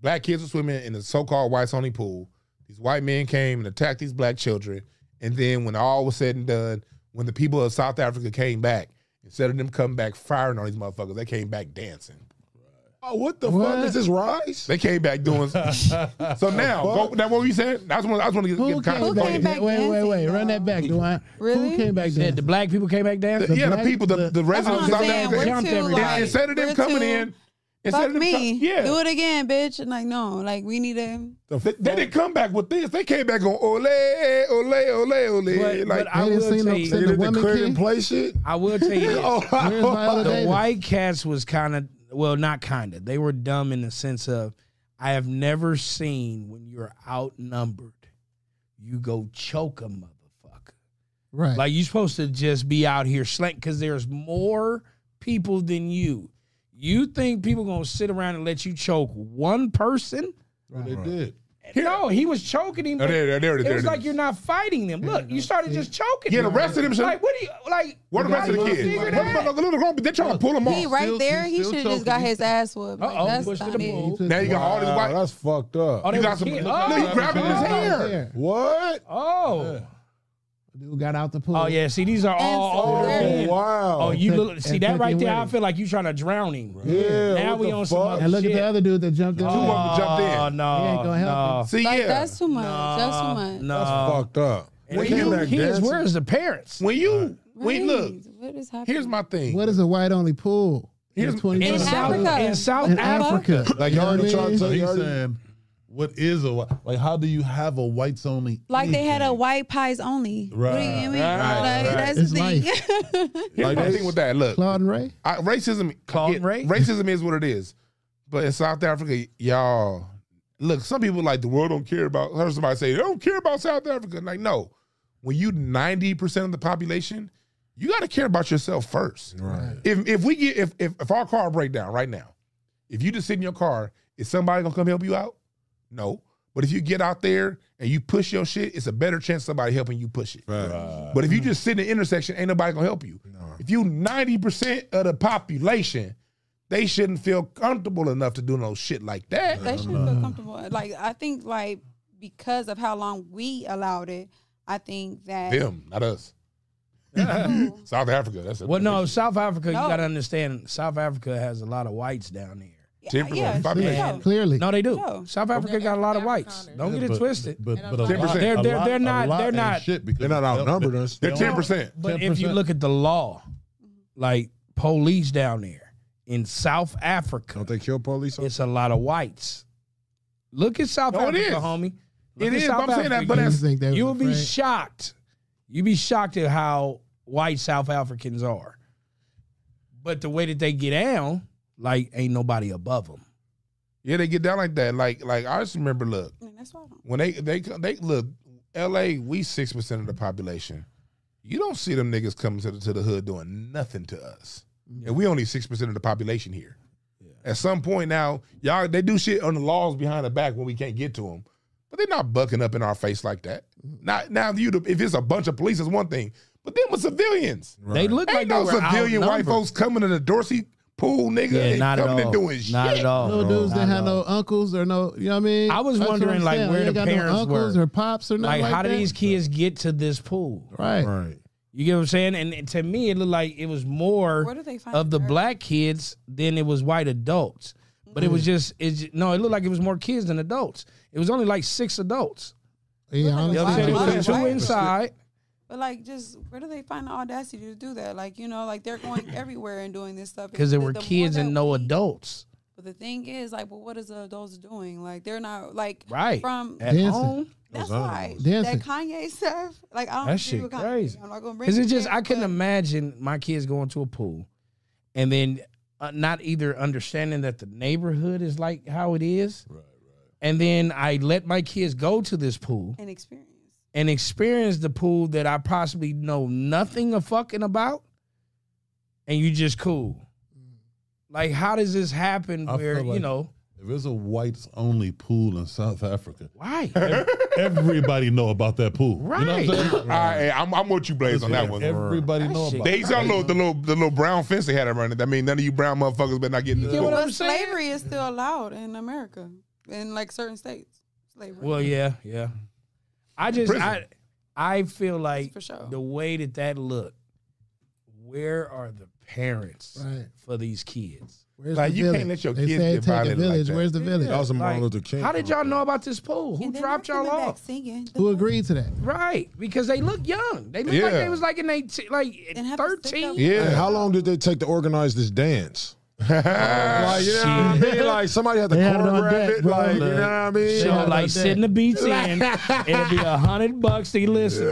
[SPEAKER 1] black kids were swimming in the so-called whites only pool. These white men came and attacked these black children, and then when all was said and done, when the people of South Africa came back, instead of them coming back firing on these motherfuckers, they came back dancing.
[SPEAKER 2] Oh, what the
[SPEAKER 3] What?
[SPEAKER 2] fuck is this rise?
[SPEAKER 1] They came back doing. so now, go, now what were you saying? I just want, I just want to get,
[SPEAKER 3] Who
[SPEAKER 1] get
[SPEAKER 3] came
[SPEAKER 1] context.
[SPEAKER 7] Who came
[SPEAKER 3] back?
[SPEAKER 7] back
[SPEAKER 3] Wait, wait, wait.
[SPEAKER 7] dancing,
[SPEAKER 3] Run that back, Dwayne. Who
[SPEAKER 7] Really?
[SPEAKER 3] came back
[SPEAKER 4] Said
[SPEAKER 3] dancing?
[SPEAKER 4] the black people came back down.
[SPEAKER 1] yeah,
[SPEAKER 3] black-
[SPEAKER 1] the people, the, the
[SPEAKER 7] That's
[SPEAKER 1] residents of
[SPEAKER 7] what I'm
[SPEAKER 1] South
[SPEAKER 7] saying.
[SPEAKER 1] Africa.
[SPEAKER 7] We're
[SPEAKER 4] jumped
[SPEAKER 7] too
[SPEAKER 4] everybody.
[SPEAKER 7] like
[SPEAKER 1] Instead of them
[SPEAKER 7] we're
[SPEAKER 1] coming
[SPEAKER 7] too-
[SPEAKER 1] in Instead
[SPEAKER 7] Fuck
[SPEAKER 1] of them
[SPEAKER 7] me.
[SPEAKER 1] try- yeah.
[SPEAKER 7] Do it again, bitch. And like, no, like we need to.
[SPEAKER 1] They, they didn't come back with this. They came back on ole, ole, ole, ole. like,
[SPEAKER 4] But, but I
[SPEAKER 3] They didn't
[SPEAKER 4] will
[SPEAKER 3] see no
[SPEAKER 4] tell
[SPEAKER 3] sense.
[SPEAKER 4] you,
[SPEAKER 2] They did the
[SPEAKER 3] women
[SPEAKER 2] clear
[SPEAKER 3] king?
[SPEAKER 2] and play shit.
[SPEAKER 4] I will tell you, this.
[SPEAKER 3] Where's Viola
[SPEAKER 4] the
[SPEAKER 3] Davis?
[SPEAKER 4] White Cats was kind of well, not kind of. They were dumb in the sense of I have never seen when you're outnumbered, you go choke a motherfucker.
[SPEAKER 3] right.
[SPEAKER 4] Like you're supposed to just be out here slank because there's more people than you. You think people gonna sit around and let you choke one person?
[SPEAKER 5] They did.
[SPEAKER 4] No, he was choking him.
[SPEAKER 1] Oh, there, there, there,
[SPEAKER 4] it
[SPEAKER 1] there
[SPEAKER 4] was
[SPEAKER 1] it
[SPEAKER 4] like
[SPEAKER 1] is.
[SPEAKER 4] you're not fighting them. Look, you started just choking.
[SPEAKER 1] Yeah,
[SPEAKER 4] them.
[SPEAKER 1] the rest of them should-
[SPEAKER 4] Like what do you like?
[SPEAKER 1] Where the rest of the kids? Where the fuck are the little grown? They're trying to pull them
[SPEAKER 7] He
[SPEAKER 1] off.
[SPEAKER 7] right
[SPEAKER 5] still-
[SPEAKER 7] there.
[SPEAKER 5] he's
[SPEAKER 7] He
[SPEAKER 5] still
[SPEAKER 7] should have just got
[SPEAKER 5] choking.
[SPEAKER 7] his ass whooped. Like,
[SPEAKER 4] Uh oh,
[SPEAKER 7] that's
[SPEAKER 4] pushed to
[SPEAKER 7] not
[SPEAKER 4] the
[SPEAKER 7] it.
[SPEAKER 4] pool.
[SPEAKER 1] Now you got all these
[SPEAKER 2] Wow,
[SPEAKER 1] white.
[SPEAKER 2] that's fucked up.
[SPEAKER 4] Oh, they
[SPEAKER 1] You
[SPEAKER 4] was
[SPEAKER 1] got some.
[SPEAKER 4] kid-
[SPEAKER 1] Look,
[SPEAKER 4] oh,
[SPEAKER 1] he grabbing his hair.
[SPEAKER 3] There.
[SPEAKER 2] What?
[SPEAKER 4] Oh.
[SPEAKER 3] Dude got out the pool.
[SPEAKER 4] Oh yeah. See, these are all
[SPEAKER 7] so
[SPEAKER 4] older
[SPEAKER 7] there-
[SPEAKER 2] Oh
[SPEAKER 4] men.
[SPEAKER 2] wow.
[SPEAKER 4] Oh, you
[SPEAKER 3] And
[SPEAKER 4] look. See
[SPEAKER 3] took-
[SPEAKER 4] that
[SPEAKER 3] and
[SPEAKER 4] right
[SPEAKER 3] took
[SPEAKER 4] there.
[SPEAKER 3] him
[SPEAKER 4] I
[SPEAKER 3] with
[SPEAKER 4] feel like you trying to drown him.
[SPEAKER 2] yeah.
[SPEAKER 4] Now
[SPEAKER 2] what
[SPEAKER 4] we
[SPEAKER 2] the
[SPEAKER 4] on some
[SPEAKER 2] fuck?
[SPEAKER 4] other
[SPEAKER 3] And look
[SPEAKER 4] shit.
[SPEAKER 3] at the other dude that jumped in.
[SPEAKER 1] Two of them jumped
[SPEAKER 4] Oh
[SPEAKER 1] in.
[SPEAKER 4] no.
[SPEAKER 3] He ain't gonna help
[SPEAKER 4] no,
[SPEAKER 3] him.
[SPEAKER 1] See,
[SPEAKER 7] Like
[SPEAKER 1] yeah.
[SPEAKER 7] that's too much.
[SPEAKER 4] No.
[SPEAKER 7] that's too much.
[SPEAKER 4] No.
[SPEAKER 2] That's fucked up.
[SPEAKER 4] When
[SPEAKER 2] They came
[SPEAKER 4] you
[SPEAKER 2] back
[SPEAKER 4] kids,
[SPEAKER 2] dancing.
[SPEAKER 4] where's the parents?
[SPEAKER 1] When you
[SPEAKER 7] Right.
[SPEAKER 1] when look,
[SPEAKER 7] What is happening?
[SPEAKER 1] here's my thing.
[SPEAKER 3] What is a white only pool?
[SPEAKER 1] Here's-
[SPEAKER 3] It's 20
[SPEAKER 7] In
[SPEAKER 4] in South
[SPEAKER 7] Africa.
[SPEAKER 4] in South
[SPEAKER 3] In
[SPEAKER 4] Africa.
[SPEAKER 3] Africa.
[SPEAKER 2] Like you already
[SPEAKER 3] You know what I
[SPEAKER 2] tried
[SPEAKER 3] mean?
[SPEAKER 2] to
[SPEAKER 5] So
[SPEAKER 2] you
[SPEAKER 5] he's
[SPEAKER 2] already-
[SPEAKER 5] saying, what is a white? Like, how do you have a whites only?
[SPEAKER 7] Like they had a
[SPEAKER 5] anything?
[SPEAKER 7] white pies only. What do you
[SPEAKER 5] Right,
[SPEAKER 7] mean?
[SPEAKER 4] right,
[SPEAKER 7] Like,
[SPEAKER 4] right.
[SPEAKER 7] That's
[SPEAKER 3] It's
[SPEAKER 7] the thing.
[SPEAKER 1] Here's
[SPEAKER 2] Like
[SPEAKER 1] my
[SPEAKER 2] this-
[SPEAKER 1] thing with that. Look,
[SPEAKER 3] Claude and Ray?
[SPEAKER 1] I, racism.
[SPEAKER 4] Claude
[SPEAKER 1] yeah,
[SPEAKER 4] Ray?
[SPEAKER 1] Racism is what it is. But in South Africa, y'all look. Some people like the world don't care about. I Heard somebody say they don't care about South Africa. Like no, when you ninety percent of the population, you got to care about yourself first.
[SPEAKER 2] Right.
[SPEAKER 1] If if we get if, if if our car break down right now, if you just sit in your car, is somebody gonna come help you out? No. But if you get out there and you push your shit, it's a better chance somebody helping you push it.
[SPEAKER 2] Right.
[SPEAKER 1] But if you just sit in the intersection, ain't nobody gonna help you. If you ninety percent of the population, they shouldn't feel comfortable enough to do no shit like that.
[SPEAKER 7] They should feel
[SPEAKER 4] Uh-huh.
[SPEAKER 7] comfortable. Like I think like because of how long we allowed it, I think that
[SPEAKER 1] Them, not us. South Africa. That's a
[SPEAKER 4] Well, no, South Africa.
[SPEAKER 7] No.
[SPEAKER 4] You gotta understand. South Africa has a lot of whites down there.
[SPEAKER 7] Yeah,
[SPEAKER 1] 10%
[SPEAKER 7] yeah,
[SPEAKER 1] population.
[SPEAKER 7] yeah.
[SPEAKER 3] Clearly.
[SPEAKER 4] No, they do.
[SPEAKER 7] No.
[SPEAKER 4] South Africa got a lot of whites. Don't get it
[SPEAKER 5] But-
[SPEAKER 4] twisted.
[SPEAKER 5] But, but a
[SPEAKER 1] 10%.
[SPEAKER 5] lot,
[SPEAKER 1] They're-
[SPEAKER 5] a
[SPEAKER 4] they're-
[SPEAKER 5] lot-
[SPEAKER 4] they're
[SPEAKER 5] a
[SPEAKER 4] not-
[SPEAKER 5] lot
[SPEAKER 4] they're
[SPEAKER 5] ain't
[SPEAKER 4] not-
[SPEAKER 5] Shit because
[SPEAKER 2] They're not outnumbered us.
[SPEAKER 1] They're ten percent.
[SPEAKER 4] But if you
[SPEAKER 5] 10%.
[SPEAKER 4] look at the law,
[SPEAKER 7] Mm-hmm.
[SPEAKER 4] like police down there in South Africa,
[SPEAKER 2] Don't they kill police?
[SPEAKER 4] it's a lot of whites. Look at South
[SPEAKER 1] No, it
[SPEAKER 4] Africa,
[SPEAKER 1] is.
[SPEAKER 4] homie. Look
[SPEAKER 1] It
[SPEAKER 4] at
[SPEAKER 1] is,
[SPEAKER 4] South
[SPEAKER 1] but I'm saying that,
[SPEAKER 4] Africa.
[SPEAKER 1] but
[SPEAKER 3] You
[SPEAKER 1] that's-
[SPEAKER 3] think they
[SPEAKER 4] you
[SPEAKER 3] were
[SPEAKER 4] will be
[SPEAKER 3] afraid?
[SPEAKER 4] shocked. You'd be shocked at how white South Africans are. But the way that they get down, like ain't nobody above them.
[SPEAKER 1] Yeah, they get down like that. Like, like I just remember. Look,
[SPEAKER 7] And that's why I don't.
[SPEAKER 1] when they they they look, L.A. We six percent of the population. You don't see them niggas coming to the, to the hood doing nothing to us, and we only six percent of the population here. At some point now, y'all they do shit on the laws behind the back when we can't get to them, but they're not bucking up in our face like that.
[SPEAKER 4] Mm-hmm.
[SPEAKER 1] Not now, if you if it's a bunch of police is one thing, but them with civilians.
[SPEAKER 4] They look
[SPEAKER 1] Ain't
[SPEAKER 4] like
[SPEAKER 1] no
[SPEAKER 4] they were
[SPEAKER 1] civilian white
[SPEAKER 4] outnumbered.
[SPEAKER 1] folks coming to the Dorsey pool, nigga.
[SPEAKER 4] Yeah,
[SPEAKER 1] and
[SPEAKER 4] not at
[SPEAKER 1] coming
[SPEAKER 4] all.
[SPEAKER 1] And doing shit.
[SPEAKER 4] Not at all.
[SPEAKER 3] No dudes
[SPEAKER 4] Not
[SPEAKER 3] that
[SPEAKER 4] at
[SPEAKER 3] had
[SPEAKER 4] all.
[SPEAKER 3] no uncles or no, you know what I mean?
[SPEAKER 4] I was
[SPEAKER 3] That's what
[SPEAKER 4] wondering,
[SPEAKER 3] I'm
[SPEAKER 4] like,
[SPEAKER 3] saying.
[SPEAKER 4] where
[SPEAKER 3] They
[SPEAKER 4] the
[SPEAKER 3] got no
[SPEAKER 4] parents
[SPEAKER 3] uncles
[SPEAKER 4] were.
[SPEAKER 3] or pops or nothing
[SPEAKER 4] Like,
[SPEAKER 3] like,
[SPEAKER 4] how do
[SPEAKER 3] that.
[SPEAKER 4] these kids get to this pool?
[SPEAKER 3] Right.
[SPEAKER 2] Right.
[SPEAKER 4] You get what I'm saying? And and to me, it looked like it was more
[SPEAKER 7] Where do they find
[SPEAKER 4] of the
[SPEAKER 7] dirt?
[SPEAKER 4] black kids than it was white adults. But it
[SPEAKER 1] Mm.
[SPEAKER 4] was just, it's ju- no, it looked like it was more kids than adults. It was only like six adults.
[SPEAKER 3] Yeah,
[SPEAKER 7] Look
[SPEAKER 4] You know what I'm
[SPEAKER 7] Why-
[SPEAKER 4] saying? It
[SPEAKER 7] why-
[SPEAKER 4] was two
[SPEAKER 7] why-
[SPEAKER 4] inside.
[SPEAKER 7] But like, just where do they find the audacity to do that? Like, you know, like they're going everywhere and doing this stuff
[SPEAKER 4] Because there
[SPEAKER 7] The-
[SPEAKER 4] were
[SPEAKER 7] the more
[SPEAKER 4] kids
[SPEAKER 7] that
[SPEAKER 4] and no
[SPEAKER 7] we-
[SPEAKER 4] adults.
[SPEAKER 7] But the thing is, like, well, what is the adults doing? Like, they're not like
[SPEAKER 4] Right.
[SPEAKER 7] from.
[SPEAKER 4] At
[SPEAKER 3] Dancing.
[SPEAKER 4] home.
[SPEAKER 7] That's
[SPEAKER 2] Those
[SPEAKER 7] why
[SPEAKER 2] animals.
[SPEAKER 3] Dancing.
[SPEAKER 7] that Kanye stuff. Like, I don't
[SPEAKER 4] That
[SPEAKER 7] agree
[SPEAKER 4] shit
[SPEAKER 7] with Kanye.
[SPEAKER 4] crazy.
[SPEAKER 7] I'm not gonna bring
[SPEAKER 4] Because
[SPEAKER 7] it
[SPEAKER 4] it's just,
[SPEAKER 7] in,
[SPEAKER 4] I couldn't
[SPEAKER 7] but-
[SPEAKER 4] imagine my kids going to a pool and then uh, not either understanding that the neighborhood is like how it is. Right, right. And then I let my kids go to this pool
[SPEAKER 7] An experience.
[SPEAKER 4] and experience the pool that I possibly know nothing of fucking about. And you just cool. Like, how does this happen
[SPEAKER 5] I
[SPEAKER 4] where,
[SPEAKER 5] feel
[SPEAKER 4] you
[SPEAKER 5] like-
[SPEAKER 4] know,
[SPEAKER 5] If it's a whites only pool in South Africa,
[SPEAKER 4] why?
[SPEAKER 5] everybody know about that pool. You know what I'm
[SPEAKER 4] Right.
[SPEAKER 5] saying?
[SPEAKER 1] I, I'm, I'm with you, Blaze, on that one.
[SPEAKER 5] Everybody
[SPEAKER 4] That
[SPEAKER 5] know
[SPEAKER 4] shit
[SPEAKER 5] about
[SPEAKER 1] They saw little, the little the little brown fence they had around it. I mean, none of you brown motherfuckers better not get in the
[SPEAKER 4] get what
[SPEAKER 1] pool.
[SPEAKER 4] I'm
[SPEAKER 7] But
[SPEAKER 4] saying?
[SPEAKER 7] slavery is still allowed in America, in like certain states. Slavery.
[SPEAKER 4] Well, yeah, yeah. I just
[SPEAKER 1] Prison.
[SPEAKER 4] I I feel like
[SPEAKER 7] For sure.
[SPEAKER 4] the way that that looked. Where are the parents
[SPEAKER 3] Right.
[SPEAKER 4] for these kids?
[SPEAKER 3] Where's
[SPEAKER 1] Like,
[SPEAKER 3] the
[SPEAKER 1] you can't
[SPEAKER 3] village?
[SPEAKER 1] let your
[SPEAKER 3] they
[SPEAKER 1] kids
[SPEAKER 3] say
[SPEAKER 1] get
[SPEAKER 3] take a
[SPEAKER 1] violated like
[SPEAKER 3] village.
[SPEAKER 1] that.
[SPEAKER 3] Where's the village?
[SPEAKER 2] That was a Martin
[SPEAKER 4] Like,
[SPEAKER 2] Luther King.
[SPEAKER 4] How did y'all know about this pool? Who
[SPEAKER 7] And then
[SPEAKER 4] dropped
[SPEAKER 7] they're
[SPEAKER 4] y'all
[SPEAKER 7] coming back
[SPEAKER 4] off?
[SPEAKER 7] Singing.
[SPEAKER 3] Who agreed to that?
[SPEAKER 4] Right, because they look young. They look like
[SPEAKER 1] Yeah.
[SPEAKER 4] they was like in eighteen, like
[SPEAKER 7] And have to stick up-
[SPEAKER 4] thirteen.
[SPEAKER 1] Yeah.
[SPEAKER 2] And how long did they take to organize this dance? Like, you know what I mean? Like, somebody had to
[SPEAKER 3] They had it on
[SPEAKER 2] choreograph
[SPEAKER 3] deck,
[SPEAKER 2] it.
[SPEAKER 3] bro.
[SPEAKER 2] Like, you know what I mean?
[SPEAKER 4] Shit,
[SPEAKER 3] Y'all
[SPEAKER 4] like
[SPEAKER 3] know
[SPEAKER 4] sit in the beach in. It'll be a hundred bucks to listen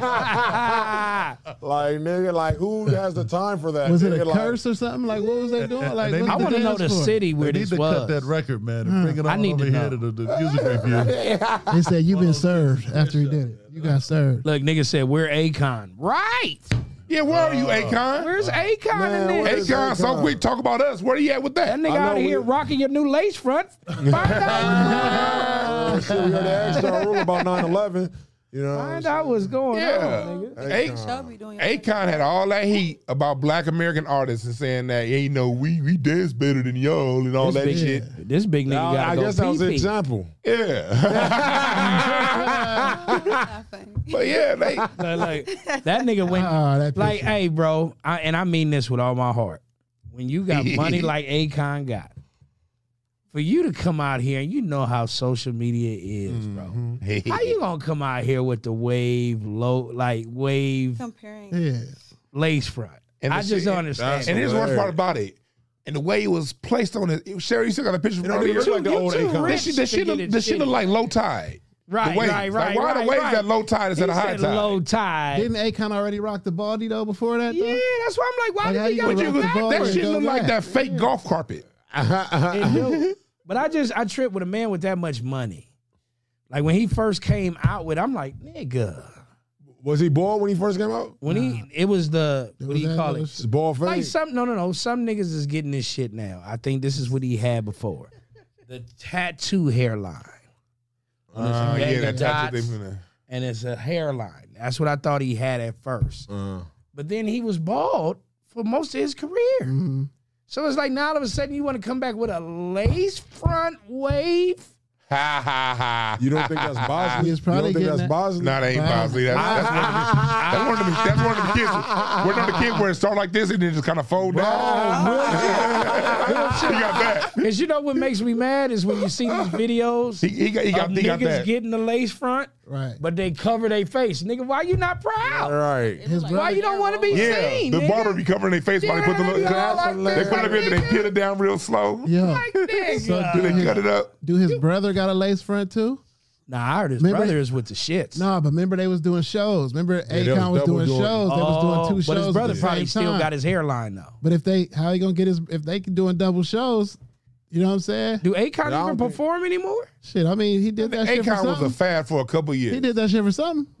[SPEAKER 4] to.
[SPEAKER 2] Like, nigga, like, who has the time for that?
[SPEAKER 3] Was it
[SPEAKER 2] nigga?
[SPEAKER 3] a
[SPEAKER 2] like,
[SPEAKER 3] curse or something? Like what was they doing?
[SPEAKER 5] and
[SPEAKER 3] Like
[SPEAKER 5] they-
[SPEAKER 3] what
[SPEAKER 5] I
[SPEAKER 4] I
[SPEAKER 3] the
[SPEAKER 4] want to know
[SPEAKER 3] dance
[SPEAKER 4] the
[SPEAKER 3] for?
[SPEAKER 4] city
[SPEAKER 5] They
[SPEAKER 4] where
[SPEAKER 5] need
[SPEAKER 4] this
[SPEAKER 5] to
[SPEAKER 4] was.
[SPEAKER 5] cut that record, man, and bring it
[SPEAKER 4] Hmm. I
[SPEAKER 5] on
[SPEAKER 4] need
[SPEAKER 5] over
[SPEAKER 4] to
[SPEAKER 5] here
[SPEAKER 4] know.
[SPEAKER 5] to the, the music review.
[SPEAKER 3] They said you've been served after he did it. You got served.
[SPEAKER 4] Look, nigga said we're Akon. Right?
[SPEAKER 1] Yeah, where are you, Akon?
[SPEAKER 4] Where's Akon
[SPEAKER 2] man,
[SPEAKER 4] in
[SPEAKER 2] where
[SPEAKER 4] this?
[SPEAKER 2] is
[SPEAKER 1] Akon, so
[SPEAKER 2] Akon?
[SPEAKER 1] quick, talk about us. Where you at with
[SPEAKER 4] That
[SPEAKER 1] that?
[SPEAKER 4] nigga
[SPEAKER 2] I know
[SPEAKER 4] out of here
[SPEAKER 2] we-
[SPEAKER 4] rocking your new lace front. Find out.
[SPEAKER 2] Uh, shit, we heard the extra rule about 9 11. You know? what I'm
[SPEAKER 4] Find out what's going on,
[SPEAKER 1] Yeah.
[SPEAKER 4] nigga.
[SPEAKER 1] Akon.
[SPEAKER 7] Y'all be doing your
[SPEAKER 1] Uh, Akon had all that heat about black American artists and saying that, hey, you know, we, we dance better than y'all and all
[SPEAKER 4] This
[SPEAKER 1] that
[SPEAKER 4] big,
[SPEAKER 1] shit.
[SPEAKER 4] this big nigga
[SPEAKER 2] saying?
[SPEAKER 4] gotta
[SPEAKER 2] I
[SPEAKER 4] go
[SPEAKER 2] guess that was an
[SPEAKER 4] pee-pee.
[SPEAKER 2] example.
[SPEAKER 1] Yeah.
[SPEAKER 7] Not funny.
[SPEAKER 1] but yeah, they,
[SPEAKER 4] Like, like, that nigga went
[SPEAKER 3] Oh, that
[SPEAKER 4] like,
[SPEAKER 3] like
[SPEAKER 4] hey, bro, I, and I mean this with all my heart. When you got money like Akon got, for you to come out here and you know how social media is, bro. How you gonna come out here with the wave low, like wave
[SPEAKER 7] Comparing.
[SPEAKER 3] yeah.
[SPEAKER 4] lace front?
[SPEAKER 1] And
[SPEAKER 4] I
[SPEAKER 1] the
[SPEAKER 4] just
[SPEAKER 1] shit-
[SPEAKER 4] don't understand.
[SPEAKER 1] and
[SPEAKER 4] it.
[SPEAKER 1] here's the worst part about it. And the way it was placed on it, it- Sherry, you still got a picture from
[SPEAKER 2] don't
[SPEAKER 1] earlier.
[SPEAKER 2] even look like the
[SPEAKER 1] You
[SPEAKER 2] old
[SPEAKER 1] too
[SPEAKER 2] Akon.
[SPEAKER 1] rich.
[SPEAKER 4] This
[SPEAKER 1] The
[SPEAKER 4] shit
[SPEAKER 1] shit look-
[SPEAKER 4] is
[SPEAKER 1] the shit look
[SPEAKER 4] shitty.
[SPEAKER 1] like low tide.
[SPEAKER 4] right,
[SPEAKER 1] the waves.
[SPEAKER 4] right, right,
[SPEAKER 1] Like, why
[SPEAKER 4] right,
[SPEAKER 1] the waves
[SPEAKER 4] right.
[SPEAKER 1] at low tide is
[SPEAKER 4] He
[SPEAKER 1] at a high
[SPEAKER 4] said
[SPEAKER 1] tide?
[SPEAKER 4] Low tide.
[SPEAKER 3] Didn't Akon already rock the baldy though before that? Though?
[SPEAKER 4] yeah, that's why I'm like, why
[SPEAKER 3] Like, how
[SPEAKER 4] did
[SPEAKER 3] Oh,
[SPEAKER 4] he
[SPEAKER 3] you
[SPEAKER 1] But you
[SPEAKER 4] go
[SPEAKER 3] gonna rock
[SPEAKER 1] could-
[SPEAKER 3] the ball
[SPEAKER 1] that
[SPEAKER 3] and
[SPEAKER 1] shit
[SPEAKER 3] go
[SPEAKER 1] look like
[SPEAKER 3] back?
[SPEAKER 1] that fake golf carpet.
[SPEAKER 4] It do. But I just I trip with a man with that much money. Like when he first came out with, I'm like, nigga.
[SPEAKER 2] Was he bald when he first came out?
[SPEAKER 4] When he it was the what do
[SPEAKER 3] was
[SPEAKER 4] you
[SPEAKER 3] that-
[SPEAKER 4] call
[SPEAKER 3] that
[SPEAKER 4] it?
[SPEAKER 3] was-
[SPEAKER 2] His bald
[SPEAKER 4] Like
[SPEAKER 2] face?
[SPEAKER 4] some no no no. Some niggas is getting this shit now. I think this is what he had before. The tattoo hairline.
[SPEAKER 1] Uh,
[SPEAKER 4] Some
[SPEAKER 1] yeah,
[SPEAKER 4] mega
[SPEAKER 1] that tattoo
[SPEAKER 4] dots,
[SPEAKER 1] thing. uh,
[SPEAKER 4] And it's a hairline. That's what I thought he had at first.
[SPEAKER 2] Uh,
[SPEAKER 4] But then he was bald for most of his career.
[SPEAKER 1] Mm-hmm.
[SPEAKER 3] Mhm.
[SPEAKER 4] So it's like now all of a sudden you want to come back with a lace front wave.
[SPEAKER 1] Ha ha ha.
[SPEAKER 2] you don't think that's Bosley?
[SPEAKER 3] He was probably
[SPEAKER 2] you don't
[SPEAKER 3] getting
[SPEAKER 2] think that's
[SPEAKER 3] that-
[SPEAKER 2] Bosley?
[SPEAKER 1] No, that ain't
[SPEAKER 3] Wow.
[SPEAKER 1] Bosley. That's, that's one of them. That's one of them. That's one of them kids. One of the kids where it start like this and then just kind of fold down. he got that.
[SPEAKER 4] Cause you know what makes me mad is when you see these videos
[SPEAKER 1] He, he got. He got.
[SPEAKER 4] of
[SPEAKER 1] He got
[SPEAKER 4] niggas
[SPEAKER 1] that.
[SPEAKER 4] getting the lace front,
[SPEAKER 3] Right.
[SPEAKER 4] but they cover their face. Nigga, why you not
[SPEAKER 2] All
[SPEAKER 4] proud?
[SPEAKER 2] right.
[SPEAKER 3] His brother.
[SPEAKER 4] Why you don't want to be
[SPEAKER 1] yeah,
[SPEAKER 4] seen?
[SPEAKER 1] the
[SPEAKER 4] nigga?
[SPEAKER 1] barber be covering their face while they put the little.
[SPEAKER 4] Like
[SPEAKER 1] They put it up here, then they peel it down real slow. Yeah.
[SPEAKER 3] Yo,
[SPEAKER 4] Nigga.
[SPEAKER 1] Then they cut it up.
[SPEAKER 3] do his brother got a lace front too?
[SPEAKER 4] Nah, I heard his
[SPEAKER 3] Remember-
[SPEAKER 4] brother is with the shits.
[SPEAKER 3] No, but remember they was doing shows. Remember
[SPEAKER 2] they was
[SPEAKER 3] Akon was,
[SPEAKER 2] double
[SPEAKER 3] doing,
[SPEAKER 2] doing-
[SPEAKER 3] shows. they was
[SPEAKER 4] Oh,
[SPEAKER 3] doing two shows.
[SPEAKER 4] but his brother
[SPEAKER 3] at the
[SPEAKER 4] probably
[SPEAKER 3] same
[SPEAKER 4] still
[SPEAKER 3] time.
[SPEAKER 4] got his hairline though.
[SPEAKER 3] But if they, how he gonna get his? If they doing double shows, you know what I'm saying?
[SPEAKER 4] Do Akon
[SPEAKER 2] don't
[SPEAKER 4] even
[SPEAKER 2] think-
[SPEAKER 4] perform anymore?
[SPEAKER 3] Shit, I mean, he did that shit for
[SPEAKER 1] Akon was a
[SPEAKER 3] something.
[SPEAKER 1] fad for a couple years.
[SPEAKER 3] he did that shit for something.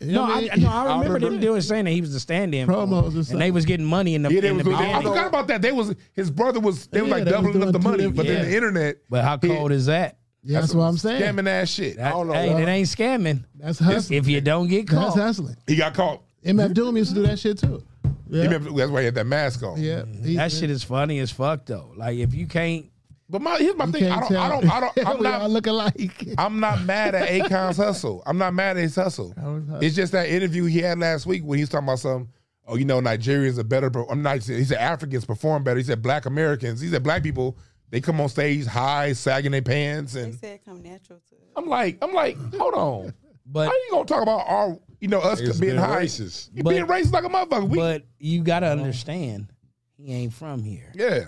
[SPEAKER 3] You know
[SPEAKER 4] No,
[SPEAKER 3] what
[SPEAKER 4] I,
[SPEAKER 3] mean?
[SPEAKER 4] no, I remember them
[SPEAKER 3] that.
[SPEAKER 4] doing saying that he was the stand-in for him,
[SPEAKER 3] Promos or something.
[SPEAKER 4] and they was getting money in the,
[SPEAKER 1] Yeah, they
[SPEAKER 4] in
[SPEAKER 1] was
[SPEAKER 4] the
[SPEAKER 1] doing, I
[SPEAKER 4] beginning.
[SPEAKER 1] forgot about that. They was his brother was they was
[SPEAKER 3] Yeah,
[SPEAKER 1] like
[SPEAKER 3] they was
[SPEAKER 1] doubling up
[SPEAKER 3] doing
[SPEAKER 1] the
[SPEAKER 3] two
[SPEAKER 1] money,
[SPEAKER 3] different-
[SPEAKER 1] but then the
[SPEAKER 4] Yeah.
[SPEAKER 1] internet
[SPEAKER 4] But how cold is that?
[SPEAKER 3] Yeah, that's what I'm saying.
[SPEAKER 1] scamming ass shit.
[SPEAKER 4] That-
[SPEAKER 2] don't know
[SPEAKER 4] hey,
[SPEAKER 2] why.
[SPEAKER 4] that ain't scamming.
[SPEAKER 3] That's hustling.
[SPEAKER 4] If you don't get
[SPEAKER 3] That's
[SPEAKER 4] caught,
[SPEAKER 3] hustling.
[SPEAKER 1] He got caught.
[SPEAKER 3] MF Doom used to do that shit too.
[SPEAKER 1] You
[SPEAKER 3] Yeah,
[SPEAKER 1] remember- that's why he had that mask on.
[SPEAKER 3] yeah. He-
[SPEAKER 4] that shit is funny as fuck though. Like if you can't,
[SPEAKER 1] But my here's my
[SPEAKER 3] You
[SPEAKER 1] thing. I
[SPEAKER 3] can't
[SPEAKER 1] don't, I
[SPEAKER 3] tell.
[SPEAKER 1] don't. I don't. I'm
[SPEAKER 3] we all
[SPEAKER 1] not.
[SPEAKER 3] look alike.
[SPEAKER 1] I'm not mad at Akon's hustle. I'm not mad at his hustle.
[SPEAKER 3] was hustle.
[SPEAKER 1] It's just that interview he had last week when he was talking about some. Oh, you know, Nigerians are better. per- I'm not. He said Africans perform better. He said Black Americans. He said Black people. They come on stage high, sagging their pants,
[SPEAKER 7] They
[SPEAKER 1] and
[SPEAKER 7] said come natural to it.
[SPEAKER 1] I'm like, I'm like, hold on.
[SPEAKER 4] but
[SPEAKER 1] How you gonna talk about our, you know, us
[SPEAKER 2] It's
[SPEAKER 1] being
[SPEAKER 2] been
[SPEAKER 1] high?
[SPEAKER 2] racist.
[SPEAKER 1] You
[SPEAKER 4] But-
[SPEAKER 1] being racist like a motherfucker. We,
[SPEAKER 4] but you gotta understand, he ain't from here.
[SPEAKER 1] yeah.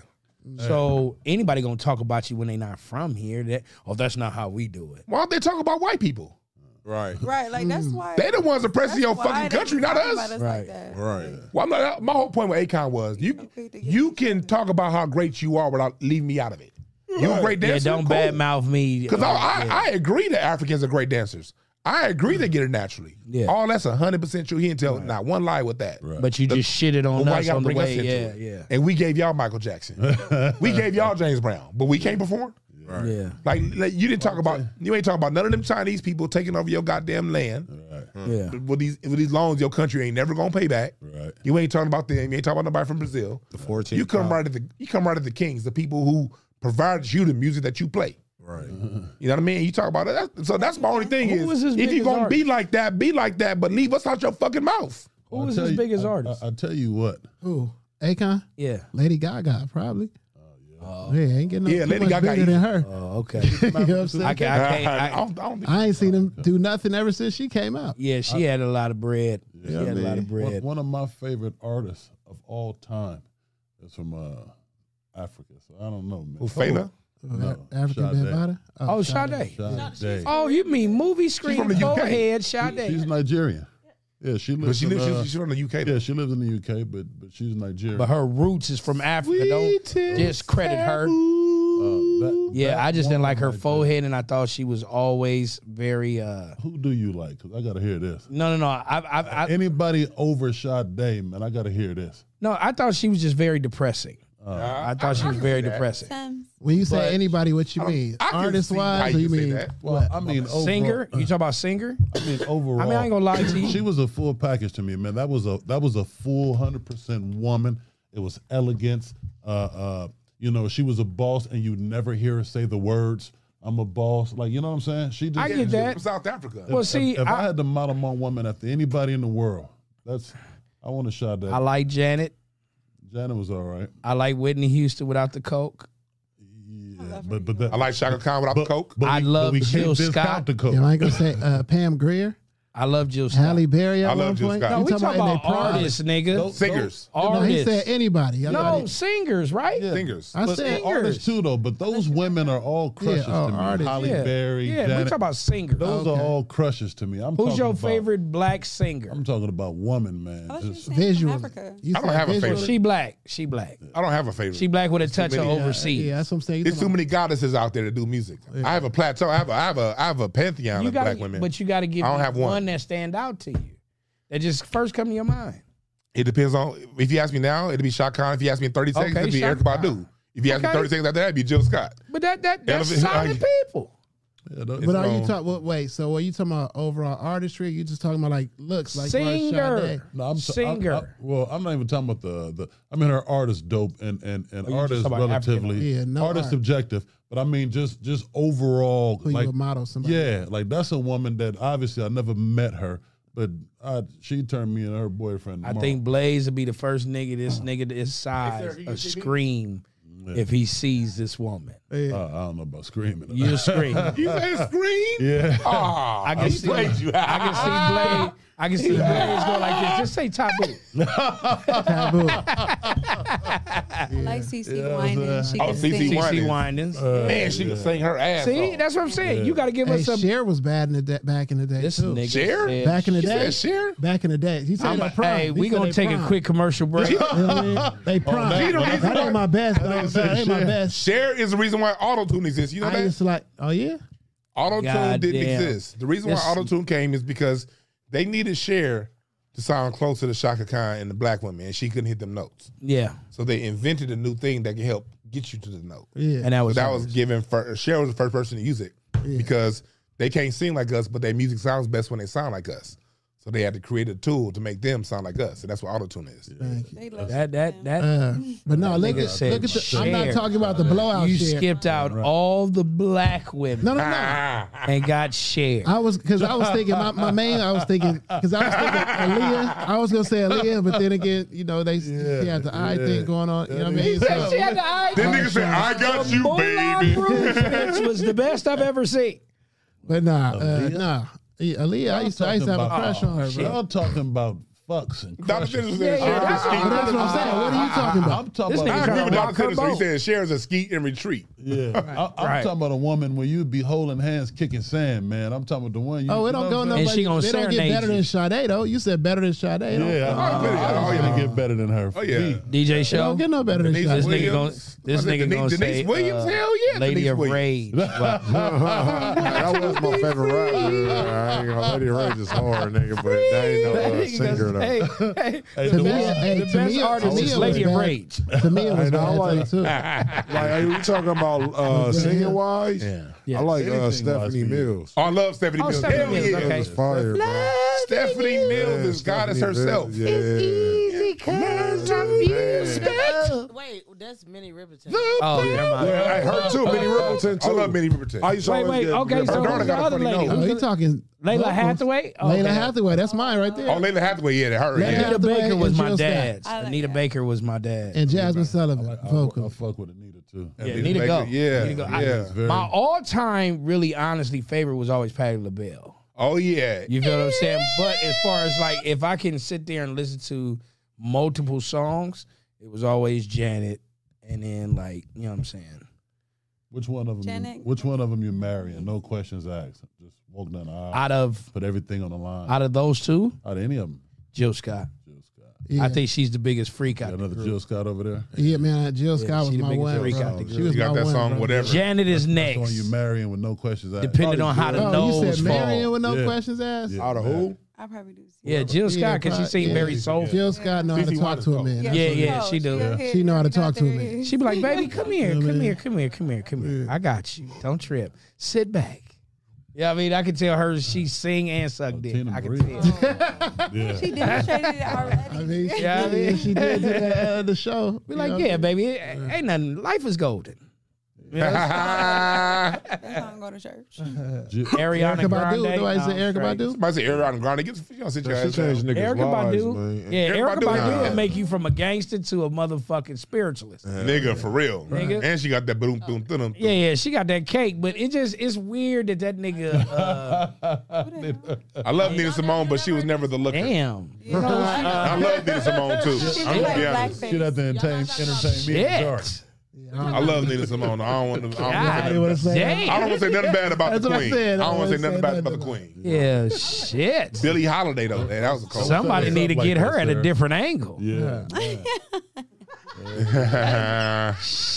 [SPEAKER 4] So anybody gonna talk about you when they not from here? That oh, that's not how we do it.
[SPEAKER 1] Why don't they talk about white people?
[SPEAKER 2] Right.
[SPEAKER 7] Right, like that's why.
[SPEAKER 1] They the ones oppressing your
[SPEAKER 7] that's why
[SPEAKER 1] fucking
[SPEAKER 7] they
[SPEAKER 1] country, not
[SPEAKER 7] talking
[SPEAKER 1] us.
[SPEAKER 7] about
[SPEAKER 4] Right.
[SPEAKER 7] Like that.
[SPEAKER 2] Right.
[SPEAKER 1] Well, I'm not, uh, my whole point with Akon was you
[SPEAKER 7] quick to get
[SPEAKER 1] you can talk about how great you are without leaving me out of it. You're a great
[SPEAKER 4] Yeah,
[SPEAKER 1] dancer.
[SPEAKER 4] don't badmouth me.
[SPEAKER 1] Because
[SPEAKER 4] uh,
[SPEAKER 1] I,
[SPEAKER 4] yeah.
[SPEAKER 1] I, I agree that Africans are great dancers. I agree they get it naturally.
[SPEAKER 4] Yeah.
[SPEAKER 1] All that's 100% true. He didn't tell not one lie with that.
[SPEAKER 4] but you just shitted on
[SPEAKER 1] But why
[SPEAKER 4] us
[SPEAKER 1] you gotta
[SPEAKER 4] on the
[SPEAKER 1] bring us
[SPEAKER 4] way.
[SPEAKER 1] into
[SPEAKER 4] Yeah,
[SPEAKER 1] it?
[SPEAKER 4] yeah,
[SPEAKER 1] And we gave y'all Michael Jackson. we gave y'all James Brown, but we can't perform.
[SPEAKER 4] yeah,
[SPEAKER 1] Like,
[SPEAKER 5] Mm-hmm.
[SPEAKER 1] like, you didn't talk about you ain't talking about none of them Chinese people taking over your goddamn land
[SPEAKER 4] yeah.
[SPEAKER 1] with these with these loans your country ain't never gonna pay back.
[SPEAKER 5] Right.
[SPEAKER 1] You ain't talking about them. You ain't talking about nobody from Brazil.
[SPEAKER 2] The 14th.
[SPEAKER 1] You come right at the you come right at the kings, the people who provided you the music that you play.
[SPEAKER 2] Right.
[SPEAKER 1] You know what I mean? You talk about it. That's- so that's my only thing
[SPEAKER 4] Who was
[SPEAKER 1] is
[SPEAKER 4] his
[SPEAKER 1] if you
[SPEAKER 4] biggest
[SPEAKER 1] gonna be
[SPEAKER 4] artist?
[SPEAKER 1] like that, be like that, but leave us out your fucking mouth.
[SPEAKER 4] Who
[SPEAKER 5] I'll
[SPEAKER 4] was
[SPEAKER 5] tell
[SPEAKER 4] his
[SPEAKER 5] you- uh,
[SPEAKER 4] biggest
[SPEAKER 5] I-
[SPEAKER 4] artist?
[SPEAKER 5] I, I tell you what.
[SPEAKER 3] Who? Akon?
[SPEAKER 4] yeah.
[SPEAKER 3] Lady Gaga, probably. Oh, yeah. Uh, ain't getting no
[SPEAKER 1] Yeah,
[SPEAKER 3] too
[SPEAKER 1] Lady
[SPEAKER 3] much
[SPEAKER 1] Gaga
[SPEAKER 3] bigger
[SPEAKER 1] eat.
[SPEAKER 3] than her.
[SPEAKER 4] Oh, okay.
[SPEAKER 3] you know what I'm saying?
[SPEAKER 4] I
[SPEAKER 3] I,
[SPEAKER 4] can, I can't.
[SPEAKER 1] I,
[SPEAKER 4] I,
[SPEAKER 1] don't, I don't think-
[SPEAKER 3] ain't seen him do nothing ever since she came out.
[SPEAKER 4] yeah, she had a lot of bread. She had a lot of
[SPEAKER 5] One,
[SPEAKER 4] bread.
[SPEAKER 5] one of my favorite artists of all time It's from uh, Africa. So I don't know, man.
[SPEAKER 1] Who, Fela?
[SPEAKER 5] No,
[SPEAKER 3] African
[SPEAKER 5] Sade.
[SPEAKER 3] Bad Bada?
[SPEAKER 4] Oh, Sade.
[SPEAKER 5] Sade.
[SPEAKER 4] Oh, you mean movie screen
[SPEAKER 1] from the UK.
[SPEAKER 4] forehead
[SPEAKER 5] She-
[SPEAKER 4] Sade.
[SPEAKER 5] She's Nigerian. Yeah, she lives.
[SPEAKER 1] But she
[SPEAKER 5] in,
[SPEAKER 1] lives.
[SPEAKER 5] uh,
[SPEAKER 1] she's, she's from the UK.
[SPEAKER 5] yeah, she lives in the UK, but but she's Nigerian. Uh,
[SPEAKER 4] But her roots is from Africa. Don't discredit her.
[SPEAKER 5] Uh, that- that
[SPEAKER 4] Yeah, I just didn't
[SPEAKER 5] woman
[SPEAKER 4] like her
[SPEAKER 5] right
[SPEAKER 4] forehead, and I thought she was always very. uh
[SPEAKER 5] there. Who do you like? 'Cause I gotta hear this.
[SPEAKER 4] No, no, no. I, I, I,
[SPEAKER 5] Anybody over Sade, man? I gotta hear this.
[SPEAKER 4] no. I thought she was just very depressing.
[SPEAKER 5] Uh,
[SPEAKER 4] I thought she was very depressing.
[SPEAKER 5] Oh,
[SPEAKER 7] Sometimes.
[SPEAKER 3] When you say anybody, what you mean?
[SPEAKER 1] I can
[SPEAKER 3] Artist
[SPEAKER 1] see how
[SPEAKER 3] wise,
[SPEAKER 1] you
[SPEAKER 3] you
[SPEAKER 1] say
[SPEAKER 3] mean?
[SPEAKER 1] that.
[SPEAKER 5] Well, I mean, overall-
[SPEAKER 4] Singer? You talk about singer?
[SPEAKER 5] I mean, overall,
[SPEAKER 4] I mean, I ain't gonna lie to you.
[SPEAKER 5] She was a full package to me, man. That was a that was a full hundred percent woman. It was elegance. Uh, uh, you know, she was a boss, and you never hear her say the words "I'm a boss." Like, you know what I'm saying? She just
[SPEAKER 4] I get
[SPEAKER 1] She's
[SPEAKER 4] that.
[SPEAKER 1] from South Africa.
[SPEAKER 4] Well, see,
[SPEAKER 5] if, if I,
[SPEAKER 4] I,
[SPEAKER 5] had to model my woman after anybody in the world, that's I want to shout that.
[SPEAKER 4] I like Janet.
[SPEAKER 5] Janet was all right,
[SPEAKER 4] I like Whitney Houston without the coke.
[SPEAKER 5] yeah, but but that,
[SPEAKER 1] I like Shaka Khan without the
[SPEAKER 5] but,
[SPEAKER 1] coke.
[SPEAKER 5] but
[SPEAKER 4] I
[SPEAKER 5] we- but
[SPEAKER 4] love
[SPEAKER 5] we
[SPEAKER 4] Jill
[SPEAKER 5] can't discount
[SPEAKER 4] Scott.
[SPEAKER 5] The coke.
[SPEAKER 3] You know, I ain't gonna say uh, Pam Greer,
[SPEAKER 4] I love Jill Scott.
[SPEAKER 3] Halle Berry at
[SPEAKER 1] I love
[SPEAKER 3] one
[SPEAKER 1] Jill
[SPEAKER 3] point.
[SPEAKER 1] Scott.
[SPEAKER 4] no,
[SPEAKER 3] You
[SPEAKER 4] we talking
[SPEAKER 3] in
[SPEAKER 4] about
[SPEAKER 3] their prime?
[SPEAKER 4] artists, nigga.
[SPEAKER 1] Singers.
[SPEAKER 3] No, he
[SPEAKER 4] Artists.
[SPEAKER 3] said anybody. I thought
[SPEAKER 4] no,
[SPEAKER 3] he-
[SPEAKER 4] singers, right?
[SPEAKER 1] Singers.
[SPEAKER 3] I
[SPEAKER 5] But
[SPEAKER 3] said
[SPEAKER 5] all artists too, though. But those women are all crushes
[SPEAKER 3] oh,
[SPEAKER 5] to me.
[SPEAKER 3] artists.
[SPEAKER 5] Holly
[SPEAKER 4] uh, Yeah.
[SPEAKER 5] Berry,
[SPEAKER 4] Yeah, we
[SPEAKER 5] Janet.
[SPEAKER 4] talking about singers.
[SPEAKER 5] those are all crushes to me. I'm
[SPEAKER 4] Who's
[SPEAKER 5] talking
[SPEAKER 4] your
[SPEAKER 5] about-
[SPEAKER 4] favorite black singer?
[SPEAKER 5] I'm talking about woman, man.
[SPEAKER 7] I thought you were
[SPEAKER 5] Just,
[SPEAKER 7] saying from
[SPEAKER 3] visual.
[SPEAKER 7] Africa.
[SPEAKER 3] You
[SPEAKER 1] I don't
[SPEAKER 3] said
[SPEAKER 1] have a
[SPEAKER 3] visual.
[SPEAKER 1] favorite.
[SPEAKER 4] She black. She black.
[SPEAKER 1] I don't have a favorite.
[SPEAKER 4] She black with a touch of
[SPEAKER 1] many, uh,
[SPEAKER 4] overseas.
[SPEAKER 3] Yeah, that's what I'm saying. You
[SPEAKER 1] There's too
[SPEAKER 3] talking
[SPEAKER 1] many goddesses out there to do music. I have a plateau. I have a I have a I have a pantheon
[SPEAKER 4] You
[SPEAKER 1] of
[SPEAKER 4] gotta,
[SPEAKER 1] black women.
[SPEAKER 4] But you got to give
[SPEAKER 1] I don't
[SPEAKER 4] me
[SPEAKER 1] have one.
[SPEAKER 4] that stand out to you. That just first come to your mind.
[SPEAKER 1] It depends on if you ask me now, it'd be Shaq Khan. If you ask me in 30 seconds,
[SPEAKER 4] Okay,
[SPEAKER 1] it'd be
[SPEAKER 4] Shaka
[SPEAKER 1] Erica
[SPEAKER 4] Khan.
[SPEAKER 1] Badu. If you ask
[SPEAKER 4] Okay.
[SPEAKER 1] me 30 seconds after that, it'd be Jill Scott.
[SPEAKER 4] But that that that's
[SPEAKER 1] Elevate-
[SPEAKER 4] solid people.
[SPEAKER 5] yeah, those-
[SPEAKER 3] But are
[SPEAKER 1] wrong.
[SPEAKER 3] you talking? Well, wait. So, are you talking about overall artistry? Or you just talking about like looks, like far as Sade?
[SPEAKER 4] singer.
[SPEAKER 5] no, I'm so- I'm-
[SPEAKER 4] singer.
[SPEAKER 5] I'm- well, I'm not even talking about the the. I mean, her art is dope, and and
[SPEAKER 3] Oh,
[SPEAKER 5] and
[SPEAKER 4] you
[SPEAKER 5] art
[SPEAKER 4] just
[SPEAKER 5] is
[SPEAKER 4] talking about African
[SPEAKER 5] relatively
[SPEAKER 3] Yeah, no
[SPEAKER 5] art is
[SPEAKER 3] art.
[SPEAKER 5] subjective. But I mean, just just overall,
[SPEAKER 3] Who
[SPEAKER 5] like
[SPEAKER 3] you would model somebody?
[SPEAKER 5] yeah, like that's a woman that obviously I never met her, but I, she turned me and her boyfriend.
[SPEAKER 4] I
[SPEAKER 5] Mark.
[SPEAKER 4] think Blaze would be the first nigga this nigga this size a scream if he sees this woman.
[SPEAKER 5] Uh, I don't know about screaming.
[SPEAKER 4] You scream.
[SPEAKER 1] You said scream?
[SPEAKER 5] yeah.
[SPEAKER 1] Oh,
[SPEAKER 4] I can see.
[SPEAKER 1] you. Ah.
[SPEAKER 4] I can see Blaze. I can see Blaze go like this. Just say taboo.
[SPEAKER 3] Taboo.
[SPEAKER 7] I like CC
[SPEAKER 5] Yeah,
[SPEAKER 7] Winding.
[SPEAKER 5] that's, uh,
[SPEAKER 7] She
[SPEAKER 1] Oh,
[SPEAKER 7] can
[SPEAKER 1] CeCe
[SPEAKER 7] sing.
[SPEAKER 1] Winding.
[SPEAKER 4] CC Windings.
[SPEAKER 1] Man, she can sing her ass
[SPEAKER 4] See,
[SPEAKER 1] off.
[SPEAKER 4] that's what I'm saying. You got to give
[SPEAKER 3] hey,
[SPEAKER 4] us some.
[SPEAKER 3] Cher was bad in the da- back in the day
[SPEAKER 4] This
[SPEAKER 3] too.
[SPEAKER 4] nigga
[SPEAKER 1] Cher?
[SPEAKER 4] said-
[SPEAKER 3] Back in the
[SPEAKER 1] You
[SPEAKER 3] day,
[SPEAKER 1] said Cher?
[SPEAKER 3] back in the day. He said
[SPEAKER 4] I'm
[SPEAKER 3] they
[SPEAKER 4] a-
[SPEAKER 3] prime.
[SPEAKER 4] hey,
[SPEAKER 3] He
[SPEAKER 4] we
[SPEAKER 3] said
[SPEAKER 4] gonna
[SPEAKER 3] they
[SPEAKER 4] take
[SPEAKER 3] prime.
[SPEAKER 4] a quick commercial break.
[SPEAKER 3] You know what I mean? They prime.
[SPEAKER 5] that one,
[SPEAKER 3] that ain't my best. dog.
[SPEAKER 5] said
[SPEAKER 3] That ain't my
[SPEAKER 5] Cher.
[SPEAKER 3] best.
[SPEAKER 1] Cher is the reason why auto tune exists. You know
[SPEAKER 3] I
[SPEAKER 1] that?
[SPEAKER 3] just like, oh yeah,
[SPEAKER 1] Auto tune
[SPEAKER 4] God
[SPEAKER 1] didn't
[SPEAKER 4] damn.
[SPEAKER 1] exist. The reason why
[SPEAKER 4] This-
[SPEAKER 1] auto tune came is because they needed Cher to sound closer to Shaka Khan and the black women, and she couldn't hit them notes.
[SPEAKER 4] Yeah,
[SPEAKER 1] So they invented a new thing that could help get you to the note.
[SPEAKER 3] yeah.
[SPEAKER 4] and that
[SPEAKER 1] So
[SPEAKER 4] was
[SPEAKER 1] that was given first. Cher was the first person to use it because they can't sing like us, but their music sounds best when they sound like us. So they had to create a tool to make them sound like us, and that's what auto tune is.
[SPEAKER 7] They love
[SPEAKER 4] that that that.
[SPEAKER 3] Uh, but no, look
[SPEAKER 4] nigga
[SPEAKER 3] at,
[SPEAKER 4] said
[SPEAKER 3] look at the. I'm
[SPEAKER 4] Cher.
[SPEAKER 3] not talking about the blowout.
[SPEAKER 4] you
[SPEAKER 3] Cher.
[SPEAKER 4] skipped out all the black women
[SPEAKER 3] No, no, no.
[SPEAKER 1] Ah,
[SPEAKER 4] and got shared.
[SPEAKER 3] I was because I was thinking my, my main. I was thinking because I was thinking Aaliyah. I was gonna say Aaliyah, but then again, you know they she had the eye thing going on. You know what I mean? So,
[SPEAKER 4] she had the eye.
[SPEAKER 1] Then nigga said, "I got you,
[SPEAKER 4] Moulin
[SPEAKER 1] baby."
[SPEAKER 4] Rouge bitch was the best I've ever seen.
[SPEAKER 3] but nah, uh, nah. Yeah, Aaliyah, I used to, I used to have a crush on her, bro.
[SPEAKER 5] Y'all talking about fucks and
[SPEAKER 1] Dr.
[SPEAKER 5] crushes.
[SPEAKER 1] Seuss
[SPEAKER 4] Yeah,
[SPEAKER 1] said Cher
[SPEAKER 4] yeah,
[SPEAKER 1] was
[SPEAKER 4] that's
[SPEAKER 1] a
[SPEAKER 4] what
[SPEAKER 1] skeet.
[SPEAKER 3] But that's what I'm saying. What are you talking about?
[SPEAKER 5] I'm talking
[SPEAKER 4] This
[SPEAKER 5] about.
[SPEAKER 4] nigga
[SPEAKER 1] I agree with
[SPEAKER 4] Rock her
[SPEAKER 1] Dr. Seuss. He
[SPEAKER 4] boat.
[SPEAKER 1] said Cher's a skeet and retreat.
[SPEAKER 5] Yeah, I, I'm
[SPEAKER 4] Right.
[SPEAKER 5] talking about a woman where you'd be holding hands, kicking sand, man. I'm talking about the one. You,
[SPEAKER 3] Oh, it
[SPEAKER 5] you
[SPEAKER 3] don't
[SPEAKER 5] know
[SPEAKER 3] go
[SPEAKER 5] what
[SPEAKER 3] no.
[SPEAKER 5] I'm
[SPEAKER 4] And she
[SPEAKER 3] it
[SPEAKER 4] gonna
[SPEAKER 3] don't get
[SPEAKER 4] serenade
[SPEAKER 3] better
[SPEAKER 4] you.
[SPEAKER 3] than Sade though. You said better than Sade.
[SPEAKER 5] saying?
[SPEAKER 3] Yeah,
[SPEAKER 5] Yeah,
[SPEAKER 1] Oh, really?
[SPEAKER 5] I, I,
[SPEAKER 1] Oh,
[SPEAKER 5] am
[SPEAKER 1] yeah.
[SPEAKER 5] gonna get better than her.
[SPEAKER 1] Oh yeah.
[SPEAKER 4] DJ
[SPEAKER 3] it don't
[SPEAKER 4] Show.
[SPEAKER 3] get no better than
[SPEAKER 1] Denise
[SPEAKER 4] This
[SPEAKER 3] Sade.
[SPEAKER 4] nigga gonna,
[SPEAKER 1] Williams.
[SPEAKER 4] this
[SPEAKER 1] I said
[SPEAKER 4] nigga
[SPEAKER 1] Denise-
[SPEAKER 4] gonna
[SPEAKER 1] Denise
[SPEAKER 4] say,
[SPEAKER 1] Williams?
[SPEAKER 4] uh,
[SPEAKER 1] Hell yeah,
[SPEAKER 4] Lady
[SPEAKER 1] Denise
[SPEAKER 4] of
[SPEAKER 1] Williams.
[SPEAKER 4] Rage. Well,
[SPEAKER 2] that was my favorite rapper. I ain't gonna Lady Rage is hard, nigga, but that ain't
[SPEAKER 4] that
[SPEAKER 2] no uh,
[SPEAKER 4] nigga
[SPEAKER 2] singer
[SPEAKER 4] gonna-
[SPEAKER 2] though.
[SPEAKER 4] hey, hey,
[SPEAKER 5] the
[SPEAKER 4] the
[SPEAKER 5] one-
[SPEAKER 4] best,
[SPEAKER 3] hey,
[SPEAKER 4] the
[SPEAKER 3] to
[SPEAKER 4] best
[SPEAKER 3] me,
[SPEAKER 4] artist
[SPEAKER 3] to me
[SPEAKER 4] is
[SPEAKER 3] it
[SPEAKER 4] Lady
[SPEAKER 3] was
[SPEAKER 4] of
[SPEAKER 3] bad.
[SPEAKER 4] Rage.
[SPEAKER 3] To me, it was
[SPEAKER 2] know,
[SPEAKER 3] bad
[SPEAKER 2] like-
[SPEAKER 3] though, too.
[SPEAKER 2] Like, are you talking about uh, singing wise?
[SPEAKER 4] Yeah.
[SPEAKER 2] I like
[SPEAKER 5] Anything
[SPEAKER 2] uh,
[SPEAKER 5] wise for
[SPEAKER 2] Stephanie
[SPEAKER 5] you.
[SPEAKER 2] Mills.
[SPEAKER 1] Oh, I love Stephanie
[SPEAKER 4] Oh,
[SPEAKER 1] Mills.
[SPEAKER 4] Stephanie
[SPEAKER 1] Hell
[SPEAKER 4] Mills,
[SPEAKER 1] yeah.
[SPEAKER 4] okay.
[SPEAKER 2] It was fire, bro.
[SPEAKER 1] Stephanie Mills is goddess
[SPEAKER 2] Stephanie
[SPEAKER 1] herself.
[SPEAKER 2] Mills, Yeah.
[SPEAKER 6] Wait, that's Minnie Riperton.
[SPEAKER 4] Oh, never mind.
[SPEAKER 2] Yeah, I heard too. Oh, Minnie Riperton too.
[SPEAKER 1] I love Minnie Riperton.
[SPEAKER 2] I used to
[SPEAKER 4] Wait,
[SPEAKER 2] always
[SPEAKER 4] wait,
[SPEAKER 2] get-
[SPEAKER 4] okay, so
[SPEAKER 2] Madonna
[SPEAKER 4] who's
[SPEAKER 2] got
[SPEAKER 4] the
[SPEAKER 2] a
[SPEAKER 4] other
[SPEAKER 2] funny
[SPEAKER 4] lady?
[SPEAKER 2] nose.
[SPEAKER 3] Oh, you talking
[SPEAKER 4] Layla
[SPEAKER 3] vocals.
[SPEAKER 4] Hathaway? Oh,
[SPEAKER 3] Layla
[SPEAKER 4] okay.
[SPEAKER 3] Hathaway. That's mine right there.
[SPEAKER 1] Oh, Layla Hathaway, yeah, her,
[SPEAKER 3] Layla
[SPEAKER 1] yeah.
[SPEAKER 4] Anita
[SPEAKER 3] Hathaway
[SPEAKER 4] Baker was
[SPEAKER 3] and
[SPEAKER 4] my
[SPEAKER 3] Jill
[SPEAKER 4] dad's.
[SPEAKER 7] Scott. I like
[SPEAKER 4] Anita
[SPEAKER 7] that.
[SPEAKER 4] Baker was my dad.
[SPEAKER 3] and Jasmine Sullivan
[SPEAKER 5] I, I, I
[SPEAKER 3] vocals.
[SPEAKER 5] fuck with Anita too.
[SPEAKER 4] yeah,
[SPEAKER 1] Anita
[SPEAKER 4] need to
[SPEAKER 1] Baker,
[SPEAKER 4] go.
[SPEAKER 1] yeah,
[SPEAKER 4] Need to go. I-
[SPEAKER 1] yeah.
[SPEAKER 5] Very-
[SPEAKER 4] my all-time, really, honestly, favorite was always Patti LaBelle.
[SPEAKER 1] Oh yeah.
[SPEAKER 4] You feel what I'm saying? But as far as like, if I can sit there and listen to multiple songs, It was always Janet, and then like you know what I'm saying.
[SPEAKER 5] Which one of them? You,
[SPEAKER 7] Janet-
[SPEAKER 5] which one of them you marrying? No questions asked. Just walk down the aisle,
[SPEAKER 4] Out of
[SPEAKER 5] put everything on the line. Out
[SPEAKER 4] out of those two,
[SPEAKER 5] of any of them,
[SPEAKER 4] Jill Scott.
[SPEAKER 5] Jill Scott.
[SPEAKER 3] Yeah,
[SPEAKER 4] I think she's the biggest freak out
[SPEAKER 5] Got
[SPEAKER 4] there.
[SPEAKER 5] another Jill Scott over there.
[SPEAKER 3] yeah, man. Jill
[SPEAKER 4] Yeah,
[SPEAKER 3] Scott
[SPEAKER 4] she
[SPEAKER 3] was
[SPEAKER 4] the
[SPEAKER 3] my
[SPEAKER 4] biggest
[SPEAKER 3] one.
[SPEAKER 4] freak out the
[SPEAKER 3] Bro. She
[SPEAKER 4] group.
[SPEAKER 3] was
[SPEAKER 1] You got
[SPEAKER 3] my
[SPEAKER 1] that
[SPEAKER 3] one,
[SPEAKER 1] song,
[SPEAKER 3] bro.
[SPEAKER 1] whatever.
[SPEAKER 4] Janet is
[SPEAKER 5] That's
[SPEAKER 4] next.
[SPEAKER 5] on you marrying with no questions asked.
[SPEAKER 4] Depending on how the
[SPEAKER 5] Probably
[SPEAKER 3] Oh, you
[SPEAKER 4] nose
[SPEAKER 3] said Marion
[SPEAKER 4] falls.
[SPEAKER 3] with no
[SPEAKER 5] Yeah.
[SPEAKER 3] questions asked.
[SPEAKER 5] Yeah.
[SPEAKER 2] Out of who?
[SPEAKER 7] I probably do. see
[SPEAKER 4] Yeah,
[SPEAKER 7] it.
[SPEAKER 4] Jill
[SPEAKER 3] Yeah,
[SPEAKER 4] Scott, because she
[SPEAKER 3] probably.
[SPEAKER 4] seemed
[SPEAKER 3] Yeah.
[SPEAKER 4] very soulful.
[SPEAKER 3] Jill Scott know how to
[SPEAKER 1] Fifi
[SPEAKER 3] talk to a
[SPEAKER 1] Wonderful.
[SPEAKER 3] man.
[SPEAKER 4] Yeah,
[SPEAKER 7] she
[SPEAKER 4] yeah,
[SPEAKER 7] knows.
[SPEAKER 4] she do.
[SPEAKER 7] She'll
[SPEAKER 5] Yeah.
[SPEAKER 7] get
[SPEAKER 3] She know how to
[SPEAKER 7] everything
[SPEAKER 3] talk
[SPEAKER 7] out
[SPEAKER 3] to a
[SPEAKER 7] there
[SPEAKER 3] man.
[SPEAKER 7] is.
[SPEAKER 4] She be like, baby, come here, come here, come here, come here, come here.
[SPEAKER 3] Yeah.
[SPEAKER 4] I got you. Don't trip. Sit back. Yeah, I mean, I could tell her she sing and suck dick.
[SPEAKER 5] Tina
[SPEAKER 4] I could
[SPEAKER 5] Marie.
[SPEAKER 4] tell.
[SPEAKER 5] Yeah.
[SPEAKER 7] She demonstrated it
[SPEAKER 3] I
[SPEAKER 7] already.
[SPEAKER 3] mean, she,
[SPEAKER 4] Yeah, I
[SPEAKER 3] did,
[SPEAKER 4] mean-
[SPEAKER 3] she did it at uh, the show.
[SPEAKER 4] Be
[SPEAKER 3] you
[SPEAKER 4] like,
[SPEAKER 3] know?
[SPEAKER 4] yeah, baby, it ain't nothing. Life is golden. You know, it's-
[SPEAKER 7] That's how I'm going to church.
[SPEAKER 5] Jill-
[SPEAKER 4] Ariana
[SPEAKER 3] Erykah Badu.
[SPEAKER 4] Grande.
[SPEAKER 3] Do I
[SPEAKER 4] Nah,
[SPEAKER 3] say Erica
[SPEAKER 4] straight.
[SPEAKER 3] Badu?
[SPEAKER 1] Somebody said Ariana Grande. Get you don't sit your
[SPEAKER 2] She
[SPEAKER 1] ass
[SPEAKER 2] changed
[SPEAKER 1] down.
[SPEAKER 2] niggas'
[SPEAKER 4] Erica
[SPEAKER 2] lives,
[SPEAKER 4] Badu.
[SPEAKER 2] man.
[SPEAKER 4] Yeah, Erica
[SPEAKER 1] Badu
[SPEAKER 4] Badu
[SPEAKER 1] now.
[SPEAKER 4] will make you from a gangster to a motherfucking spiritualist.
[SPEAKER 1] Nigga, for real.
[SPEAKER 4] Nigga. Oh,
[SPEAKER 1] And she got that boom, boom, boom, boom.
[SPEAKER 4] Yeah, yeah, she got that cake, but it just it's weird that that nigga. Uh,
[SPEAKER 1] I love Nina Simone, but she was never the looker.
[SPEAKER 4] damn,
[SPEAKER 7] You know, I-
[SPEAKER 1] I love Nina Simone too.
[SPEAKER 7] She
[SPEAKER 1] I'm gonna
[SPEAKER 7] like
[SPEAKER 1] be honest.
[SPEAKER 7] blackface.
[SPEAKER 5] She'd have to entertain, entertain me in the dark.
[SPEAKER 4] shit.
[SPEAKER 1] I love Nina Simone. I don't want to. I
[SPEAKER 4] God
[SPEAKER 1] don't want to.
[SPEAKER 4] damn.
[SPEAKER 1] I don't want to say nothing bad about
[SPEAKER 3] That's
[SPEAKER 1] the
[SPEAKER 3] what I
[SPEAKER 1] queen. I
[SPEAKER 3] said.
[SPEAKER 1] don't want to say nothing bad about
[SPEAKER 3] nothing
[SPEAKER 1] the
[SPEAKER 3] about-
[SPEAKER 1] queen.
[SPEAKER 4] Yeah, shit.
[SPEAKER 1] Billie Holiday though, that that was a cold.
[SPEAKER 4] Somebody
[SPEAKER 5] Something
[SPEAKER 4] need to
[SPEAKER 5] like
[SPEAKER 4] get
[SPEAKER 5] that,
[SPEAKER 4] her at a
[SPEAKER 5] sir.
[SPEAKER 4] different angle.
[SPEAKER 5] Yeah, man,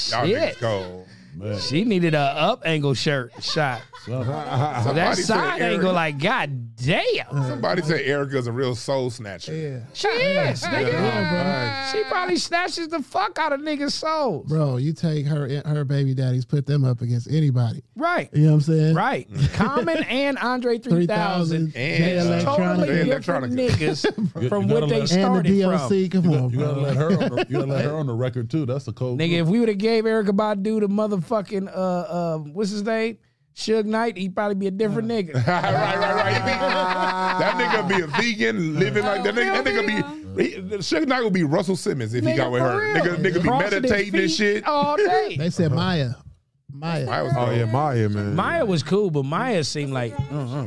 [SPEAKER 1] Y'all niggas
[SPEAKER 4] Shit.
[SPEAKER 1] cold.
[SPEAKER 5] man.
[SPEAKER 4] She needed a up angle shirt shot.
[SPEAKER 5] Something.
[SPEAKER 4] So that
[SPEAKER 1] Somebody said
[SPEAKER 4] side
[SPEAKER 1] Eric-
[SPEAKER 4] angle, like, god damn.
[SPEAKER 1] Somebody said Erica's a real soul snatcher.
[SPEAKER 3] Yeah.
[SPEAKER 4] She is, nigga.
[SPEAKER 2] Yeah,
[SPEAKER 4] She probably snatches the fuck out of niggas' souls.
[SPEAKER 3] Bro, you take her her baby daddies, put them up against anybody.
[SPEAKER 4] Right.
[SPEAKER 3] You know what I'm saying?
[SPEAKER 4] Right.
[SPEAKER 1] Mm.
[SPEAKER 4] Common and Andre 3000.
[SPEAKER 1] And
[SPEAKER 3] 3000 Jay
[SPEAKER 1] uh,
[SPEAKER 4] Totally
[SPEAKER 1] Jay
[SPEAKER 3] Electronica
[SPEAKER 4] different
[SPEAKER 1] Electronica.
[SPEAKER 4] niggas from
[SPEAKER 5] You
[SPEAKER 4] what they
[SPEAKER 5] gotta let-
[SPEAKER 3] and the
[SPEAKER 4] started from.
[SPEAKER 3] DLC. Come on,
[SPEAKER 5] You
[SPEAKER 3] bro.
[SPEAKER 5] gotta let her. On the, you gotta let her on the record too. That's a cold.
[SPEAKER 4] Nigga,
[SPEAKER 5] group.
[SPEAKER 4] if we would have gave Erica Badu the motherfucking, uh, uh, what's his name? Suge Knight, he'd probably be a
[SPEAKER 1] Uh.
[SPEAKER 4] different nigga.
[SPEAKER 1] right, right, right, right. that nigga be a vegan, living like that. Nigga, that nigga be he, Suge Knight would be Russell Simmons if he
[SPEAKER 4] Nigga,
[SPEAKER 1] got with
[SPEAKER 4] for
[SPEAKER 1] her.
[SPEAKER 4] real.
[SPEAKER 1] Nigga, nigga be
[SPEAKER 4] Crossing his
[SPEAKER 1] meditating and
[SPEAKER 4] feet Oh,
[SPEAKER 1] shit.
[SPEAKER 4] All day.
[SPEAKER 3] They said Maya. Maya.
[SPEAKER 1] I was
[SPEAKER 2] Oh yeah, Maya, man.
[SPEAKER 4] Maya was cool, but Maya seemed like uh-uh.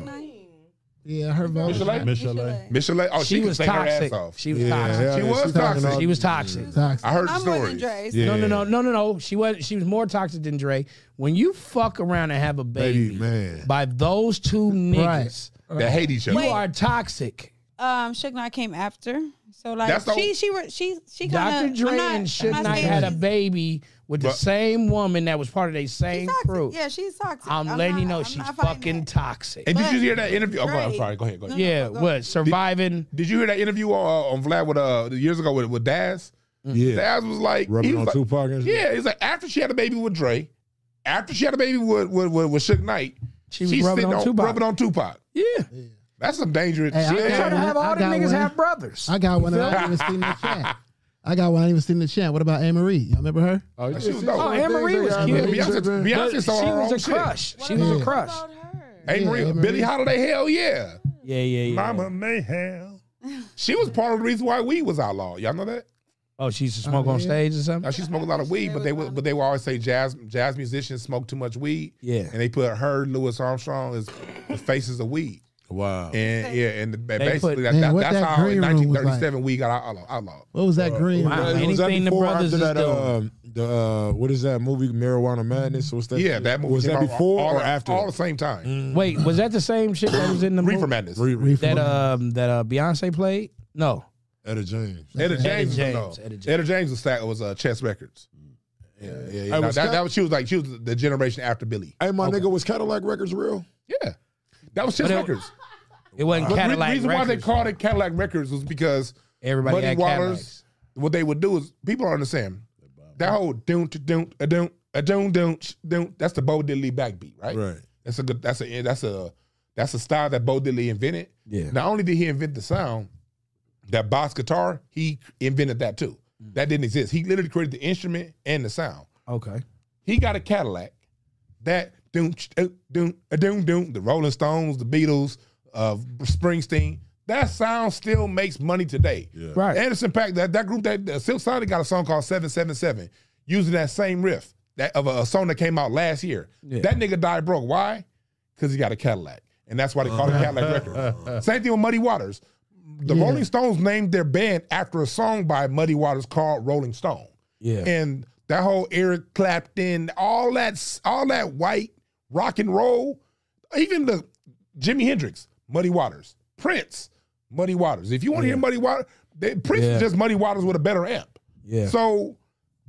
[SPEAKER 3] Yeah, her vote.
[SPEAKER 1] Michelet?
[SPEAKER 5] Michelet.
[SPEAKER 1] Michelle, oh, she,
[SPEAKER 4] she
[SPEAKER 1] can
[SPEAKER 4] was
[SPEAKER 1] sing
[SPEAKER 4] toxic.
[SPEAKER 1] her ass off.
[SPEAKER 4] She was
[SPEAKER 2] Yeah,
[SPEAKER 4] toxic.
[SPEAKER 2] hell
[SPEAKER 1] She
[SPEAKER 2] yeah,
[SPEAKER 1] was
[SPEAKER 2] she talking
[SPEAKER 1] toxic.
[SPEAKER 2] all-
[SPEAKER 4] She was toxic.
[SPEAKER 3] Toxic.
[SPEAKER 1] I heard the
[SPEAKER 7] I'm more than
[SPEAKER 1] stories.
[SPEAKER 7] Dre's.
[SPEAKER 2] Yeah.
[SPEAKER 4] No, no, no, no, no, no. She was she was more toxic than Dre. When you fuck around and have a baby,
[SPEAKER 2] Baby, man.
[SPEAKER 4] by those two niggas,
[SPEAKER 1] That hate each other.
[SPEAKER 4] you are toxic.
[SPEAKER 7] Um, Suge Knight came after, so like
[SPEAKER 1] That's the-
[SPEAKER 7] she, she, were, she, she kind
[SPEAKER 4] Dr.
[SPEAKER 7] of.
[SPEAKER 4] Dre and Suge Knight had a baby with the
[SPEAKER 1] But-
[SPEAKER 4] same woman that was part of their same crew.
[SPEAKER 7] Yeah, she's toxic.
[SPEAKER 4] I'm, letting
[SPEAKER 7] not-
[SPEAKER 4] you know
[SPEAKER 7] I'm
[SPEAKER 4] she's
[SPEAKER 7] not fighting
[SPEAKER 4] fucking
[SPEAKER 7] that.
[SPEAKER 4] toxic.
[SPEAKER 1] And did you hear that interview? Oh, I'm
[SPEAKER 7] Right.
[SPEAKER 1] sorry. Go ahead. Go ahead.
[SPEAKER 4] yeah,
[SPEAKER 7] no,
[SPEAKER 4] what surviving?
[SPEAKER 1] Did you hear that interview on, on Vlad with uh years ago with with Daz?
[SPEAKER 2] Yeah,
[SPEAKER 1] Daz was like, he
[SPEAKER 2] rubbing
[SPEAKER 1] was
[SPEAKER 2] on
[SPEAKER 1] like-
[SPEAKER 2] Tupac and shit.
[SPEAKER 1] yeah, he's like after she had a baby with Dre, after she had a baby with with with, with Suge Knight,
[SPEAKER 4] She was rubbing
[SPEAKER 1] sitting
[SPEAKER 4] on Tupac.
[SPEAKER 1] rubbing on Tupac.
[SPEAKER 4] Yeah,
[SPEAKER 1] That's some dangerous.
[SPEAKER 3] Hey, I
[SPEAKER 1] shit.
[SPEAKER 3] got
[SPEAKER 4] trying to have
[SPEAKER 3] I
[SPEAKER 4] all the
[SPEAKER 3] got
[SPEAKER 4] niggas
[SPEAKER 3] one.
[SPEAKER 4] have brothers.
[SPEAKER 3] I got one that I didn't even see in the chat. I got one I didn't even see in the chat. What about Anne Marie? Y'all remember her?
[SPEAKER 2] Oh,
[SPEAKER 1] She was dope.
[SPEAKER 4] Oh, Anne Marie was
[SPEAKER 1] Yeah,
[SPEAKER 4] cute.
[SPEAKER 1] Beyonce,
[SPEAKER 4] But
[SPEAKER 1] Beyonce
[SPEAKER 4] she
[SPEAKER 1] saw her own
[SPEAKER 4] was a
[SPEAKER 1] shit.
[SPEAKER 4] crush. She was
[SPEAKER 3] Yeah.
[SPEAKER 4] a crush.
[SPEAKER 6] About her.
[SPEAKER 1] Hey, Marie,
[SPEAKER 3] Yeah, Marie.
[SPEAKER 1] Billie Holiday, hell yeah.
[SPEAKER 4] Yeah, yeah, yeah.
[SPEAKER 1] Mama Mayhem. She was part of the reason why weed was outlawed. Y'all know that?
[SPEAKER 4] Oh, she used to smoke
[SPEAKER 3] Oh,
[SPEAKER 4] on
[SPEAKER 3] yeah.
[SPEAKER 4] stage or
[SPEAKER 1] Now
[SPEAKER 4] something.
[SPEAKER 1] she smoked a lot of weed, but they would, but they would always say jazz jazz musicians smoke too much weed.
[SPEAKER 4] Yeah.
[SPEAKER 1] and they put her Louis Armstrong as the faces of weed.
[SPEAKER 2] Wow.
[SPEAKER 1] And yeah, and the, basically
[SPEAKER 4] put-
[SPEAKER 1] that,
[SPEAKER 3] Man,
[SPEAKER 1] that-
[SPEAKER 3] what
[SPEAKER 1] that's
[SPEAKER 3] that
[SPEAKER 1] how in
[SPEAKER 3] green room was
[SPEAKER 1] 1937 weed got out- outlawed. outlawed.
[SPEAKER 3] What was that green?
[SPEAKER 4] Wow.
[SPEAKER 2] Was that- was that
[SPEAKER 4] Anything the
[SPEAKER 2] before or
[SPEAKER 4] brothers
[SPEAKER 2] after
[SPEAKER 4] is
[SPEAKER 2] that, um, the uh, what is that movie Marijuana Madness? What's that?
[SPEAKER 1] Yeah, that movie
[SPEAKER 2] was
[SPEAKER 1] came
[SPEAKER 2] that
[SPEAKER 1] out
[SPEAKER 2] before
[SPEAKER 1] all,
[SPEAKER 2] or after?
[SPEAKER 1] all the same time.
[SPEAKER 4] Wait, was that the same shit that was in the
[SPEAKER 1] Reefer
[SPEAKER 4] movie
[SPEAKER 1] Madness.
[SPEAKER 2] Re-
[SPEAKER 3] Reefer.
[SPEAKER 4] that um that uh Beyonce played? No,
[SPEAKER 2] Etta James.
[SPEAKER 1] Etta James,
[SPEAKER 4] James,
[SPEAKER 1] was, no.
[SPEAKER 4] Etta James.
[SPEAKER 1] Etta James was stack- was uh, Chess Records. Yeah, yeah, yeah.
[SPEAKER 2] Hey,
[SPEAKER 1] No,
[SPEAKER 2] was
[SPEAKER 1] that,
[SPEAKER 2] Cat-
[SPEAKER 1] that was, she was like she was the generation after Billy.
[SPEAKER 2] Hey, my nigga, was Cadillac Records real?
[SPEAKER 1] Yeah, that was Chess
[SPEAKER 4] But it-
[SPEAKER 1] Records.
[SPEAKER 4] it wasn't
[SPEAKER 1] But the
[SPEAKER 4] Cadillac.
[SPEAKER 1] reason why they
[SPEAKER 4] Records.
[SPEAKER 1] called it Cadillac Records was because
[SPEAKER 4] Everybody
[SPEAKER 1] Buddy
[SPEAKER 4] had
[SPEAKER 1] Wallace. What they would do is people don't understand that whole don't don't a don't a don't don't don't. That's the Bo Diddley backbeat, right?
[SPEAKER 2] Right.
[SPEAKER 1] That's a good. That's a eh, that's a that's a style that Bo Diddley invented.
[SPEAKER 4] Yeah.
[SPEAKER 1] Not only did he invent the sound, that box guitar, he invented that too. That didn't exist. He literally created the instrument and the sound.
[SPEAKER 4] Okay.
[SPEAKER 1] He got a Cadillac that doom ch- uh, doom uh, doom doom the Rolling Stones, the Beatles, uh, Springsteen. That sound still makes money today.
[SPEAKER 4] Right.
[SPEAKER 1] Anderson Pack that that group that uh, Silk Sonic got a song called Seven Seven Seven using that same riff that of a, a song that came out last year.
[SPEAKER 4] Yeah.
[SPEAKER 1] That nigga died broke. Why? Because he got a Cadillac, and that's why they call it Cadillac Records. Same thing with Muddy Waters. the Rolling Stones named their band after a song by Muddy Waters called Rolling Stone.
[SPEAKER 4] Yeah.
[SPEAKER 1] And that whole Eric Clapton, all that, s- all that white rock and roll, even the Jimi Hendrix, Muddy Waters, Prince, Muddy Waters. If you want to hear Muddy Waters, they, Prince
[SPEAKER 4] Oh, Yeah.
[SPEAKER 1] is just Muddy Waters with a better amp.
[SPEAKER 4] Yeah.
[SPEAKER 1] So,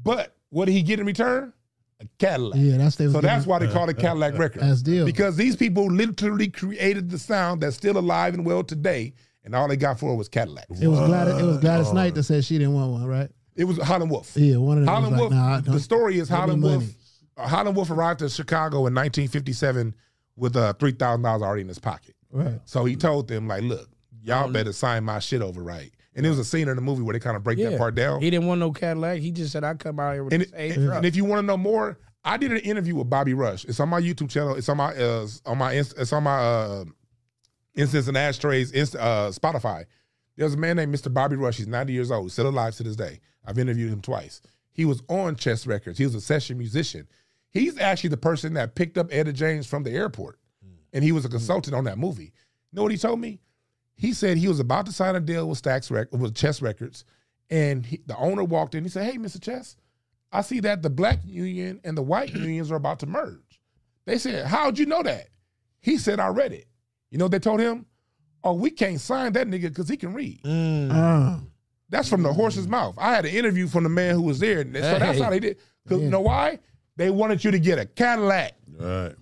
[SPEAKER 1] but what did he get in return? A Cadillac.
[SPEAKER 3] Yeah, that's they was
[SPEAKER 1] So that's
[SPEAKER 3] giving-
[SPEAKER 1] why they call it Cadillac record.
[SPEAKER 3] That's deal.
[SPEAKER 1] Because these people literally created the sound that's still alive and well today, and all they got for it was Cadillacs.
[SPEAKER 3] It was Gladys. It was Gladys Knight that said she didn't want one, right?
[SPEAKER 1] It was Holland Wolf.
[SPEAKER 3] Yeah, one of them.
[SPEAKER 1] Holland
[SPEAKER 3] was
[SPEAKER 1] Wolf.
[SPEAKER 3] like, Nah, I
[SPEAKER 1] the
[SPEAKER 3] don't-
[SPEAKER 1] story is
[SPEAKER 3] give me
[SPEAKER 1] Holland Wolf.
[SPEAKER 3] money.
[SPEAKER 1] uh, Holland Wolf arrived to Chicago in 1957 with uh, three thousand dollars already in his pocket.
[SPEAKER 3] Right.
[SPEAKER 1] So he told them like, "Look, y'all better sign my shit over right." And there was a scene in the movie where they kind of break
[SPEAKER 4] Yeah.
[SPEAKER 1] that part down.
[SPEAKER 4] He didn't want no Cadillac. He just said, I come out here with
[SPEAKER 1] And,
[SPEAKER 4] this eight
[SPEAKER 1] and-
[SPEAKER 4] truck.
[SPEAKER 1] and if you want to know more, I did an interview with Bobby Rush. It's on my YouTube channel. It's on my uh, on my Inst- it's on my uh, Instance and Ashtrays Inst- uh, Spotify. There's a man named Mr. Bobby Rush. He's 90 years old, still alive to this day. I've interviewed him twice. He was on Chess Records. He was a session musician. He's actually the person that picked up Etta James from the airport, and he was a consultant on that movie. You know what he told me? he said he was about to sign a deal with Stax Rec- with Chess Records, and he, the owner walked in. He said, "Hey, Mr. Chess, I see that the black union and the white unions are about to merge." They said, "How'd you know that?" He said, "I read it." You know what they told him? "Oh, we can't sign that nigga because he can read."
[SPEAKER 3] Uh,
[SPEAKER 1] That's from the horse's mouth. I had an interview from the man who was there, and so that's
[SPEAKER 4] Hey.
[SPEAKER 1] how they did. Because you know why? They wanted you to get a Cadillac.
[SPEAKER 5] Right.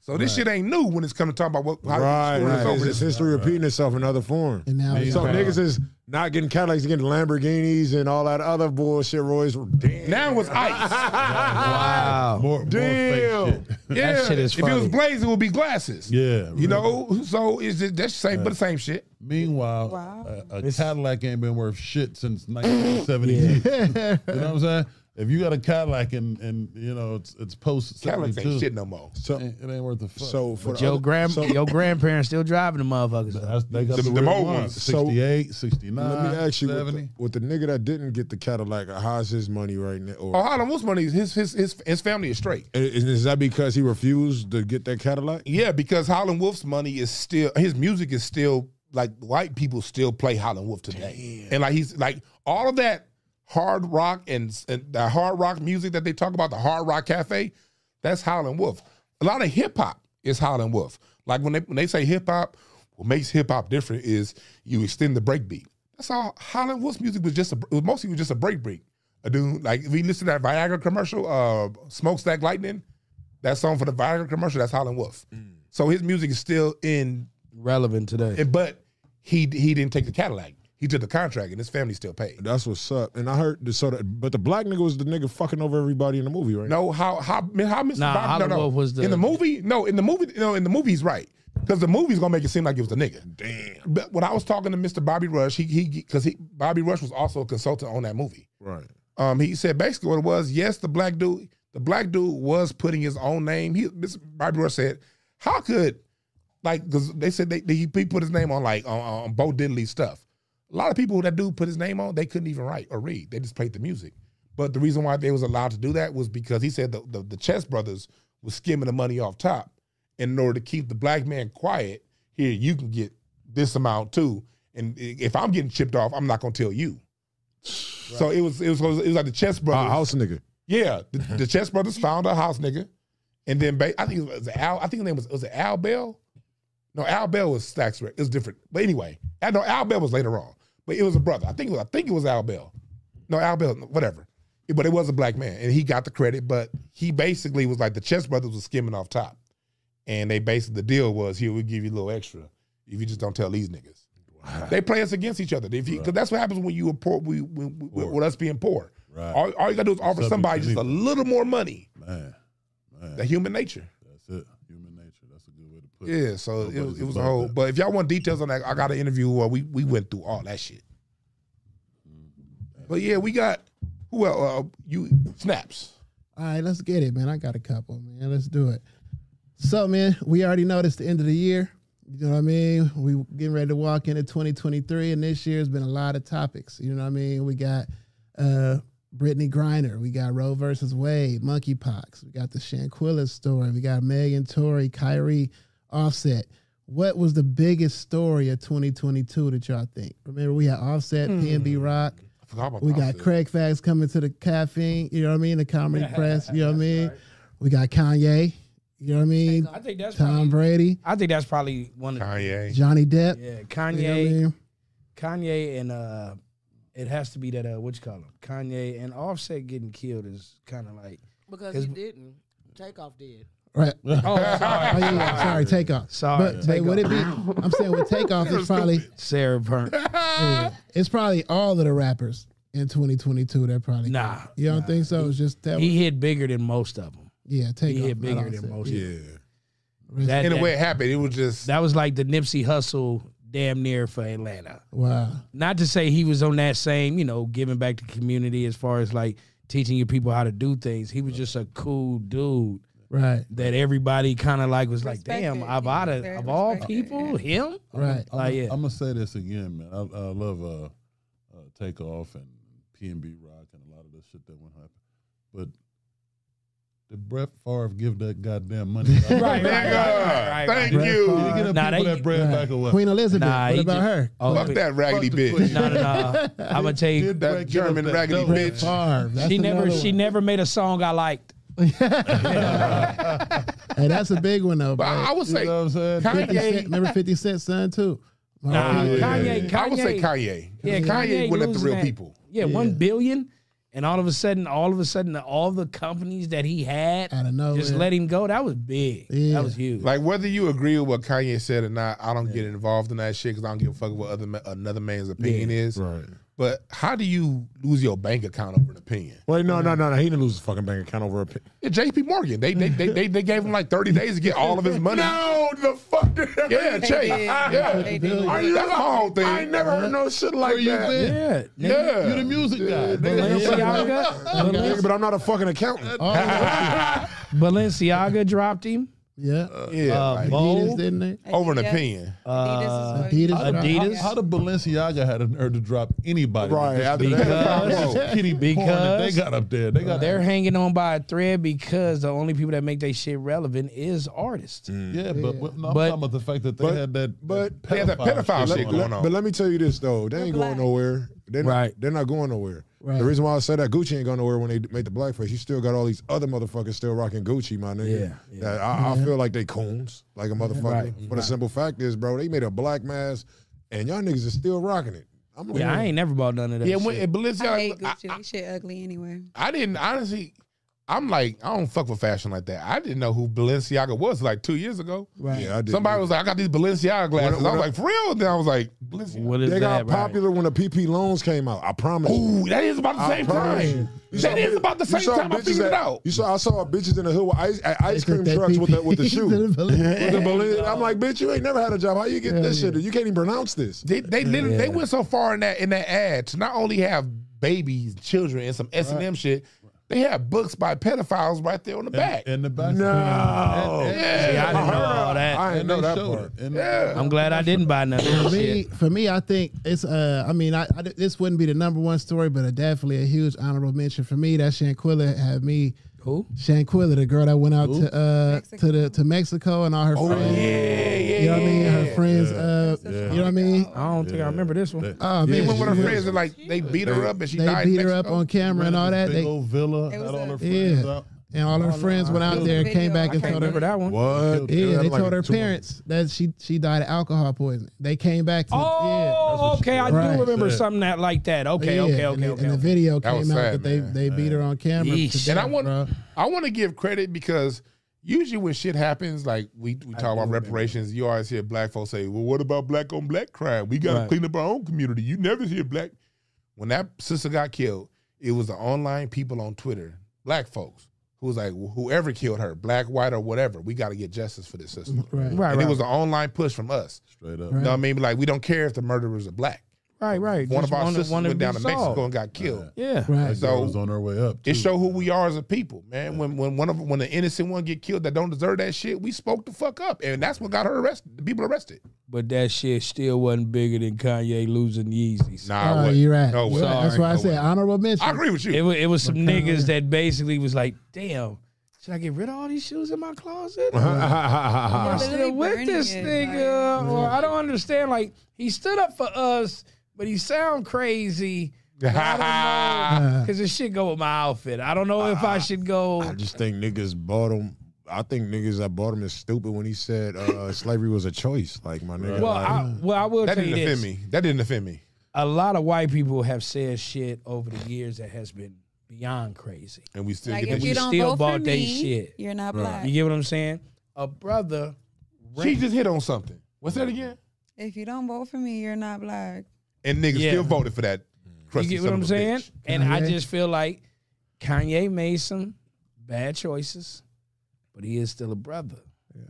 [SPEAKER 1] So this shit ain't new when it's come to talk about what, how
[SPEAKER 2] Right,
[SPEAKER 1] screwing us
[SPEAKER 2] right. It's,
[SPEAKER 1] over.
[SPEAKER 2] it's history repeating itself in other form.
[SPEAKER 3] and now it's
[SPEAKER 2] So
[SPEAKER 3] like,
[SPEAKER 2] niggas is not getting Cadillacs, they're getting Lamborghinis and all that other bullshit. Roy's damn.
[SPEAKER 1] Now it's ice.
[SPEAKER 4] wow.
[SPEAKER 5] More, more
[SPEAKER 2] Damn.
[SPEAKER 5] fake shit.
[SPEAKER 1] Yeah,
[SPEAKER 4] shit is
[SPEAKER 1] if it was
[SPEAKER 4] funny.
[SPEAKER 1] blazing, it would be glasses.
[SPEAKER 5] Yeah,
[SPEAKER 1] you
[SPEAKER 5] really.
[SPEAKER 1] know. So it's just, that's the same, but the same shit.
[SPEAKER 5] Meanwhile,
[SPEAKER 7] Wow.
[SPEAKER 5] a, a Cadillac ain't been worth shit since 1972. you know what I'm saying? If you got a Cadillac and and you know it's it's post
[SPEAKER 1] Cadillacs
[SPEAKER 5] 72,
[SPEAKER 1] ain't shit no more.
[SPEAKER 2] So,
[SPEAKER 5] ain't- it ain't worth the fuck.
[SPEAKER 2] so
[SPEAKER 1] uh,
[SPEAKER 2] for the
[SPEAKER 4] Your,
[SPEAKER 2] other-
[SPEAKER 4] grand,
[SPEAKER 2] so-
[SPEAKER 4] your grandparents still driving the motherfuckers. though.
[SPEAKER 5] That's, they got
[SPEAKER 1] The-
[SPEAKER 5] the,
[SPEAKER 1] the
[SPEAKER 5] real
[SPEAKER 1] old
[SPEAKER 5] ones.
[SPEAKER 1] ones.
[SPEAKER 2] So,
[SPEAKER 5] 68, 69,
[SPEAKER 2] let me ask you, with
[SPEAKER 5] 70.
[SPEAKER 2] the, with the nigga that didn't get the Cadillac, how's his money right now? Or,
[SPEAKER 1] Oh, Harlem Wolf's money. His his his his family is straight.
[SPEAKER 2] is, is that because he refused to get that Cadillac?
[SPEAKER 1] Yeah, because Holland Wolf's money is still his music is still like white people still play Holland Wolf today, and like he's like all of that hard rock and, and the hard rock music that they talk about the hard rock cafe, that's Holland Wolf. A lot of hip hop is Holland Wolf. Like when they when they say hip hop, what makes hip hop different is you extend the break beat. That's all. Holland Wolf's music was just a, it was mostly was just a break beat. A dude like if you listen to that Viagra commercial, uh, Smokestack Lightning. That song for the Viagra commercial, that's Holland Wolf. So his music is still in,
[SPEAKER 4] Relevant today.
[SPEAKER 1] and- but he he didn't take the Cadillac. He took the contract, and his family still paid.
[SPEAKER 2] That's what's up. And I heard the, so that, but the black nigga was the nigga fucking over everybody in the movie, right?
[SPEAKER 1] No, how how how Mr.
[SPEAKER 4] Nah,
[SPEAKER 1] Bob- no,
[SPEAKER 4] Holland
[SPEAKER 1] no.
[SPEAKER 4] Wolf was the-
[SPEAKER 1] in the movie. No, in the movie, no, in the movie, he's right because the movie's gonna make it seem like it was a nigga. Damn. But when I was talking to Mr. Bobby Rush, he he because he Bobby Rush was also a consultant on that movie.
[SPEAKER 2] Right.
[SPEAKER 1] Um, he said basically what it was. Yes, the black dude, the black dude was putting his own name. He, Mr. Bobby Rush said, "How could, like, because they said they, they- he put his name on like on, on Bo Diddley stuff. A lot of people that dude put his name on, they couldn't even write or read. They just played the music. But the reason why they was allowed to do that was because he said the the, the Chess Brothers was skimming the money off top, and in order to keep the black man quiet, here you can get this amount too. And i- if I'm getting chipped off, I'm not gonna tell you." So it was, it was it was like the Chess
[SPEAKER 2] Uh,
[SPEAKER 1] Brothers.
[SPEAKER 2] house nigga.
[SPEAKER 1] Yeah, the, the Chess Brothers found a house nigga, and then ba- I think it was Al. I think his name was was it Al Bell. No, Al Bell was Stax. It was different, but anyway, I know Al Bell was later on, but it was a brother. I think it was, I think it was Al Bell. No, Al Bell, whatever. But it was a black man, and he got the credit. But he basically was like the Chess Brothers was skimming off top, and they basically the deal was here we give you a little extra if you just don't tell these niggas. They play us against each other. If you, cause that's what happens when you are poor. We, when, with- with us being poor,
[SPEAKER 5] Right.
[SPEAKER 1] all, all you gotta do is offer
[SPEAKER 5] Subject
[SPEAKER 1] somebody
[SPEAKER 5] to
[SPEAKER 1] just a
[SPEAKER 5] me.
[SPEAKER 1] little more money.
[SPEAKER 5] Man,
[SPEAKER 1] The human nature.
[SPEAKER 5] that's it. Human nature. That's a good way to put it.
[SPEAKER 1] Yeah. So it was,
[SPEAKER 5] Nobody's
[SPEAKER 1] it was a
[SPEAKER 5] above
[SPEAKER 1] whole.
[SPEAKER 5] that.
[SPEAKER 1] But if y'all want details on that, I got an interview where we we went through all that shit. But yeah, we got who else? Uh, you snaps.
[SPEAKER 3] All right, let's get it, man. I got a couple, man. Let's do it. So, man, we already know this the end of the year. You know what I mean? We getting ready to walk into 2023, and this year's been a lot of topics. You know what I mean? We got uh Brittany Griner, we got Roe versus Wade, monkeypox, we got the Shanquilla story, we got Megan Tory, Kyrie, Offset. What was the biggest story of 2022 that y'all think? Remember, we had Offset, PNB Rock.
[SPEAKER 1] I forgot about
[SPEAKER 3] We
[SPEAKER 1] the
[SPEAKER 3] got
[SPEAKER 1] outfit.
[SPEAKER 3] Craig Fax coming to the caffeine. You know what I mean? The comedy press. You know what I mean? We got Kanye. You know what I mean?
[SPEAKER 4] I think that's
[SPEAKER 3] Tom
[SPEAKER 4] probably,
[SPEAKER 3] Brady,
[SPEAKER 4] I think that's probably one of
[SPEAKER 1] Kanye.
[SPEAKER 3] Johnny Depp.
[SPEAKER 4] yeah
[SPEAKER 3] You know what I
[SPEAKER 4] Kanye
[SPEAKER 3] mean?
[SPEAKER 4] Kanye and uh it has to be that uh what you call him Kanye and Offset getting killed is kind of like
[SPEAKER 6] Because
[SPEAKER 4] Cause-
[SPEAKER 6] he didn't. Takeoff did.
[SPEAKER 3] Right.
[SPEAKER 4] oh
[SPEAKER 3] Oh
[SPEAKER 4] sorry
[SPEAKER 3] yeah, yeah. sorry, takeoff.
[SPEAKER 4] Sorry,
[SPEAKER 3] but, but would it be? I'm saying with takeoff, it's probably
[SPEAKER 4] Sarah Burn
[SPEAKER 3] it's probably all of the rappers in 2022 that probably
[SPEAKER 4] Nah,
[SPEAKER 3] You don't think so? It's just that.
[SPEAKER 4] he hit bigger than most of them
[SPEAKER 3] yeah,
[SPEAKER 4] he
[SPEAKER 3] takeoff.
[SPEAKER 4] hit
[SPEAKER 3] not
[SPEAKER 4] bigger
[SPEAKER 3] Offset.
[SPEAKER 4] than most
[SPEAKER 2] Yeah.
[SPEAKER 4] that,
[SPEAKER 1] And the
[SPEAKER 4] that,
[SPEAKER 1] way it happened, it was just
[SPEAKER 4] that was like the Nipsey Hustle damn near for Atlanta
[SPEAKER 3] Wow.
[SPEAKER 4] not to say he was on that same, you know, giving back to community as far as like teaching your people how to do things. He was just a cool dude
[SPEAKER 3] Right.
[SPEAKER 4] that everybody kind of like was like, damn,
[SPEAKER 7] Respected,
[SPEAKER 4] of
[SPEAKER 7] yeah,
[SPEAKER 4] out of,
[SPEAKER 7] very
[SPEAKER 4] of all
[SPEAKER 7] respected,
[SPEAKER 4] people, him.
[SPEAKER 3] Right.
[SPEAKER 5] I'm,
[SPEAKER 4] Like, yeah.
[SPEAKER 5] I'm gonna say this again, man. I, I love uh, uh, takeoff and P and B Rock and a lot of the shit that went happen. But did Brett Favre give that goddamn money? back?
[SPEAKER 4] Right, right,
[SPEAKER 1] Nigga,
[SPEAKER 4] right, right,
[SPEAKER 1] Thank
[SPEAKER 3] right.
[SPEAKER 1] you.
[SPEAKER 5] Did he get them
[SPEAKER 4] Nah,
[SPEAKER 5] people
[SPEAKER 4] they-
[SPEAKER 5] that bread back away?
[SPEAKER 3] Queen Elizabeth.
[SPEAKER 4] Nah,
[SPEAKER 3] what
[SPEAKER 4] he
[SPEAKER 3] about
[SPEAKER 4] just-
[SPEAKER 3] her?
[SPEAKER 4] Oh,
[SPEAKER 1] Fuck
[SPEAKER 4] but-
[SPEAKER 1] that raggedy
[SPEAKER 5] Fuck the
[SPEAKER 1] bitch.
[SPEAKER 5] Queen.
[SPEAKER 4] No, no, no. I'm gonna tell you,
[SPEAKER 5] Did Brett
[SPEAKER 1] That
[SPEAKER 5] give up
[SPEAKER 1] German raggedy
[SPEAKER 5] dough?
[SPEAKER 1] bitch.
[SPEAKER 3] Favre. That's
[SPEAKER 4] she never,
[SPEAKER 3] another
[SPEAKER 4] she
[SPEAKER 3] one.
[SPEAKER 4] never made a song I liked.
[SPEAKER 3] Hey, that's a big one though.
[SPEAKER 1] But
[SPEAKER 3] bro.
[SPEAKER 1] I would
[SPEAKER 5] You
[SPEAKER 1] say
[SPEAKER 5] know what I'm saying?
[SPEAKER 1] Kanye- Oh,
[SPEAKER 3] 50 Cent, remember 50 Cent son too.
[SPEAKER 4] Nah,
[SPEAKER 3] R.I.P.
[SPEAKER 4] Kanye, Kanye.
[SPEAKER 1] I would say Kanye.
[SPEAKER 4] Yeah,
[SPEAKER 1] Kanye,
[SPEAKER 4] Kanye
[SPEAKER 1] went after
[SPEAKER 4] losing
[SPEAKER 1] real
[SPEAKER 4] that-
[SPEAKER 1] people.
[SPEAKER 4] Yeah,
[SPEAKER 3] Yeah.
[SPEAKER 4] one billion, and all of a sudden, all of a sudden, all the companies that he had
[SPEAKER 3] Outta
[SPEAKER 4] just
[SPEAKER 3] nowhere.
[SPEAKER 4] let him go. That was big.
[SPEAKER 3] Yeah.
[SPEAKER 4] That was huge.
[SPEAKER 1] Like whether you agree with what Kanye said or not, I don't get involved in that shit because I don't give a fuck what other ma- another man's opinion is.
[SPEAKER 2] Right.
[SPEAKER 1] But how do you lose your bank account over an opinion?
[SPEAKER 2] Wait, no, no, no, no. He didn't lose his fucking bank account over a pin.
[SPEAKER 1] Yeah, J.P. Morgan, they they, they they they gave him like thirty days to get all of his money.
[SPEAKER 2] No, the fuck.
[SPEAKER 1] Yeah,
[SPEAKER 7] They
[SPEAKER 1] Chase.
[SPEAKER 7] did.
[SPEAKER 1] Yeah,
[SPEAKER 7] They did.
[SPEAKER 1] Are you- that's my whole thing.
[SPEAKER 2] I ain't never heard no shit like
[SPEAKER 5] You
[SPEAKER 2] that.
[SPEAKER 5] did.
[SPEAKER 4] yeah,
[SPEAKER 1] yeah,
[SPEAKER 5] You the music guy.
[SPEAKER 4] Balenciaga,
[SPEAKER 2] Nigga,
[SPEAKER 4] Balen-
[SPEAKER 2] But I'm not a fucking accountant.
[SPEAKER 4] Oh.
[SPEAKER 3] All of them.
[SPEAKER 4] Balenciaga dropped him.
[SPEAKER 3] yeah.
[SPEAKER 1] yeah. like,
[SPEAKER 4] Bo-
[SPEAKER 3] Adidas, didn't they?
[SPEAKER 1] over an
[SPEAKER 7] Adidas.
[SPEAKER 1] opinion.
[SPEAKER 7] Adidas is what-
[SPEAKER 3] Adidas.
[SPEAKER 5] How,
[SPEAKER 4] Uh, Adidas.
[SPEAKER 5] how did Balenciaga had a nerve to drop anybody?
[SPEAKER 2] Right,
[SPEAKER 5] Just
[SPEAKER 2] after
[SPEAKER 5] the
[SPEAKER 2] that.
[SPEAKER 5] pedophile
[SPEAKER 1] Because-
[SPEAKER 5] kitty porn that they
[SPEAKER 4] because-
[SPEAKER 5] got up there. They got
[SPEAKER 4] They're hanging on by a thread because the only people that make their shit relevant is artists.
[SPEAKER 5] Yeah, but, but no, I'm
[SPEAKER 4] But-
[SPEAKER 5] talking about the fact that they
[SPEAKER 2] but-
[SPEAKER 5] had that.
[SPEAKER 2] but-
[SPEAKER 5] that
[SPEAKER 1] They had that pedophile shit
[SPEAKER 5] on.
[SPEAKER 1] going on.
[SPEAKER 2] But let me tell you this though, they
[SPEAKER 7] They're
[SPEAKER 2] ain't
[SPEAKER 7] black.
[SPEAKER 2] going nowhere. They're not,
[SPEAKER 4] Right.
[SPEAKER 2] They're not going nowhere.
[SPEAKER 3] Right.
[SPEAKER 2] The reason why I say that Gucci ain't going nowhere when they d- made the blackface, you still got all these other motherfuckers still rocking Gucci, my nigga.
[SPEAKER 4] Yeah, yeah. Mm-hmm.
[SPEAKER 2] That I, I feel like they coons, like a motherfucker.
[SPEAKER 4] Right,
[SPEAKER 2] But the simple fact is, bro, they made a black mask, and y'all niggas is still rocking it. I'm like,
[SPEAKER 4] Yeah, I ain't never bought none of that.
[SPEAKER 1] yeah,
[SPEAKER 4] shit.
[SPEAKER 1] when and
[SPEAKER 7] I hate
[SPEAKER 1] Balenciaga, I,
[SPEAKER 7] Gucci. They shit ugly anyway.
[SPEAKER 1] I didn't honestly. I'm like, I don't fuck with fashion like that. I didn't know who Balenciaga was like two years ago.
[SPEAKER 3] Right.
[SPEAKER 2] Yeah, I did.
[SPEAKER 1] Somebody was like, I got these Balenciaga glasses. I
[SPEAKER 2] What-
[SPEAKER 1] was
[SPEAKER 2] what-
[SPEAKER 1] like, for real? Then I was like, Balenciaga.
[SPEAKER 4] what is
[SPEAKER 2] They got
[SPEAKER 4] that? right?
[SPEAKER 2] popular when the PP loans came out. I promise. you.
[SPEAKER 1] Ooh, that is about the
[SPEAKER 2] I
[SPEAKER 1] same
[SPEAKER 2] promise
[SPEAKER 1] time.
[SPEAKER 2] you.
[SPEAKER 1] That
[SPEAKER 2] You
[SPEAKER 1] is
[SPEAKER 2] saw-
[SPEAKER 1] about the
[SPEAKER 2] you
[SPEAKER 1] same
[SPEAKER 2] saw
[SPEAKER 1] time I
[SPEAKER 2] bitches
[SPEAKER 1] figured it
[SPEAKER 2] at-
[SPEAKER 1] out.
[SPEAKER 2] You saw I saw bitches in the hood with ice, at ice cream
[SPEAKER 3] That
[SPEAKER 2] trucks with the with the
[SPEAKER 3] PP
[SPEAKER 2] shoe. With the
[SPEAKER 3] Balenciaga.
[SPEAKER 2] Balen- I'm like, bitch, you ain't never had a job. How you get this shit? You can't even pronounce this.
[SPEAKER 1] They, they literally they went so far in that in that ad to not only have babies, children, and some S and M shit, they have books by pedophiles right there on the back.
[SPEAKER 5] in the back.
[SPEAKER 2] No.
[SPEAKER 5] And- and-
[SPEAKER 4] See, I didn't know all that.
[SPEAKER 2] I didn't
[SPEAKER 5] and
[SPEAKER 2] know
[SPEAKER 5] they
[SPEAKER 2] that
[SPEAKER 5] showed
[SPEAKER 2] part.
[SPEAKER 5] it. And-
[SPEAKER 1] Yeah.
[SPEAKER 4] I'm glad I didn't buy none of that
[SPEAKER 3] For me,
[SPEAKER 4] shit.
[SPEAKER 3] for me, I think it's. Uh, I mean, I, I- this wouldn't be the number one story, but a, definitely a huge honorable mention for me. That Shanquilla had me.
[SPEAKER 4] Who?
[SPEAKER 3] Shanquilla, the girl that went out to uh to the to Mexico and all her friends.
[SPEAKER 1] Oh, yeah, yeah,
[SPEAKER 3] Oh, You know what I mean? Her friends. Uh,
[SPEAKER 7] Yeah.
[SPEAKER 3] you know what I mean?
[SPEAKER 4] I don't think I remember this one.
[SPEAKER 3] Oh
[SPEAKER 1] They
[SPEAKER 3] man,
[SPEAKER 1] went with
[SPEAKER 3] she-
[SPEAKER 1] her friends and like they beat her up and she
[SPEAKER 3] they
[SPEAKER 1] died. in
[SPEAKER 3] beat her up
[SPEAKER 1] Mexico.
[SPEAKER 3] on camera and all that.
[SPEAKER 5] Big
[SPEAKER 3] They,
[SPEAKER 5] old villa had
[SPEAKER 7] was
[SPEAKER 5] all
[SPEAKER 7] a-
[SPEAKER 5] her
[SPEAKER 3] yeah,
[SPEAKER 5] friends out.
[SPEAKER 3] and all her friends went out there and
[SPEAKER 7] Video.
[SPEAKER 3] came back
[SPEAKER 7] I
[SPEAKER 3] and
[SPEAKER 7] can't
[SPEAKER 3] told
[SPEAKER 4] Remember
[SPEAKER 3] her.
[SPEAKER 4] that one?
[SPEAKER 2] What?
[SPEAKER 3] Yeah, they
[SPEAKER 2] like
[SPEAKER 3] told her
[SPEAKER 2] two-
[SPEAKER 3] parents that she she died of alcohol poisoning. They came back to
[SPEAKER 4] Oh, okay. I
[SPEAKER 3] Right.
[SPEAKER 4] do remember something that like that.
[SPEAKER 3] yeah,
[SPEAKER 4] Okay,
[SPEAKER 3] yeah.
[SPEAKER 4] okay,
[SPEAKER 3] and
[SPEAKER 4] okay,
[SPEAKER 3] the,
[SPEAKER 4] okay.
[SPEAKER 3] And the video
[SPEAKER 1] That
[SPEAKER 3] came out
[SPEAKER 1] was sad,
[SPEAKER 3] that they
[SPEAKER 1] man.
[SPEAKER 3] they beat her on camera.
[SPEAKER 4] Yeesh.
[SPEAKER 3] to
[SPEAKER 1] And I
[SPEAKER 3] death,
[SPEAKER 1] want
[SPEAKER 3] bro.
[SPEAKER 1] I want to give credit because usually when shit happens, like we, we talk about reparations, you always hear black folks say, "Well, what about black on black crime? We got to
[SPEAKER 4] Right.
[SPEAKER 1] clean up our own community." You never hear black. When that sister got killed, it was the online people on Twitter, black folks, who was like, "Whoever killed her, black, white, or whatever, we got to get justice for this sister."
[SPEAKER 3] Right.
[SPEAKER 4] Right,
[SPEAKER 1] and
[SPEAKER 4] right,
[SPEAKER 1] it was an online push from us.
[SPEAKER 5] Straight up.
[SPEAKER 1] You know what I mean? Like we don't care if the murderers are black.
[SPEAKER 4] right, right.
[SPEAKER 1] One
[SPEAKER 4] Just
[SPEAKER 1] of our
[SPEAKER 4] wanted-
[SPEAKER 1] sisters
[SPEAKER 4] wanted
[SPEAKER 1] went down
[SPEAKER 4] be
[SPEAKER 1] to Mexico
[SPEAKER 4] solved.
[SPEAKER 1] and got killed.
[SPEAKER 4] Yeah.
[SPEAKER 3] Right.
[SPEAKER 5] That
[SPEAKER 1] So-
[SPEAKER 5] girl was on her way up.
[SPEAKER 1] It
[SPEAKER 5] too.
[SPEAKER 1] show who we are as a people, man. When when one of when the innocent one get killed that don't deserve that shit, we spoke the fuck up, and that's what got her arrested. The people arrested.
[SPEAKER 4] But that shit still wasn't bigger than Kanye losing Yeezys.
[SPEAKER 1] Nah,
[SPEAKER 3] Oh, you're right.
[SPEAKER 1] No
[SPEAKER 3] You're
[SPEAKER 1] way.
[SPEAKER 3] right. That's why I
[SPEAKER 1] No
[SPEAKER 3] said
[SPEAKER 1] way.
[SPEAKER 3] honorable mention.
[SPEAKER 1] I agree with
[SPEAKER 4] It
[SPEAKER 1] you.
[SPEAKER 4] was, it was some niggas that basically was like, damn, Should I get rid of all these shoes in my closet?
[SPEAKER 1] Uh-huh.
[SPEAKER 7] Yeah,
[SPEAKER 4] I'm
[SPEAKER 7] but
[SPEAKER 4] still
[SPEAKER 7] they
[SPEAKER 4] with
[SPEAKER 7] burning
[SPEAKER 4] this
[SPEAKER 7] it,
[SPEAKER 4] nigga. Or I don't understand. Like he stood up for us, but he sound crazy. Because this shit go with my outfit. I don't know if
[SPEAKER 1] Uh-huh.
[SPEAKER 4] I should go.
[SPEAKER 2] I just think niggas bought him. I think niggas that bought him is stupid when he said uh, slavery was a choice. Like my nigga,
[SPEAKER 4] well,
[SPEAKER 2] like,
[SPEAKER 4] I, well, I will
[SPEAKER 1] That
[SPEAKER 4] tell you
[SPEAKER 1] didn't
[SPEAKER 4] this.
[SPEAKER 1] offend me. That didn't offend me.
[SPEAKER 4] A lot of white people have said shit over the years that has been beyond crazy.
[SPEAKER 1] And we still
[SPEAKER 7] Like
[SPEAKER 1] get
[SPEAKER 7] if
[SPEAKER 1] that
[SPEAKER 7] you
[SPEAKER 1] shit.
[SPEAKER 7] don't
[SPEAKER 4] still
[SPEAKER 7] vote for
[SPEAKER 4] bought they
[SPEAKER 7] me,
[SPEAKER 4] shit.
[SPEAKER 7] you're not black.
[SPEAKER 4] You get what I'm saying? A brother.
[SPEAKER 1] She just hit on something. What's that again?
[SPEAKER 7] If you don't vote for me, you're not black.
[SPEAKER 1] And niggas
[SPEAKER 4] Yeah.
[SPEAKER 1] still voted for that.
[SPEAKER 4] You
[SPEAKER 1] crusty
[SPEAKER 4] get
[SPEAKER 1] son
[SPEAKER 4] what
[SPEAKER 1] of
[SPEAKER 4] I'm
[SPEAKER 1] a
[SPEAKER 4] saying?
[SPEAKER 1] bitch.
[SPEAKER 4] And I
[SPEAKER 3] Kanye.
[SPEAKER 4] just feel like Kanye made some bad choices, but he is still a brother.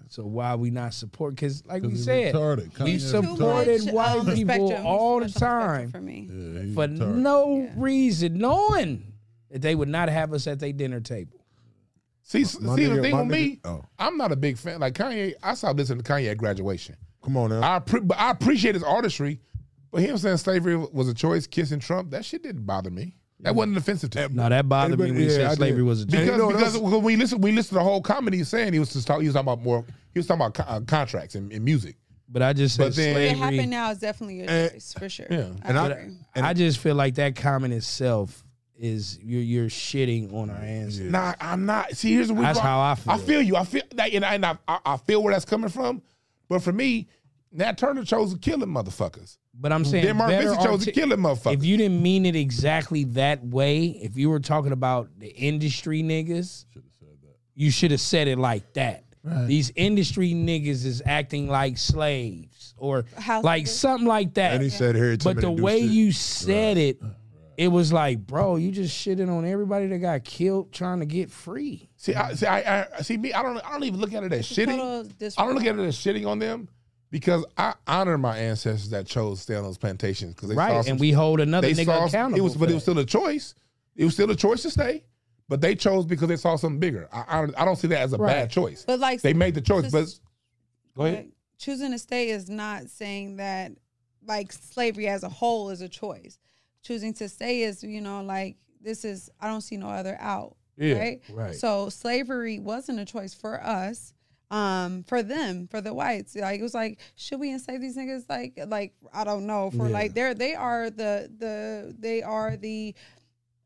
[SPEAKER 4] So why we not support? Because like we
[SPEAKER 5] He's
[SPEAKER 4] said,
[SPEAKER 5] retarded.
[SPEAKER 4] we
[SPEAKER 5] Kanye is
[SPEAKER 7] Too
[SPEAKER 5] retarded.
[SPEAKER 4] supported
[SPEAKER 7] much um,
[SPEAKER 4] white
[SPEAKER 7] on the
[SPEAKER 4] people
[SPEAKER 7] spectrum. He's
[SPEAKER 4] all the
[SPEAKER 7] too much on spectrum
[SPEAKER 4] time.
[SPEAKER 7] For me,
[SPEAKER 5] Yeah, he's
[SPEAKER 4] for
[SPEAKER 5] retarded.
[SPEAKER 4] no reason, knowing that they would not have us at their dinner table.
[SPEAKER 1] See, s-
[SPEAKER 2] My
[SPEAKER 1] see
[SPEAKER 2] nigga-
[SPEAKER 1] the thing
[SPEAKER 2] my
[SPEAKER 1] with
[SPEAKER 2] nigga-
[SPEAKER 1] me,
[SPEAKER 2] oh.
[SPEAKER 1] I'm not a big fan. Like Kanye, I saw listening to Kanye at graduation.
[SPEAKER 2] come on now.
[SPEAKER 1] I pre- but I appreciate his artistry, but him saying slavery was a choice, kissing Trump, that shit didn't bother me. That wasn't offensive to me.
[SPEAKER 4] No, that bothered me when you
[SPEAKER 2] Yeah, I
[SPEAKER 4] said
[SPEAKER 2] did.
[SPEAKER 4] slavery was a
[SPEAKER 1] Because,
[SPEAKER 2] you know,
[SPEAKER 1] because
[SPEAKER 2] that's-
[SPEAKER 1] when we listen, we listened to the whole comedy saying he was just talking. He was talking about more. He was talking about co- uh, contracts and, and music.
[SPEAKER 4] But I just said
[SPEAKER 1] But then-
[SPEAKER 7] What
[SPEAKER 4] slavery.
[SPEAKER 7] happened now is definitely your
[SPEAKER 2] And-
[SPEAKER 7] choice for sure.
[SPEAKER 1] yeah.
[SPEAKER 7] I
[SPEAKER 2] And I-
[SPEAKER 7] agree.
[SPEAKER 4] I just feel like that comment itself is you're you're shitting on our ancestors.
[SPEAKER 1] Nah, I'm not. See, here's the
[SPEAKER 4] That's
[SPEAKER 1] reason
[SPEAKER 4] how
[SPEAKER 1] why-
[SPEAKER 4] I feel.
[SPEAKER 1] I feel you. I feel that, and, I, and I, I I feel where that's coming from. But for me, Nat Turner chose to kill them motherfuckers.
[SPEAKER 4] But I'm saying
[SPEAKER 1] Then Mark
[SPEAKER 4] better
[SPEAKER 1] Vincent chose
[SPEAKER 4] arti-
[SPEAKER 1] to kill them motherfuckers.
[SPEAKER 4] If you didn't mean it exactly that way, if you were talking about the industry niggas, you should have said it like that. These industry niggas is acting like slaves or
[SPEAKER 7] House
[SPEAKER 4] like
[SPEAKER 7] niggas.
[SPEAKER 4] something like that.
[SPEAKER 2] and he said, "Here,
[SPEAKER 4] but the way you said it, it was like, bro, you just shitting on everybody that got killed trying to get free.
[SPEAKER 1] See, I, see, I, I see me. I don't. I don't even look at it as
[SPEAKER 7] total
[SPEAKER 1] shitting. I don't look at it as shitting on them because I honor my ancestors that chose to stay on those plantations because they saw
[SPEAKER 4] Right.
[SPEAKER 1] some
[SPEAKER 4] And we hold another
[SPEAKER 1] they
[SPEAKER 4] nigga
[SPEAKER 1] saw
[SPEAKER 4] accountable.
[SPEAKER 1] it was, but
[SPEAKER 4] for
[SPEAKER 1] it was
[SPEAKER 4] that.
[SPEAKER 1] still a choice. It was still a choice to stay, but they chose because they saw something bigger. I, I, I don't see that as a
[SPEAKER 4] Right.
[SPEAKER 1] bad choice.
[SPEAKER 7] But like
[SPEAKER 1] they made the choice, but go ahead.
[SPEAKER 7] Like, choosing to stay is not saying that like slavery as a whole is a choice. Choosing to stay is, you know, like this is I don't see no other out.
[SPEAKER 1] Yeah,
[SPEAKER 7] right?
[SPEAKER 4] right.
[SPEAKER 7] So slavery wasn't a choice for us. Um, for them, for the whites. Like it was like, should we enslave these niggas? Like like I don't know. For like they're they are the the they are the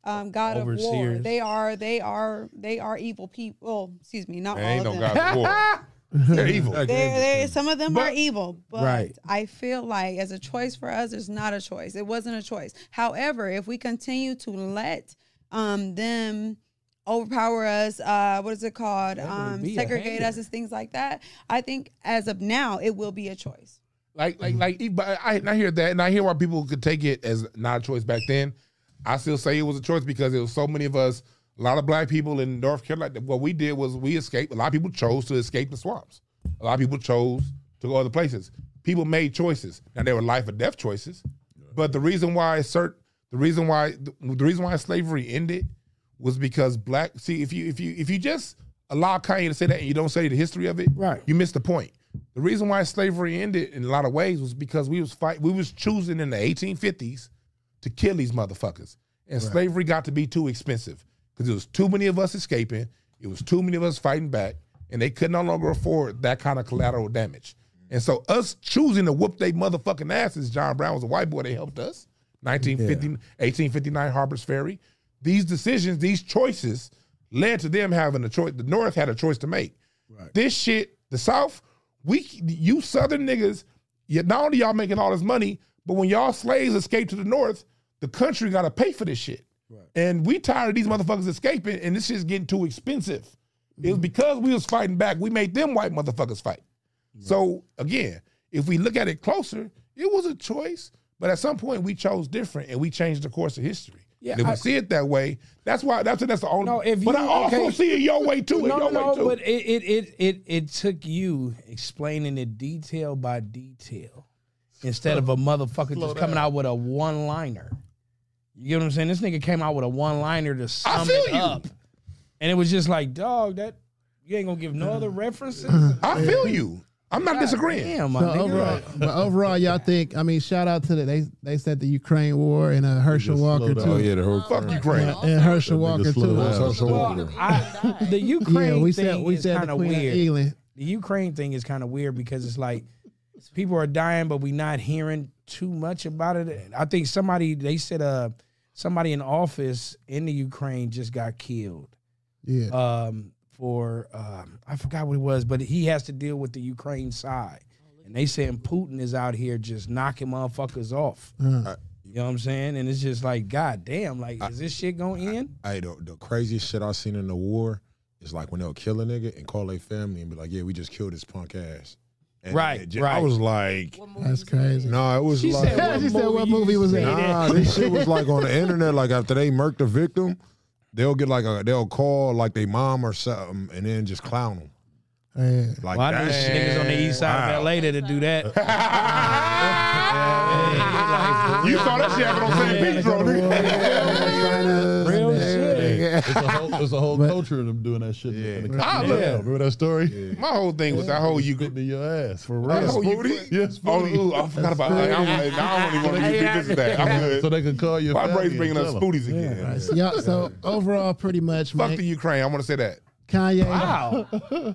[SPEAKER 7] um, God of war.
[SPEAKER 4] Overseers.
[SPEAKER 7] They are, they are, they are evil people. Well, excuse me, not
[SPEAKER 1] There
[SPEAKER 7] all
[SPEAKER 1] ain't
[SPEAKER 7] of
[SPEAKER 1] no
[SPEAKER 7] them
[SPEAKER 1] God of war. They're evil.
[SPEAKER 7] there, there, some of them are
[SPEAKER 1] But-
[SPEAKER 7] evil, but
[SPEAKER 4] Right.
[SPEAKER 7] I feel like as a choice for us, there's not a choice. It wasn't a choice. However, if we continue to let um, them overpower us, uh, what is it called, um,
[SPEAKER 4] be a
[SPEAKER 7] segregate us,
[SPEAKER 4] hater.
[SPEAKER 7] and things like that, I think as of now, it will be a choice.
[SPEAKER 1] Like, like, like. e- But I, and I hear that, and I hear why people could take it as not a choice back then. I still say it was a choice because it was so many of us. A lot of black people in North Carolina. that What we did was we escaped. A lot of people chose to escape the swamps. A lot of people chose to go other places. People made choices. Now they were life or death choices. But the reason why cert, the reason why the reason why slavery ended was because black. See, if you if you if you just allow Kanye to say that and you don't study the history of it,
[SPEAKER 4] Right.
[SPEAKER 1] You miss the point. The reason why slavery ended in a lot of ways was because we was fight we was choosing in the 1850s to kill these motherfuckers, and slavery got to be too expensive because it was too many of us escaping, it was too many of us fighting back, and they could no longer afford that kind of collateral damage. And so us choosing to whoop they motherfucking asses, John Brown was a white boy that helped us. 1950, 1859 Harper's Ferry. These decisions, these choices led to them having a choice. The North had a choice to make. This shit, the South, we you Southern niggas, you, not only y'all making all this money, but when y'all slaves escape to the North, the country got to pay for this shit. And we tired of these motherfuckers escaping, and this shit's getting too expensive. It
[SPEAKER 4] Mm-hmm.
[SPEAKER 1] was because we was fighting back. We made them white motherfuckers fight. So again, if we look at it closer, it was a choice, but at some point we chose different and we changed the course of history.
[SPEAKER 4] Yeah,
[SPEAKER 1] And if
[SPEAKER 4] I-
[SPEAKER 1] we see it that way, that's why that's that's the only.
[SPEAKER 4] No, if
[SPEAKER 1] but
[SPEAKER 4] you-
[SPEAKER 1] I also
[SPEAKER 4] okay.
[SPEAKER 1] see it your way too. and
[SPEAKER 4] No,
[SPEAKER 1] your
[SPEAKER 4] no,
[SPEAKER 1] way too.
[SPEAKER 4] but it it, it it it took you explaining it detail by detail instead of a motherfucker just coming out with a one liner. You get what I'm saying? This nigga came out with a one liner to sum
[SPEAKER 1] feel
[SPEAKER 4] it
[SPEAKER 1] you.
[SPEAKER 4] up, and it was just like, dog, that you ain't gonna give no other references.
[SPEAKER 1] I feel you. I'm not disagreeing.
[SPEAKER 4] Damn, my
[SPEAKER 3] So
[SPEAKER 4] nigga.
[SPEAKER 3] overall, but overall, y'all think? I mean, shout out to the they they said the Ukraine war and uh, Herschel
[SPEAKER 5] Just
[SPEAKER 3] Walker
[SPEAKER 5] slow
[SPEAKER 3] too,
[SPEAKER 5] down.
[SPEAKER 2] Oh yeah, the whole
[SPEAKER 1] Fuck Ukraine.
[SPEAKER 3] and Herschel
[SPEAKER 5] That nigga
[SPEAKER 3] Walker
[SPEAKER 5] slow
[SPEAKER 3] too.
[SPEAKER 5] down.
[SPEAKER 2] Well,
[SPEAKER 5] Social
[SPEAKER 4] Well, I, the Ukraine
[SPEAKER 3] Yeah, we
[SPEAKER 4] thing
[SPEAKER 3] said we
[SPEAKER 4] is
[SPEAKER 3] said
[SPEAKER 4] kind
[SPEAKER 3] the
[SPEAKER 4] of
[SPEAKER 3] Queen of
[SPEAKER 4] weird.
[SPEAKER 3] England.
[SPEAKER 4] the Ukraine thing is kind of weird because it's like people are dying, but we not hearing too much about it. I think somebody they said uh somebody in office in the Ukraine just got killed
[SPEAKER 3] Yeah,
[SPEAKER 4] um for um I forgot what it was, but he has to deal with the Ukraine side. And they saying Putin is out here just knocking motherfuckers off. You know what I'm saying? And it's just like, God damn, like, is this shit gonna end?
[SPEAKER 2] Hey, the, the craziest shit I seen in the war is like when they'll kill a nigga and call their family and be like, "Yeah, we just killed his punk ass." And
[SPEAKER 4] Right,
[SPEAKER 2] it ju- I
[SPEAKER 4] right.
[SPEAKER 2] was like,
[SPEAKER 3] that's crazy.
[SPEAKER 2] no, it was
[SPEAKER 4] She
[SPEAKER 2] like,
[SPEAKER 4] said, what
[SPEAKER 3] She said, what
[SPEAKER 4] you
[SPEAKER 3] movie was
[SPEAKER 4] say
[SPEAKER 3] that?"
[SPEAKER 2] nah, this shit was like on the internet. Like after they murked the victim, they'll get like a they'll call like their mom or something and then just clown them.
[SPEAKER 3] Yeah.
[SPEAKER 2] Like
[SPEAKER 4] Well, I
[SPEAKER 2] that
[SPEAKER 4] knew
[SPEAKER 2] shit.
[SPEAKER 4] niggas on the east side
[SPEAKER 2] Wow.
[SPEAKER 4] of LA that'd do that.
[SPEAKER 1] You saw that shit happen on San Pedro. nigga.
[SPEAKER 4] Real shit.
[SPEAKER 5] It's a whole, it's a whole culture of them doing that shit.
[SPEAKER 2] Yeah.
[SPEAKER 5] in the
[SPEAKER 1] Ah,
[SPEAKER 5] country.
[SPEAKER 1] look.
[SPEAKER 5] Yeah, Remember that story? Yeah.
[SPEAKER 1] My whole thing was that whole you.
[SPEAKER 5] Spitting in your ass for real.
[SPEAKER 1] That whole
[SPEAKER 2] Booty?
[SPEAKER 1] you.
[SPEAKER 5] Yes,
[SPEAKER 1] Oh,
[SPEAKER 5] booty.
[SPEAKER 1] ooh, I forgot about. I don't, I don't even want to get business that. I'm good.
[SPEAKER 5] so they can call your
[SPEAKER 1] My brain's
[SPEAKER 5] family
[SPEAKER 1] bringing
[SPEAKER 5] and
[SPEAKER 1] up
[SPEAKER 5] tell 'em.
[SPEAKER 1] spooties again.
[SPEAKER 3] So, y'all, so overall, pretty much,
[SPEAKER 1] Fuck
[SPEAKER 3] man.
[SPEAKER 1] the Ukraine. I want to say that.
[SPEAKER 3] Kanye.
[SPEAKER 4] Wow.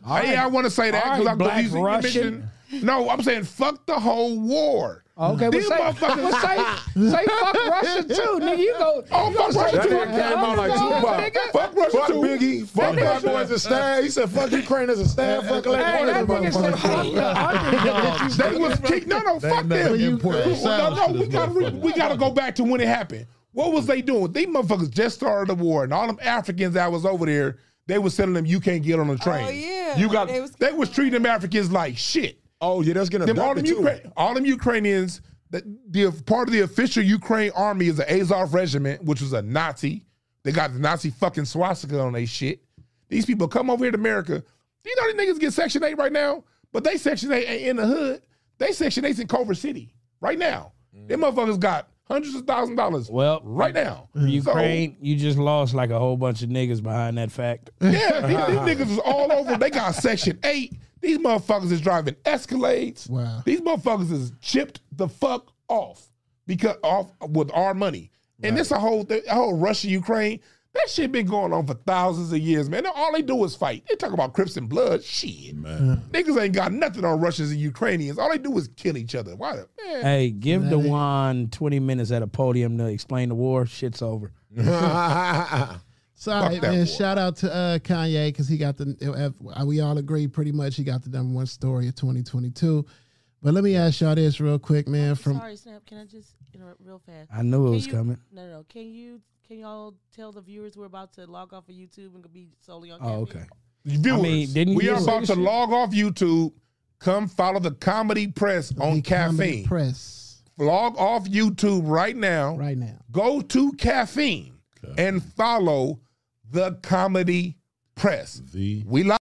[SPEAKER 1] I, yeah, I want to say that
[SPEAKER 4] All right,
[SPEAKER 1] because I'm
[SPEAKER 4] Black
[SPEAKER 1] using your
[SPEAKER 4] Russian.
[SPEAKER 1] mission. No, I'm saying fuck the whole war.
[SPEAKER 4] Okay, but
[SPEAKER 1] These
[SPEAKER 4] say,
[SPEAKER 1] motherfuckers-
[SPEAKER 4] well, say, say fuck Russia too, nigga. You go.
[SPEAKER 1] Oh,
[SPEAKER 4] you
[SPEAKER 1] fuck
[SPEAKER 4] go
[SPEAKER 1] Russia
[SPEAKER 4] straight
[SPEAKER 2] That
[SPEAKER 1] too.
[SPEAKER 4] to
[SPEAKER 2] nigga
[SPEAKER 4] the
[SPEAKER 2] came out like
[SPEAKER 4] underdog,
[SPEAKER 2] Tupac.
[SPEAKER 4] nigga.
[SPEAKER 1] Fuck Russia
[SPEAKER 2] Fuck
[SPEAKER 1] too.
[SPEAKER 2] Biggie.
[SPEAKER 1] That
[SPEAKER 2] Fuck Black
[SPEAKER 1] nigga-
[SPEAKER 2] Boy as a stab. He said, "Fuck Ukraine as a stab." Fuck Black
[SPEAKER 4] Hey,
[SPEAKER 2] Boy
[SPEAKER 4] that
[SPEAKER 2] as a
[SPEAKER 4] nigga said
[SPEAKER 2] motherfucker.
[SPEAKER 4] fuck the underdog.
[SPEAKER 1] They was kicked. No, no,
[SPEAKER 5] They
[SPEAKER 1] fuck
[SPEAKER 5] never
[SPEAKER 1] them.
[SPEAKER 5] imported
[SPEAKER 1] Well,
[SPEAKER 5] sound
[SPEAKER 1] no,
[SPEAKER 5] to
[SPEAKER 1] no, we
[SPEAKER 5] this
[SPEAKER 1] gotta re-
[SPEAKER 5] motherfucker.
[SPEAKER 1] we gotta go back to when it happened. What was they doing? These motherfuckers just started the war, and all them Africans that was over there, they was telling them you can't get on the train.
[SPEAKER 7] Oh, yeah.
[SPEAKER 1] you got. They
[SPEAKER 7] They
[SPEAKER 1] was,
[SPEAKER 7] was-
[SPEAKER 1] treating them Africans like shit.
[SPEAKER 2] Oh yeah, that's gonna
[SPEAKER 1] Them, all
[SPEAKER 2] abduct
[SPEAKER 1] them
[SPEAKER 2] it, too.
[SPEAKER 1] Ukra- all them Ukrainians. That the part of the official Ukraine army is the Azov Regiment, which was a Nazi. They got the Nazi fucking swastika on their shit. These people come over here to America. You know these niggas get Section 8 right now, but they Section 8 ain't in the hood. They Section 8's in Culver City right now. Them motherfuckers got hundreds of thousand dollars
[SPEAKER 4] Mm. Well,
[SPEAKER 1] right now.
[SPEAKER 4] Ukraine, you just lost like a whole bunch of niggas behind that fact.
[SPEAKER 1] So, yeah, these, these niggas is all over. They got Section 8. These motherfuckers is driving Escalades.
[SPEAKER 3] Wow.
[SPEAKER 1] These motherfuckers is chipped the fuck off because off with our money. And this a whole thing, a whole Russia Ukraine. That shit been going on for thousands of years, man. All they do is fight. They talk about Crips and blood. Shit. Niggas ain't got nothing on Russians and Ukrainians. All they do is kill each other. Why the man?
[SPEAKER 4] Hey, give Dewan 20 minutes at a podium to explain the war. Shit's over.
[SPEAKER 3] Sorry,
[SPEAKER 1] Fuck that
[SPEAKER 3] man.
[SPEAKER 1] war.
[SPEAKER 3] Shout out to uh, Kanye because he got the. uh, We all agree pretty much he got the number one story of 2022. But let me ask y'all this real quick, man. From
[SPEAKER 6] Sorry, Snap. Can I just interrupt real fast?
[SPEAKER 4] I knew it
[SPEAKER 6] Can
[SPEAKER 4] was
[SPEAKER 6] you-
[SPEAKER 4] coming.
[SPEAKER 6] No, no, no. Can you can y'all tell the viewers we're about to log off of YouTube and be solely on?
[SPEAKER 4] Oh,
[SPEAKER 6] Caffeine?
[SPEAKER 4] okay.
[SPEAKER 1] Viewers,
[SPEAKER 4] I mean, didn't
[SPEAKER 1] we
[SPEAKER 4] you
[SPEAKER 1] are
[SPEAKER 4] say
[SPEAKER 1] about to
[SPEAKER 4] shit?
[SPEAKER 1] log off YouTube. Come follow the comedy press on
[SPEAKER 3] the Comedy
[SPEAKER 1] caffeine.
[SPEAKER 3] press
[SPEAKER 1] log off YouTube right now.
[SPEAKER 3] right now.
[SPEAKER 1] Go to caffeine and follow the comedy press.
[SPEAKER 5] The
[SPEAKER 1] We like.